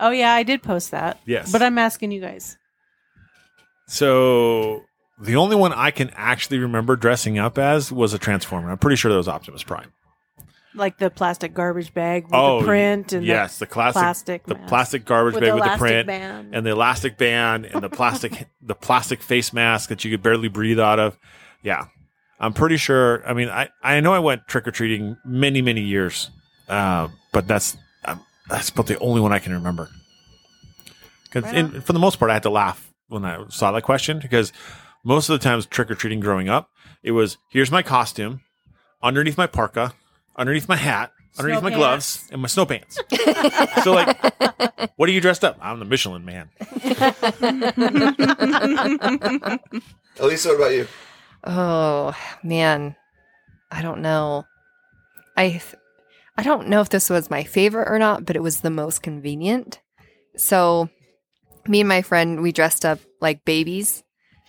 Speaker 3: Oh yeah, I did post that.
Speaker 2: Yes,
Speaker 3: But I'm asking you guys.
Speaker 2: so the only one I can actually remember dressing up as was a transformer. I'm pretty sure that was Optimus Prime.
Speaker 3: Like the plastic garbage bag with
Speaker 2: Oh,
Speaker 3: the print and
Speaker 2: yes, the,
Speaker 3: the
Speaker 2: classic,
Speaker 3: plastic
Speaker 2: the
Speaker 3: mask.
Speaker 2: plastic garbage
Speaker 3: With
Speaker 2: bag
Speaker 3: the
Speaker 2: with the
Speaker 3: elastic
Speaker 2: print.
Speaker 3: band.
Speaker 2: and the elastic band and the plastic the plastic face mask that you could barely breathe out of. Yeah. I'm pretty sure. I mean, I, I know I went trick or treating many many years, uh, but that's um, that's about the only one I can remember. 'Cause
Speaker 3: Right
Speaker 2: in- for the most part, I had to laugh when I saw that question because most of the times trick or treating growing up, it was here's my costume, underneath my parka, underneath my hat, underneath my
Speaker 3: Snow
Speaker 2: gloves,
Speaker 3: pants.
Speaker 2: and my snow pants. so like, what are you dressed up? I'm the Michelin Man.
Speaker 1: Elisa, what about you?
Speaker 5: Oh man, I don't know. I th- I don't know if this was my favorite or not, but it was the most convenient. So, me and my friend we dressed up like babies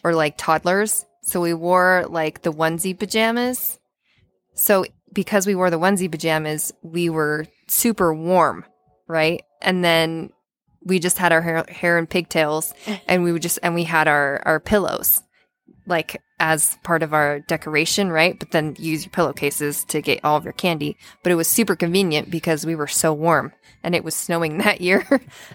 Speaker 5: or like toddlers. So we wore like the onesie pajamas. So because we wore the onesie pajamas, we were super warm, right? And then we just had our hair, hair in pigtails, and we would just and we had our our pillows like as part of our decoration, right? But then use your pillowcases to get all of your candy. But it was super convenient because we were so warm and it was snowing that year.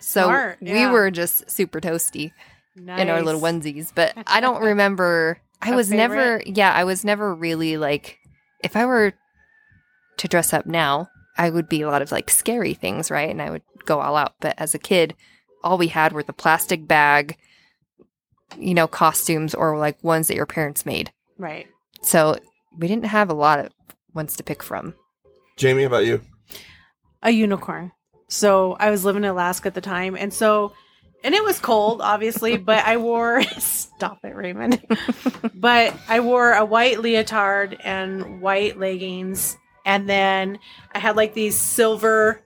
Speaker 5: so
Speaker 3: Smart, yeah.
Speaker 5: we were just super toasty
Speaker 3: nice.
Speaker 5: in our little onesies. But I don't remember. I
Speaker 3: A
Speaker 5: was never, yeah, I was never really like, if I were to dress up now, I would be a lot of like scary things, right? And I would go all out. But as a kid, all we had were the plastic bag, you know, costumes or like ones that your parents made.
Speaker 3: Right.
Speaker 5: So we didn't have a lot of ones to pick from.
Speaker 1: Jamie, how about you?
Speaker 3: a unicorn. So I was living in Alaska at the time, and so and it was cold, obviously, but I wore stop it, Raymond. but I wore a white leotard and white leggings, and then I had like these silver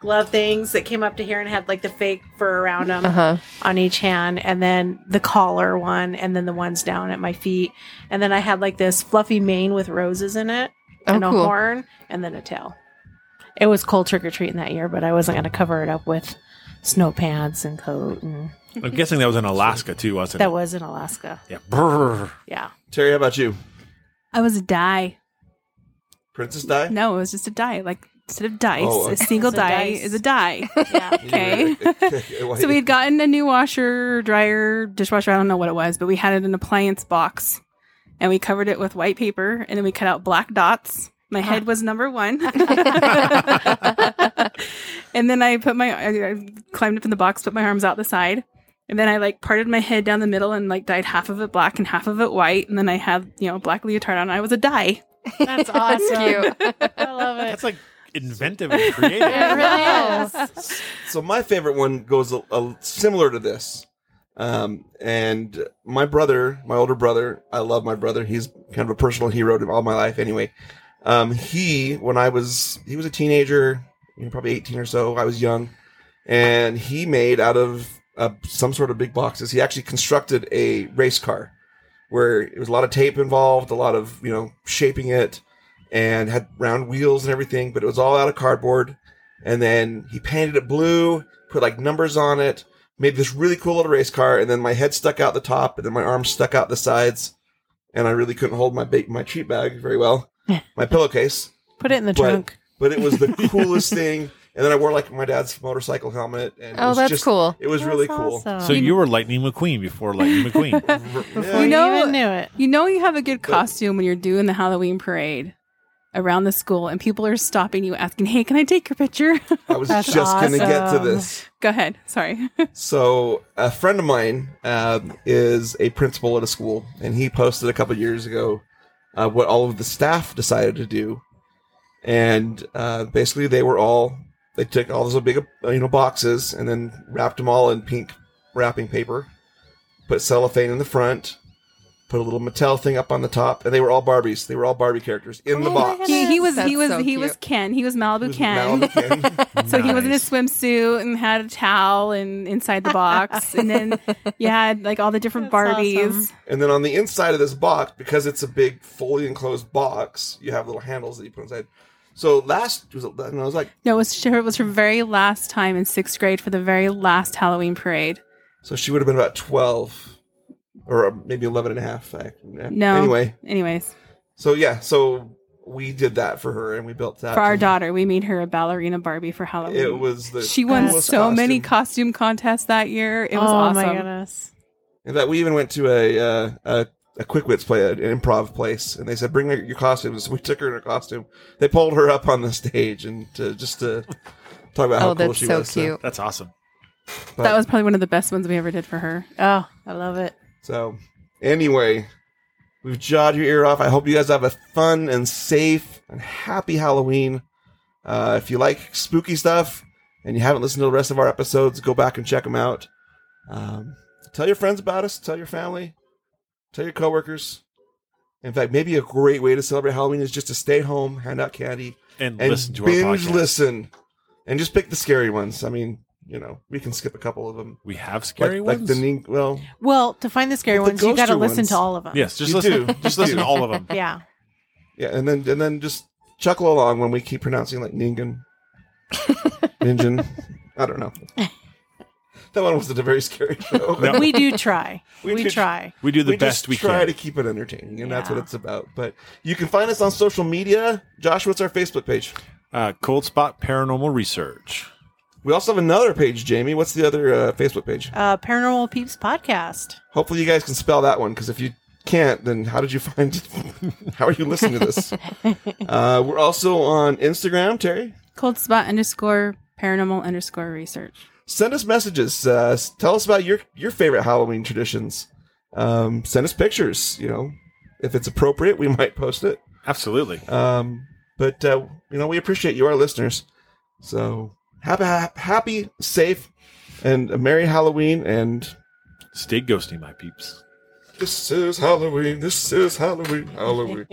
Speaker 3: glove things that came up to here and had like the fake fur around them
Speaker 5: Uh huh.
Speaker 3: on each hand and then the collar one and then the ones down at my feet and then i had like this fluffy mane with roses in it
Speaker 5: Oh,
Speaker 3: and a
Speaker 5: cool.
Speaker 3: horn and then a tail it was cold trick-or-treating that year but i wasn't going to cover it up with snow pants and coat and
Speaker 2: I'm guessing that was in Alaska too, wasn't
Speaker 3: that
Speaker 2: it?
Speaker 3: was in alaska
Speaker 2: yeah. Brrr.
Speaker 3: yeah
Speaker 1: Terry, how about you?
Speaker 4: I was a die.
Speaker 1: Princess Di?
Speaker 4: No, it was just a die. Like instead of dice,
Speaker 1: Oh, okay.
Speaker 4: a single
Speaker 3: It's a
Speaker 4: die
Speaker 3: dice.
Speaker 4: is a die.
Speaker 3: yeah
Speaker 4: Okay. so we had gotten a new washer, dryer, dishwasher. I don't know what it was, but we had it in an appliance box. and we covered it with white paper and then we cut out black dots. My head was number one. and then I put my, I, I climbed up in the box, put my arms out the side. And then I like parted my head down the middle and like dyed half of it black and half of it white. And then I had, you know, black leotard on. I was a dye.
Speaker 7: That's
Speaker 5: That's
Speaker 7: awesome.
Speaker 5: cute.
Speaker 7: I love it.
Speaker 2: That's like inventive and creative.
Speaker 7: It really is.
Speaker 1: So my favorite one goes a, a, similar to this. Um, and my brother, my older brother, I love my brother. He's kind of a personal hero to all my life anyway. Um, he, when I was, he was a teenager, you know, probably 18 or so. I was young and he made out of uh, some sort of big boxes. He actually constructed a race car where it was a lot of tape involved, a lot of, you know, shaping it and had round wheels and everything, but it was all out of cardboard and then he painted it blue, put like numbers on it, made this really cool little race car, and then my head stuck out the top, and then my arms stuck out the sides, and I really couldn't hold my ba- my cheat bag very well, my pillowcase.
Speaker 7: Put it in the
Speaker 1: But-
Speaker 7: trunk.
Speaker 1: But it was the coolest thing. And then I wore like my dad's motorcycle helmet, and it
Speaker 5: Oh,
Speaker 1: was
Speaker 5: that's
Speaker 1: just,
Speaker 5: cool.
Speaker 1: It was really cool.
Speaker 2: So you were Lightning McQueen before Lightning McQueen.
Speaker 1: Yeah.
Speaker 7: you
Speaker 4: You know-
Speaker 7: even knew it.
Speaker 4: You know, you have a good costume when you're doing the Halloween parade around the school and people are stopping you asking, hey, can I take your picture?
Speaker 1: I was
Speaker 7: That's
Speaker 1: just going to get to
Speaker 7: awesome.
Speaker 1: this.
Speaker 4: Go ahead. Sorry.
Speaker 1: So a friend of mine um, is a principal at a school, and he posted a couple years ago uh, what all of the staff decided to do, and uh, basically they were all they took all those big uh, you know boxes and then wrapped them all in pink wrapping paper, put cellophane in the front, put a little Mattel thing up on the top, and they were all Barbies. They were all Barbie characters in the
Speaker 7: Oh my
Speaker 1: box.
Speaker 4: he, he was
Speaker 5: That's
Speaker 4: he was
Speaker 5: so
Speaker 4: he
Speaker 5: cute.
Speaker 4: was Ken. He was Malibu
Speaker 1: It was
Speaker 4: Ken.
Speaker 1: Malibu Ken.
Speaker 4: So he was in a
Speaker 2: Nice.
Speaker 4: swimsuit and had a towel and inside the box, and then you had like all the different
Speaker 7: That's
Speaker 4: Barbies.
Speaker 7: awesome.
Speaker 1: And then on the inside of this box, because it's a big fully enclosed box, you have little handles that you put inside. So last was it, and I was like,
Speaker 4: No, it was sure it was her very last time in sixth grade for the very last Halloween parade.
Speaker 1: so she would have been about 12 or maybe 11 and a half. I,
Speaker 4: No.
Speaker 1: Anyway,
Speaker 4: Anyways,
Speaker 1: so yeah, so we did that for her and we built that.
Speaker 4: for our
Speaker 1: and
Speaker 4: daughter, we made her a ballerina Barbie for Halloween.
Speaker 1: It was the
Speaker 4: she won so
Speaker 1: coolest
Speaker 4: many
Speaker 1: costume.
Speaker 4: costume contests that year. It was
Speaker 7: oh
Speaker 4: awesome.
Speaker 7: my goodness.
Speaker 1: In fact, we even went to a, uh, a, a quick wits play, an improv place, and they said, bring your costumes. So we took her in her costume. They pulled her up on the stage and to, just to talk about how
Speaker 5: oh,
Speaker 1: cool
Speaker 5: that's
Speaker 1: she
Speaker 5: so
Speaker 1: was.
Speaker 5: cute.
Speaker 2: That's awesome.
Speaker 1: but-
Speaker 4: That was probably one of the best ones we ever did for her. Uh,
Speaker 7: Oh, I love it.
Speaker 1: So, anyway, we've jawed your ear off. I hope you guys have a fun and safe and happy Halloween. Uh, if you like spooky stuff and you haven't listened to the rest of our episodes, go back and check them out. Um, tell your friends about us. Tell your family. Tell your coworkers. In fact, maybe a great way to celebrate Halloween is just to stay home, hand out candy,
Speaker 2: And,
Speaker 1: and
Speaker 2: listen to our
Speaker 1: binge
Speaker 2: podcast.
Speaker 1: listen, and just pick the scary ones. I mean, you know, we can skip a couple of them.
Speaker 2: We have scary
Speaker 1: like,
Speaker 2: ones.
Speaker 1: Like the nin- well,
Speaker 7: Well, to find the scary
Speaker 1: With
Speaker 7: ones,
Speaker 1: the
Speaker 7: you got to
Speaker 1: ghosty
Speaker 7: listen
Speaker 1: ones.
Speaker 7: to all of them.
Speaker 2: yes, just
Speaker 1: You do.
Speaker 2: listen. Just
Speaker 1: You
Speaker 2: listen
Speaker 1: do.
Speaker 2: to all of them.
Speaker 7: Yeah.
Speaker 1: Yeah, and then and then just chuckle along when we keep pronouncing like Ningen. Ningen. I don't know. That one wasn't a very scary show.
Speaker 2: No.
Speaker 7: We do try.
Speaker 1: We
Speaker 7: we
Speaker 1: do-
Speaker 7: try.
Speaker 2: We do the
Speaker 1: we
Speaker 2: best
Speaker 1: just
Speaker 2: we
Speaker 1: try
Speaker 2: can.
Speaker 1: to keep it entertaining, and that's what
Speaker 7: Yeah.
Speaker 1: it's about. But you can find us on social media. Josh, what's our Facebook page?
Speaker 2: Uh, Cold Spot Paranormal Research.
Speaker 1: We also have another page, Jamie. What's the other uh, Facebook page?
Speaker 7: Uh, Paranormal Peeps podcast.
Speaker 1: Hopefully, you guys can spell that one because if you can't, then how did you find? how are you listening to this? Uh, we're also on Instagram, Terry.
Speaker 4: Cold spot underscore paranormal underscore research.
Speaker 1: send us messages. Uh, s- tell us about your your favorite Halloween traditions. Um, send us pictures. You know, if it's appropriate, we might post it.
Speaker 2: Absolutely.
Speaker 1: Um, but uh, you know, we appreciate you, our listeners. So happy, hap- happy, safe, and a merry Halloween. And
Speaker 2: Stay ghosty, my peeps.
Speaker 1: this is Halloween. This is Halloween. Halloween.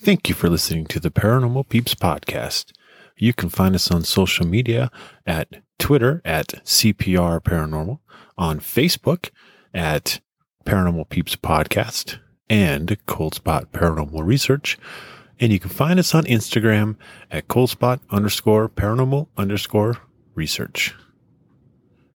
Speaker 2: Thank you for listening to the Paranormal Peeps podcast. You can find us on social media at Twitter at CPR Paranormal, on Facebook at Paranormal Peeps Podcast and Cold Spot Paranormal Research. And you can find us on Instagram at Cold Spot underscore paranormal underscore research.